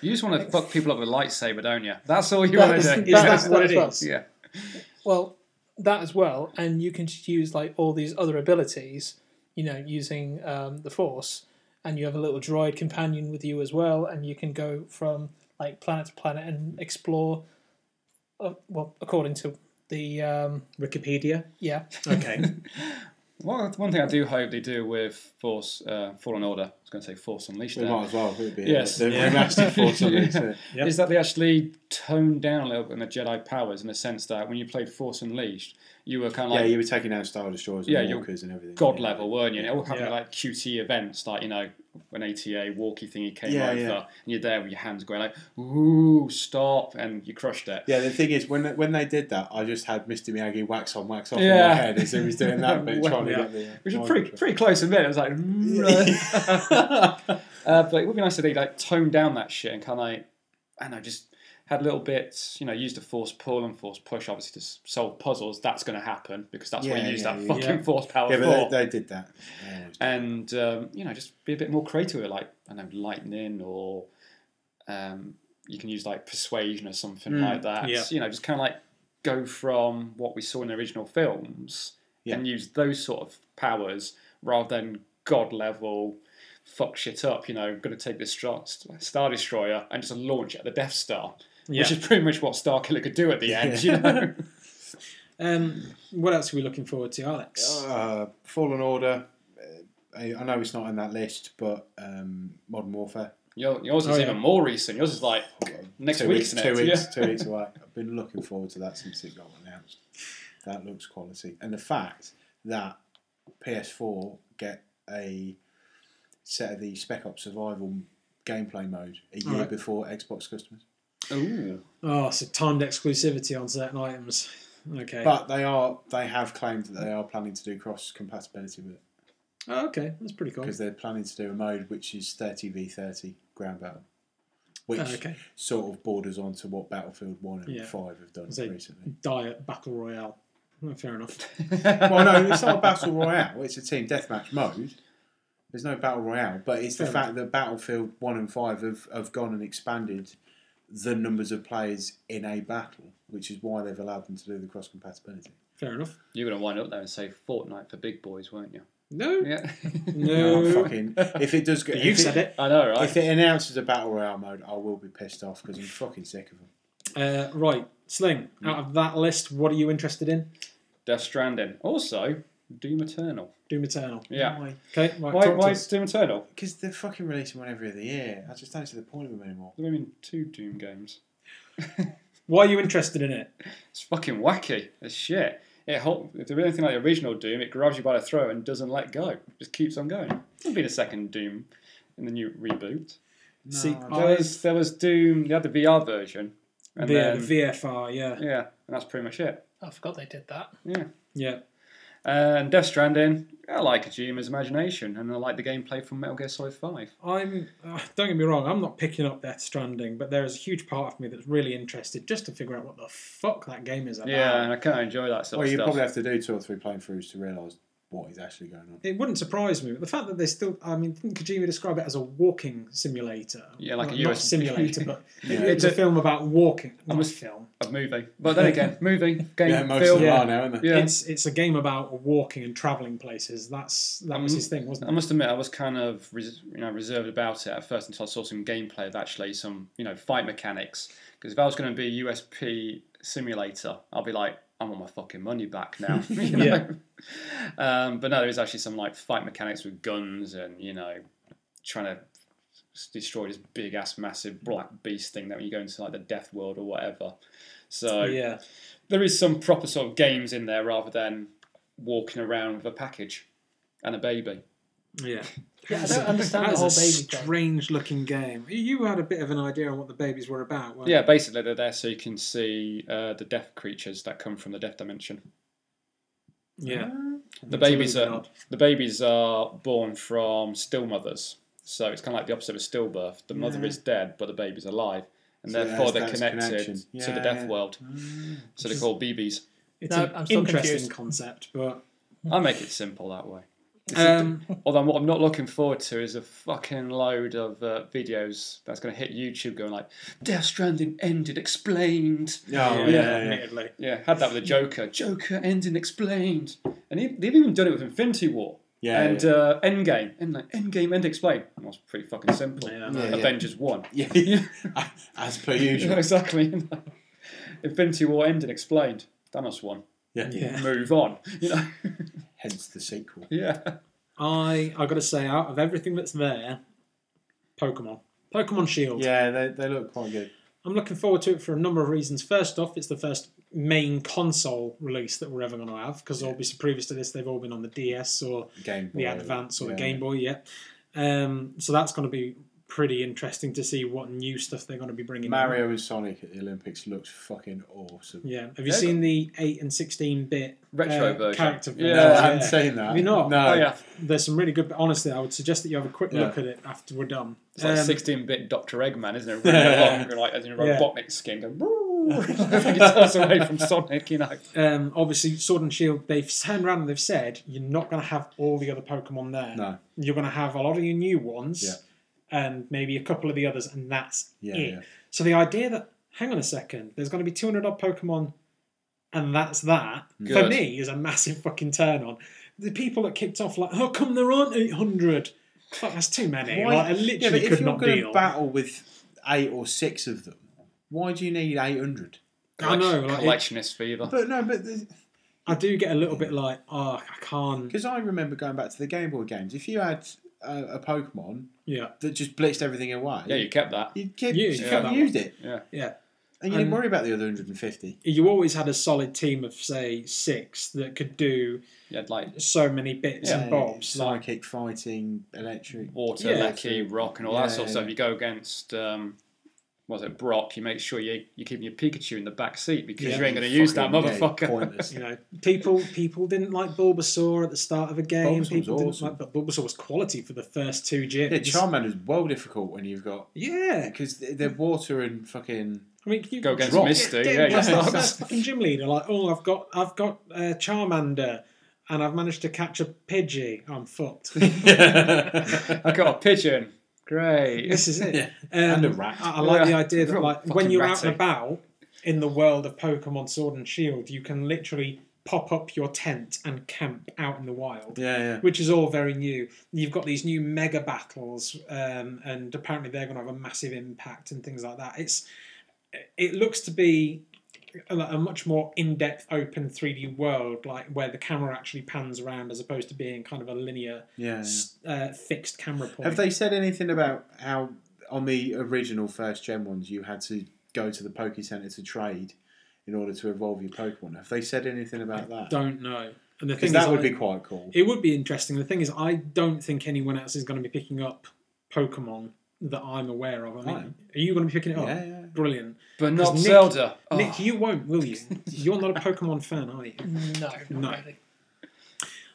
[SPEAKER 2] You just want to fuck people up with a lightsaber, don't you? That's all you
[SPEAKER 4] That
[SPEAKER 2] want
[SPEAKER 4] is-
[SPEAKER 2] to
[SPEAKER 1] Is
[SPEAKER 2] do.
[SPEAKER 4] that
[SPEAKER 1] that
[SPEAKER 4] is-
[SPEAKER 1] what
[SPEAKER 4] that
[SPEAKER 1] it
[SPEAKER 4] is well.
[SPEAKER 1] is?
[SPEAKER 2] Yeah.
[SPEAKER 4] well, that as well, and you can just use like all these other abilities, you know, using um, the Force, and you have a little droid companion with you as well, and you can go from like planet to planet and explore. Uh, well, according to the um,
[SPEAKER 1] Wikipedia.
[SPEAKER 4] yeah,
[SPEAKER 1] Okay.
[SPEAKER 2] Well, one thing I do hope they do with Force uh, Fallen Order, I was going to say Force Unleashed,
[SPEAKER 3] We
[SPEAKER 2] there,
[SPEAKER 3] might as well. It would be
[SPEAKER 2] Yes.
[SPEAKER 3] the
[SPEAKER 1] Yeah.
[SPEAKER 3] remastered Force Unleashed.
[SPEAKER 2] Yeah.
[SPEAKER 3] yeah.
[SPEAKER 1] Yep.
[SPEAKER 2] is that they actually toned down a little bit on the Jedi powers in the sense that when you played Force Unleashed, you were kind of
[SPEAKER 3] Yeah,
[SPEAKER 2] like
[SPEAKER 3] you were taking down Star Destroyers and
[SPEAKER 2] Yeah, you-
[SPEAKER 3] walkers and everything.
[SPEAKER 2] god
[SPEAKER 3] yeah.
[SPEAKER 2] level, weren't you? And it all happened
[SPEAKER 1] Yeah.
[SPEAKER 2] at like QT events, like you know, an ATA walkie thingy came
[SPEAKER 3] Yeah,
[SPEAKER 2] over,
[SPEAKER 3] yeah.
[SPEAKER 2] and you're there with your hands going like, "Ooh, stop!" and you crushed it.
[SPEAKER 3] Yeah, the thing is, when when they did that, I just had Mr. Miyagi wax on, wax off in
[SPEAKER 2] Yeah.
[SPEAKER 3] my head as he was doing that bit,
[SPEAKER 2] Well,
[SPEAKER 3] trying to
[SPEAKER 1] yeah.
[SPEAKER 3] get the. uh,
[SPEAKER 2] Which was
[SPEAKER 3] mind
[SPEAKER 2] pretty
[SPEAKER 3] control.
[SPEAKER 2] pretty close in there. It was like, uh, but it would be nice if they like toned down that shit and kind of like, I don't know, just had little bits. You know, used the force pull and force push, obviously to s- solve puzzles. That's going to happen because that's what
[SPEAKER 3] Yeah,
[SPEAKER 2] you use
[SPEAKER 3] yeah,
[SPEAKER 2] that
[SPEAKER 3] yeah.
[SPEAKER 2] fucking
[SPEAKER 1] Yeah.
[SPEAKER 2] force power
[SPEAKER 3] Yeah,
[SPEAKER 2] for.
[SPEAKER 3] but they, they did that. Yeah, it was-
[SPEAKER 2] and um, you know just be a bit more creative with like I don't know lightning or um, you can use like persuasion or something
[SPEAKER 3] Mm,
[SPEAKER 2] like that.
[SPEAKER 1] yeah.
[SPEAKER 2] You know, just kind of like go from what we saw in the original films
[SPEAKER 3] Yeah.
[SPEAKER 2] and use those sort of powers rather than god level fuck shit up. You know, going to take this star, star destroyer and just launch it at the Death Star.
[SPEAKER 1] Yeah.
[SPEAKER 2] Which is pretty much what Star Killer could do at the end, you know.
[SPEAKER 1] Um, what else are we looking forward to, Alex?
[SPEAKER 3] Uh, Fallen Order. uh, I I know it's not on that list, but um, Modern Warfare.
[SPEAKER 2] Your- Yours is
[SPEAKER 1] Oh, yeah.
[SPEAKER 2] even more recent. Yours is like Next
[SPEAKER 3] two
[SPEAKER 2] week,
[SPEAKER 3] weeks,
[SPEAKER 2] isn't
[SPEAKER 3] two
[SPEAKER 2] it?
[SPEAKER 3] weeks,
[SPEAKER 2] Yeah.
[SPEAKER 3] two weeks away. I've been looking forward to that since it got announced. That looks quality, and the fact that PS4 get a set of the Spec Ops Survival gameplay mode a year
[SPEAKER 1] Alright.
[SPEAKER 3] before Xbox customers,
[SPEAKER 2] ooh,
[SPEAKER 1] Oh, so timed exclusivity on certain items. Okay.
[SPEAKER 3] but they are they have claimed that they are planning to do cross compatibility with it
[SPEAKER 1] oh, okay, that's pretty cool.
[SPEAKER 3] because they're planning to do a mode which is thirty v thirty ground battle, which
[SPEAKER 1] Oh, okay.
[SPEAKER 3] sort of borders on to what Battlefield One and
[SPEAKER 1] Yeah.
[SPEAKER 3] Five have done
[SPEAKER 1] So-
[SPEAKER 3] recently.
[SPEAKER 1] Diet Battle Royale. Oh, fair enough.
[SPEAKER 3] well, no, it's not a battle royale. It's a team deathmatch mode. There's no battle royale, but it's the
[SPEAKER 1] Fair
[SPEAKER 3] fact that Battlefield One and Five have, have gone and expanded the numbers of players in a battle, which is why they've allowed them to do the cross compatibility.
[SPEAKER 1] Fair enough.
[SPEAKER 2] you're gonna wind up there and say Fortnite for big boys, weren't you?
[SPEAKER 1] No.
[SPEAKER 2] Yeah,
[SPEAKER 1] No.
[SPEAKER 3] fucking. If it does, go,
[SPEAKER 1] But You've
[SPEAKER 3] if
[SPEAKER 1] said it.
[SPEAKER 2] I know, right?
[SPEAKER 3] If it announces a battle royale mode, I will be pissed off because I'm fucking sick of them.
[SPEAKER 1] Uh, right, Sling, out of that list, what are you interested in?
[SPEAKER 2] Death Stranding. Also, Doom Eternal.
[SPEAKER 1] Doom Eternal.
[SPEAKER 2] Yeah.
[SPEAKER 1] Okay, right,
[SPEAKER 2] Why,
[SPEAKER 1] talk to
[SPEAKER 2] why
[SPEAKER 1] us.
[SPEAKER 2] is Doom Eternal?
[SPEAKER 3] Because they're fucking releasing one every other year. I just don't see the point of them anymore.
[SPEAKER 2] There have been two Doom games.
[SPEAKER 1] why are you interested in it?
[SPEAKER 2] It's fucking wacky as shit. It hol- if there was anything like the original Doom, it grabs you by the throat and doesn't let go. Just keeps on going. There'll be the second Doom in the new reboot.
[SPEAKER 3] No,
[SPEAKER 1] See,
[SPEAKER 3] I-
[SPEAKER 2] There was there was Doom. They had the VR version. And
[SPEAKER 1] the,
[SPEAKER 2] then,
[SPEAKER 1] the VFR, yeah.
[SPEAKER 2] yeah, and that's pretty much it.
[SPEAKER 4] I forgot they did that.
[SPEAKER 1] Yeah.
[SPEAKER 2] Uh, And Death Stranding. I like Kojima's imagination, and I like the gameplay from Metal Gear Solid Five.
[SPEAKER 1] I'm, uh, don't get me wrong, I'm not picking up Death Stranding, but there is a huge part of me that's really interested just to figure out what the fuck that game is about.
[SPEAKER 2] Yeah, and I kind of enjoy that sort
[SPEAKER 3] well,
[SPEAKER 2] of
[SPEAKER 3] you
[SPEAKER 2] stuff.
[SPEAKER 3] probably have to do two or three playing throughs to realise what is actually going on.
[SPEAKER 1] It wouldn't surprise me, but the fact that they still, I mean, didn't Kojima describe it as a walking simulator?
[SPEAKER 2] Yeah, like a
[SPEAKER 1] Not
[SPEAKER 2] USB.
[SPEAKER 1] simulator, but
[SPEAKER 3] Yeah.
[SPEAKER 1] it's a film about walking. Not
[SPEAKER 2] was-
[SPEAKER 1] a film.
[SPEAKER 2] a movie, but then again, movie game
[SPEAKER 3] Yeah, most
[SPEAKER 2] film.
[SPEAKER 3] of them
[SPEAKER 1] Yeah.
[SPEAKER 3] are now, aren't they?
[SPEAKER 2] Yeah.
[SPEAKER 1] It's it's a game about walking and traveling places. That's that was
[SPEAKER 2] Um,
[SPEAKER 1] his thing, wasn't it?
[SPEAKER 2] I must admit, I was kind of res- you know reserved about it at first until I saw some gameplay of actually some you know fight mechanics. Because if I was going to be a USP simulator, I'll be like, I want my fucking money back now. you know?
[SPEAKER 1] Yeah.
[SPEAKER 2] Um, but no, there is actually some like fight mechanics with guns and you know trying to s- destroy this big ass massive black beast thing that when you go into like the death world or whatever. So
[SPEAKER 1] yeah,
[SPEAKER 2] there is some proper sort of games in there rather than walking around with a package and a baby.
[SPEAKER 1] yeah.
[SPEAKER 4] Yeah, I
[SPEAKER 1] That's
[SPEAKER 4] don't
[SPEAKER 1] a-
[SPEAKER 4] understand the
[SPEAKER 1] that's
[SPEAKER 4] whole
[SPEAKER 1] a
[SPEAKER 4] baby thing.
[SPEAKER 1] strange looking game. You had a bit of an idea on what the babies were about. weren't
[SPEAKER 2] Yeah, basically they're there so you can see uh, the death creatures that come from the death dimension.
[SPEAKER 1] you? yeah.
[SPEAKER 2] The
[SPEAKER 1] It's a
[SPEAKER 2] babies
[SPEAKER 1] little
[SPEAKER 2] are
[SPEAKER 1] bit
[SPEAKER 2] the babies are born from still mothers, so it's kind of like the opposite of stillbirth. The mother
[SPEAKER 3] Yeah.
[SPEAKER 2] is dead, but the baby's alive, and
[SPEAKER 3] So
[SPEAKER 2] therefore
[SPEAKER 3] that's-
[SPEAKER 2] they're
[SPEAKER 3] that's
[SPEAKER 2] connected
[SPEAKER 3] connection.
[SPEAKER 2] to the
[SPEAKER 3] Yeah,
[SPEAKER 2] death
[SPEAKER 3] yeah. Mm.
[SPEAKER 2] world. So they're called BBs.
[SPEAKER 1] It's
[SPEAKER 4] No,
[SPEAKER 1] an
[SPEAKER 4] I'm still
[SPEAKER 1] interesting
[SPEAKER 4] confused.
[SPEAKER 1] concept, but
[SPEAKER 2] I make it simple that way.
[SPEAKER 1] um,
[SPEAKER 2] Although what I'm not looking forward to is a fucking load of uh, videos that's going to hit YouTube going like, Death Stranding ended, explained.
[SPEAKER 3] Oh, yeah, yeah, yeah.
[SPEAKER 1] admittedly.
[SPEAKER 2] Yeah, had that with the Joker. Joker ending explained. And he- they've even done it with Infinity War.
[SPEAKER 3] Yeah,
[SPEAKER 2] and
[SPEAKER 3] yeah.
[SPEAKER 2] Uh, Endgame. And like, Endgame end explained. Well, it's pretty fucking simple.
[SPEAKER 1] Yeah.
[SPEAKER 3] Yeah, yeah.
[SPEAKER 2] Avengers 1.
[SPEAKER 3] Yeah. As per usual.
[SPEAKER 2] exactly. Infinity War ending explained. Thanos won.
[SPEAKER 3] Yeah.
[SPEAKER 1] Yeah.
[SPEAKER 2] Move on. You know?
[SPEAKER 3] Hence the sequel.
[SPEAKER 2] yeah.
[SPEAKER 1] I I gotta say, out of everything that's there, Pokemon, Pokemon Shield.
[SPEAKER 3] Yeah, they, they look quite good.
[SPEAKER 1] I'm looking forward to it for a number of reasons. First off, it's the first main console release that we're ever going to have because obviously previous to this they've all been on the DS or
[SPEAKER 3] Game Boy.
[SPEAKER 1] the Advance or
[SPEAKER 3] yeah.
[SPEAKER 1] the Game Boy. Yeah, um, so that's going to be pretty interesting to see what new stuff they're going to be bringing. in.
[SPEAKER 3] Mario and Sonic at the Olympics looks fucking awesome.
[SPEAKER 1] Yeah, have you
[SPEAKER 2] Yeah,
[SPEAKER 1] seen the eight and sixteen bit uh,
[SPEAKER 2] Retro version.
[SPEAKER 1] character?
[SPEAKER 2] Yeah.
[SPEAKER 3] No, I
[SPEAKER 2] Yeah.
[SPEAKER 3] haven't seen that.
[SPEAKER 1] Have you not?
[SPEAKER 3] No.
[SPEAKER 2] Oh, yeah.
[SPEAKER 1] There's some really good. Honestly, I would suggest that you have a quick
[SPEAKER 3] Yeah.
[SPEAKER 1] look at it after we're done.
[SPEAKER 2] It's like
[SPEAKER 1] Um,
[SPEAKER 2] 16-bit Dr. Eggman, isn't it? Running along, and, like, as in a
[SPEAKER 1] Yeah.
[SPEAKER 2] robotic skin, going, "Woo!" He turns away from Sonic, you know.
[SPEAKER 1] um, obviously, Sword and Shield, they've turned around and they've said you're not going to have all the other Pokemon there.
[SPEAKER 3] No.
[SPEAKER 1] You're going to have a lot of your new ones and maybe a couple of the others, and that's
[SPEAKER 3] Yeah,
[SPEAKER 1] it.
[SPEAKER 3] yeah.
[SPEAKER 1] So the idea that, hang on a second, there's going to be 200 odd Pokemon and that's that, for
[SPEAKER 2] Good.
[SPEAKER 1] me, is a massive fucking turn on. The people that kicked off, like, how come there aren't 800? Fuck, that's too many.
[SPEAKER 3] Why-
[SPEAKER 1] Like, I
[SPEAKER 3] Yeah, but
[SPEAKER 1] literally
[SPEAKER 3] if
[SPEAKER 1] could
[SPEAKER 3] you're
[SPEAKER 1] not
[SPEAKER 3] going to
[SPEAKER 1] deal.
[SPEAKER 3] battle with eight or six of them, why do you need 800?
[SPEAKER 1] I know, like, it-
[SPEAKER 2] Collectionist fever.
[SPEAKER 3] But no, but the,
[SPEAKER 1] I do get a little bit like, oh, I can't.
[SPEAKER 3] Because I remember going back to the Game Boy games. If you had a, a Pokemon
[SPEAKER 1] Yeah,
[SPEAKER 3] that just blitzed everything away,
[SPEAKER 2] Yeah, you kept that.
[SPEAKER 3] you'd keep,
[SPEAKER 1] Yeah,
[SPEAKER 3] you
[SPEAKER 1] yeah,
[SPEAKER 3] fucking
[SPEAKER 1] that
[SPEAKER 3] used it,
[SPEAKER 2] Yeah.
[SPEAKER 1] yeah.
[SPEAKER 3] and you didn't
[SPEAKER 1] And-
[SPEAKER 3] worry about the other 150.
[SPEAKER 1] You always had a solid team of say six that could do
[SPEAKER 2] You had like
[SPEAKER 1] so many bits
[SPEAKER 3] Yeah,
[SPEAKER 1] and bobs. Like,
[SPEAKER 3] psychic fighting, electric.
[SPEAKER 2] water,
[SPEAKER 1] Yeah.
[SPEAKER 2] lecky, rock, and all that
[SPEAKER 3] Yeah,
[SPEAKER 2] sort of
[SPEAKER 3] yeah.
[SPEAKER 2] stuff. You go against, um, what was it Brock? You make sure you you're keeping your Pikachu in the back seat because
[SPEAKER 1] Yeah.
[SPEAKER 2] you ain't going to use that
[SPEAKER 3] Fucking, yeah,
[SPEAKER 2] motherfucker.
[SPEAKER 3] pointless.
[SPEAKER 1] you know, people people didn't like Bulbasaur at the start of a game.
[SPEAKER 3] Bulbasaur was
[SPEAKER 1] people didn't
[SPEAKER 3] awesome.
[SPEAKER 1] like, but Bulbasaur was quality for the first two
[SPEAKER 3] Yeah,
[SPEAKER 1] gyms.
[SPEAKER 3] Charmander is well difficult when you've got
[SPEAKER 1] Yeah.
[SPEAKER 3] because they're water and fucking.
[SPEAKER 1] I mean, you
[SPEAKER 2] Go against
[SPEAKER 3] Drop.
[SPEAKER 2] Misty.
[SPEAKER 1] Get-
[SPEAKER 2] Yeah,
[SPEAKER 1] get
[SPEAKER 2] yeah,
[SPEAKER 1] That's,
[SPEAKER 3] yeah.
[SPEAKER 1] that's fucking gym leader. Like, oh, I've got, I've got uh, Charmander, and I've managed to catch a Pidgey. I'm fucked.
[SPEAKER 2] I got a pigeon. Great.
[SPEAKER 1] this is it.
[SPEAKER 3] Yeah.
[SPEAKER 1] Um,
[SPEAKER 3] And a rat.
[SPEAKER 1] I, I like the
[SPEAKER 2] Yeah.
[SPEAKER 1] idea that,
[SPEAKER 2] Real
[SPEAKER 1] like, when
[SPEAKER 2] fucking
[SPEAKER 1] you're out
[SPEAKER 2] ratty.
[SPEAKER 1] and about in the world of Pokemon Sword and Shield, you can literally pop up your tent and camp out in the wild.
[SPEAKER 3] Yeah, yeah.
[SPEAKER 1] Which is all very new. You've got these new mega battles, um, and apparently they're going to have a massive impact and things like that. It's it looks to be a, a much more in-depth open 3D world, like where the camera actually pans around as opposed to being kind of a linear
[SPEAKER 3] yeah, yeah.
[SPEAKER 1] s- uh, fixed camera point.
[SPEAKER 3] Have they said anything about how on the original first gen ones you had to go to the Poke Center to trade in order to evolve your Pokemon? Have they said anything about that?
[SPEAKER 1] Don't know. And the thing
[SPEAKER 3] Because
[SPEAKER 1] is,
[SPEAKER 3] that would
[SPEAKER 1] I-
[SPEAKER 3] be quite cool.
[SPEAKER 1] it would be interesting. The thing is, I don't think anyone else is going to be picking up Pokemon that I'm aware of. I mean,
[SPEAKER 3] Fine.
[SPEAKER 1] are you going to be picking it up?
[SPEAKER 3] Yeah, yeah.
[SPEAKER 1] Brilliant.
[SPEAKER 2] But not
[SPEAKER 1] Nick-
[SPEAKER 2] Zelda. Oh,
[SPEAKER 1] Nick, you won't, will you? You're not a Pokemon fan, are you?
[SPEAKER 4] No,
[SPEAKER 1] No.
[SPEAKER 4] not really.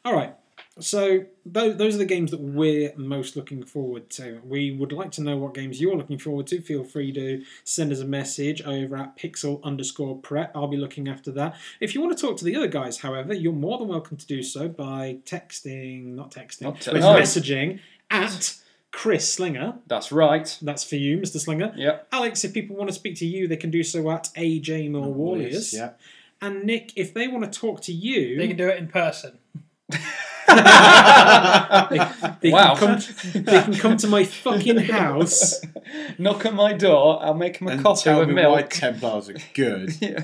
[SPEAKER 1] All right. So tho- those are the games that we're most looking forward to. We would like to know what games you're looking forward to. Feel free to send us a message over at pixel underscore prep. I'll be looking after that. If you want to talk to the other guys, however, you're more than welcome to do so by texting, not texting,
[SPEAKER 2] Not te-
[SPEAKER 1] but
[SPEAKER 2] no.
[SPEAKER 1] messaging at Chris Slinger.
[SPEAKER 2] that's right.
[SPEAKER 1] That's for you, Mr. Slinger.
[SPEAKER 2] Yep.
[SPEAKER 1] Alex, if people want to speak to you, they can do so at AJ Mill Warriors.
[SPEAKER 3] Yeah.
[SPEAKER 1] And Nick, if they want to talk to you,
[SPEAKER 4] They can do it in person.
[SPEAKER 1] They Can
[SPEAKER 2] Wow.
[SPEAKER 1] come, they can come to my fucking house.
[SPEAKER 2] Knock on my door. I'll make him a
[SPEAKER 3] And
[SPEAKER 2] coffee
[SPEAKER 3] tell
[SPEAKER 2] with
[SPEAKER 3] me why
[SPEAKER 2] milk.
[SPEAKER 3] Templars are good.
[SPEAKER 2] Yeah.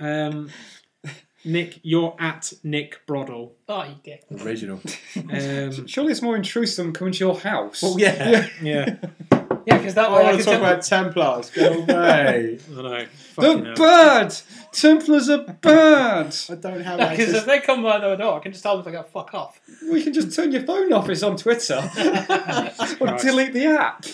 [SPEAKER 1] Um, Nick, you're at Nick Broddle.
[SPEAKER 4] Oh, you dick.
[SPEAKER 3] Original.
[SPEAKER 1] Um,
[SPEAKER 2] Surely it's more intrusive than coming to your house.
[SPEAKER 3] Well, yeah.
[SPEAKER 1] yeah,
[SPEAKER 4] Yeah, because that
[SPEAKER 3] I
[SPEAKER 4] way I
[SPEAKER 3] want
[SPEAKER 4] can
[SPEAKER 3] to talk
[SPEAKER 4] tell.
[SPEAKER 3] about Templars. Go away.
[SPEAKER 1] I know. Fucking hell.
[SPEAKER 2] They're bad. Templars are bad.
[SPEAKER 3] I don't have
[SPEAKER 4] Because if
[SPEAKER 3] access.
[SPEAKER 4] they come by the door, I can just tell them to go fuck off.
[SPEAKER 2] We can just turn your phone off. It's on Twitter. or
[SPEAKER 1] Christ.
[SPEAKER 2] delete the app.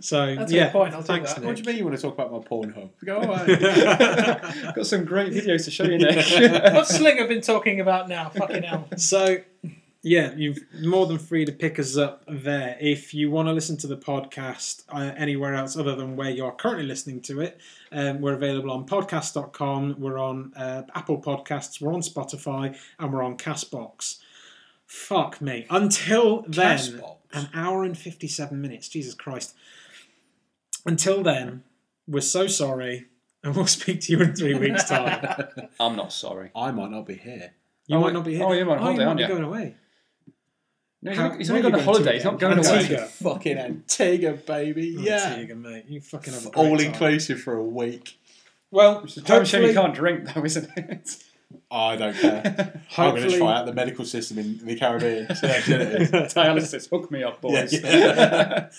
[SPEAKER 1] So
[SPEAKER 4] That's a
[SPEAKER 1] yeah,
[SPEAKER 4] good point, I'll do
[SPEAKER 1] thanks,
[SPEAKER 4] that.
[SPEAKER 3] What do
[SPEAKER 1] Nick.
[SPEAKER 3] you mean you want to talk about my Pornhub? Go away.
[SPEAKER 2] Got some great videos to show you, Nick.
[SPEAKER 4] What's Slinger been talking about now? Fucking hell.
[SPEAKER 1] So, yeah, you're more than free to pick us up there. If you want to listen to the podcast uh, anywhere else other than where you're currently listening to it, um, we're available on podcast.com, we're on uh, Apple Podcasts, we're on Spotify, and we're on Castbox. Fuck me. Until then,
[SPEAKER 3] Castbox.
[SPEAKER 1] an hour and 57 minutes. Jesus Christ. Until then, we're so sorry, and we'll speak to you in three weeks' time.
[SPEAKER 2] I'm not sorry.
[SPEAKER 3] I might not be here.
[SPEAKER 1] You
[SPEAKER 2] Oh,
[SPEAKER 1] might not be here.
[SPEAKER 2] oh, you're on holiday,
[SPEAKER 1] might
[SPEAKER 2] aren't
[SPEAKER 1] be
[SPEAKER 2] you?
[SPEAKER 1] going away.
[SPEAKER 2] No, he's,
[SPEAKER 1] How-
[SPEAKER 2] not, he's
[SPEAKER 1] where
[SPEAKER 2] only
[SPEAKER 1] are
[SPEAKER 2] going on
[SPEAKER 1] you going to
[SPEAKER 2] holiday. He's not
[SPEAKER 1] again?
[SPEAKER 2] going away.
[SPEAKER 1] Antigua.
[SPEAKER 3] Fucking Antigua, baby. Yeah.
[SPEAKER 1] Antigua, mate. You fucking have a great
[SPEAKER 3] All
[SPEAKER 1] time.
[SPEAKER 3] inclusive for a week.
[SPEAKER 1] Well,
[SPEAKER 2] It's a damn shame you
[SPEAKER 1] hopefully-
[SPEAKER 2] can't drink, though, isn't it?
[SPEAKER 3] I don't care. I'm going to
[SPEAKER 1] Hopefully-
[SPEAKER 3] try out the medical system in the Caribbean. See how good it is.
[SPEAKER 2] Dialysis, hook me up, boys.
[SPEAKER 3] Yeah,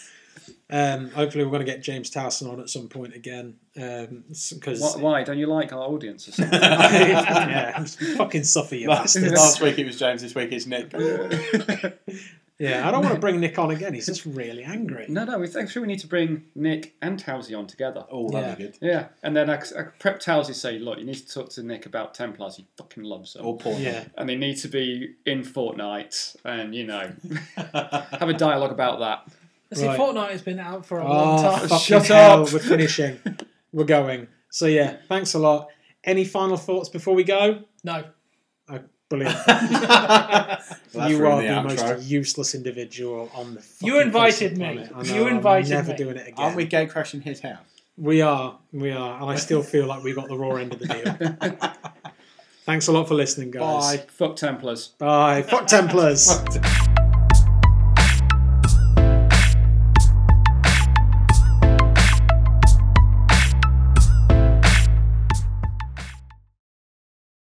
[SPEAKER 1] Um, hopefully, we're going to get James Towson on at some point again um, because
[SPEAKER 2] Why, why? Don't you like our audience or something?
[SPEAKER 1] yeah, fucking suffer you
[SPEAKER 3] last,
[SPEAKER 1] bastards.
[SPEAKER 3] last week it was James, this week it's Nick.
[SPEAKER 1] Yeah, I don't want to bring Nick on again. He's just really angry.
[SPEAKER 2] no, no, we think sure we need to bring Nick and Towsy on together.
[SPEAKER 3] Oh,
[SPEAKER 1] that'd
[SPEAKER 3] that'd
[SPEAKER 1] be
[SPEAKER 3] be good.
[SPEAKER 2] Yeah, and then I, I prep Towsy say, look, you need to talk to Nick about Templars. He fucking loves them.
[SPEAKER 3] Or porn.
[SPEAKER 1] Yeah,
[SPEAKER 2] and they need to be in Fortnite and, you know, have a dialogue about that.
[SPEAKER 4] See,
[SPEAKER 1] Right.
[SPEAKER 4] Fortnite has been out for a long
[SPEAKER 1] oh,
[SPEAKER 4] time.
[SPEAKER 1] fucking
[SPEAKER 2] Shut
[SPEAKER 1] hell,
[SPEAKER 2] up.
[SPEAKER 1] We're finishing. we're going. So yeah, thanks a lot. Any final thoughts before we go?
[SPEAKER 4] No.
[SPEAKER 1] Oh, brilliant.
[SPEAKER 3] Well,
[SPEAKER 1] you
[SPEAKER 3] that's
[SPEAKER 1] are
[SPEAKER 3] really
[SPEAKER 1] the,
[SPEAKER 3] the outro.
[SPEAKER 1] most useless individual on the.
[SPEAKER 4] You
[SPEAKER 1] fucking
[SPEAKER 4] invited
[SPEAKER 1] face of the
[SPEAKER 4] me.
[SPEAKER 1] planet. I
[SPEAKER 4] You
[SPEAKER 1] know, I'm
[SPEAKER 4] invited
[SPEAKER 1] Never
[SPEAKER 4] me.
[SPEAKER 1] doing it again.
[SPEAKER 3] Aren't we gate crashing his house?
[SPEAKER 1] We are, we are, and I still feel like we got the raw end of the deal. Thanks a lot for listening, guys.
[SPEAKER 2] Fuck Templars.
[SPEAKER 1] Bye. Fuck Templars.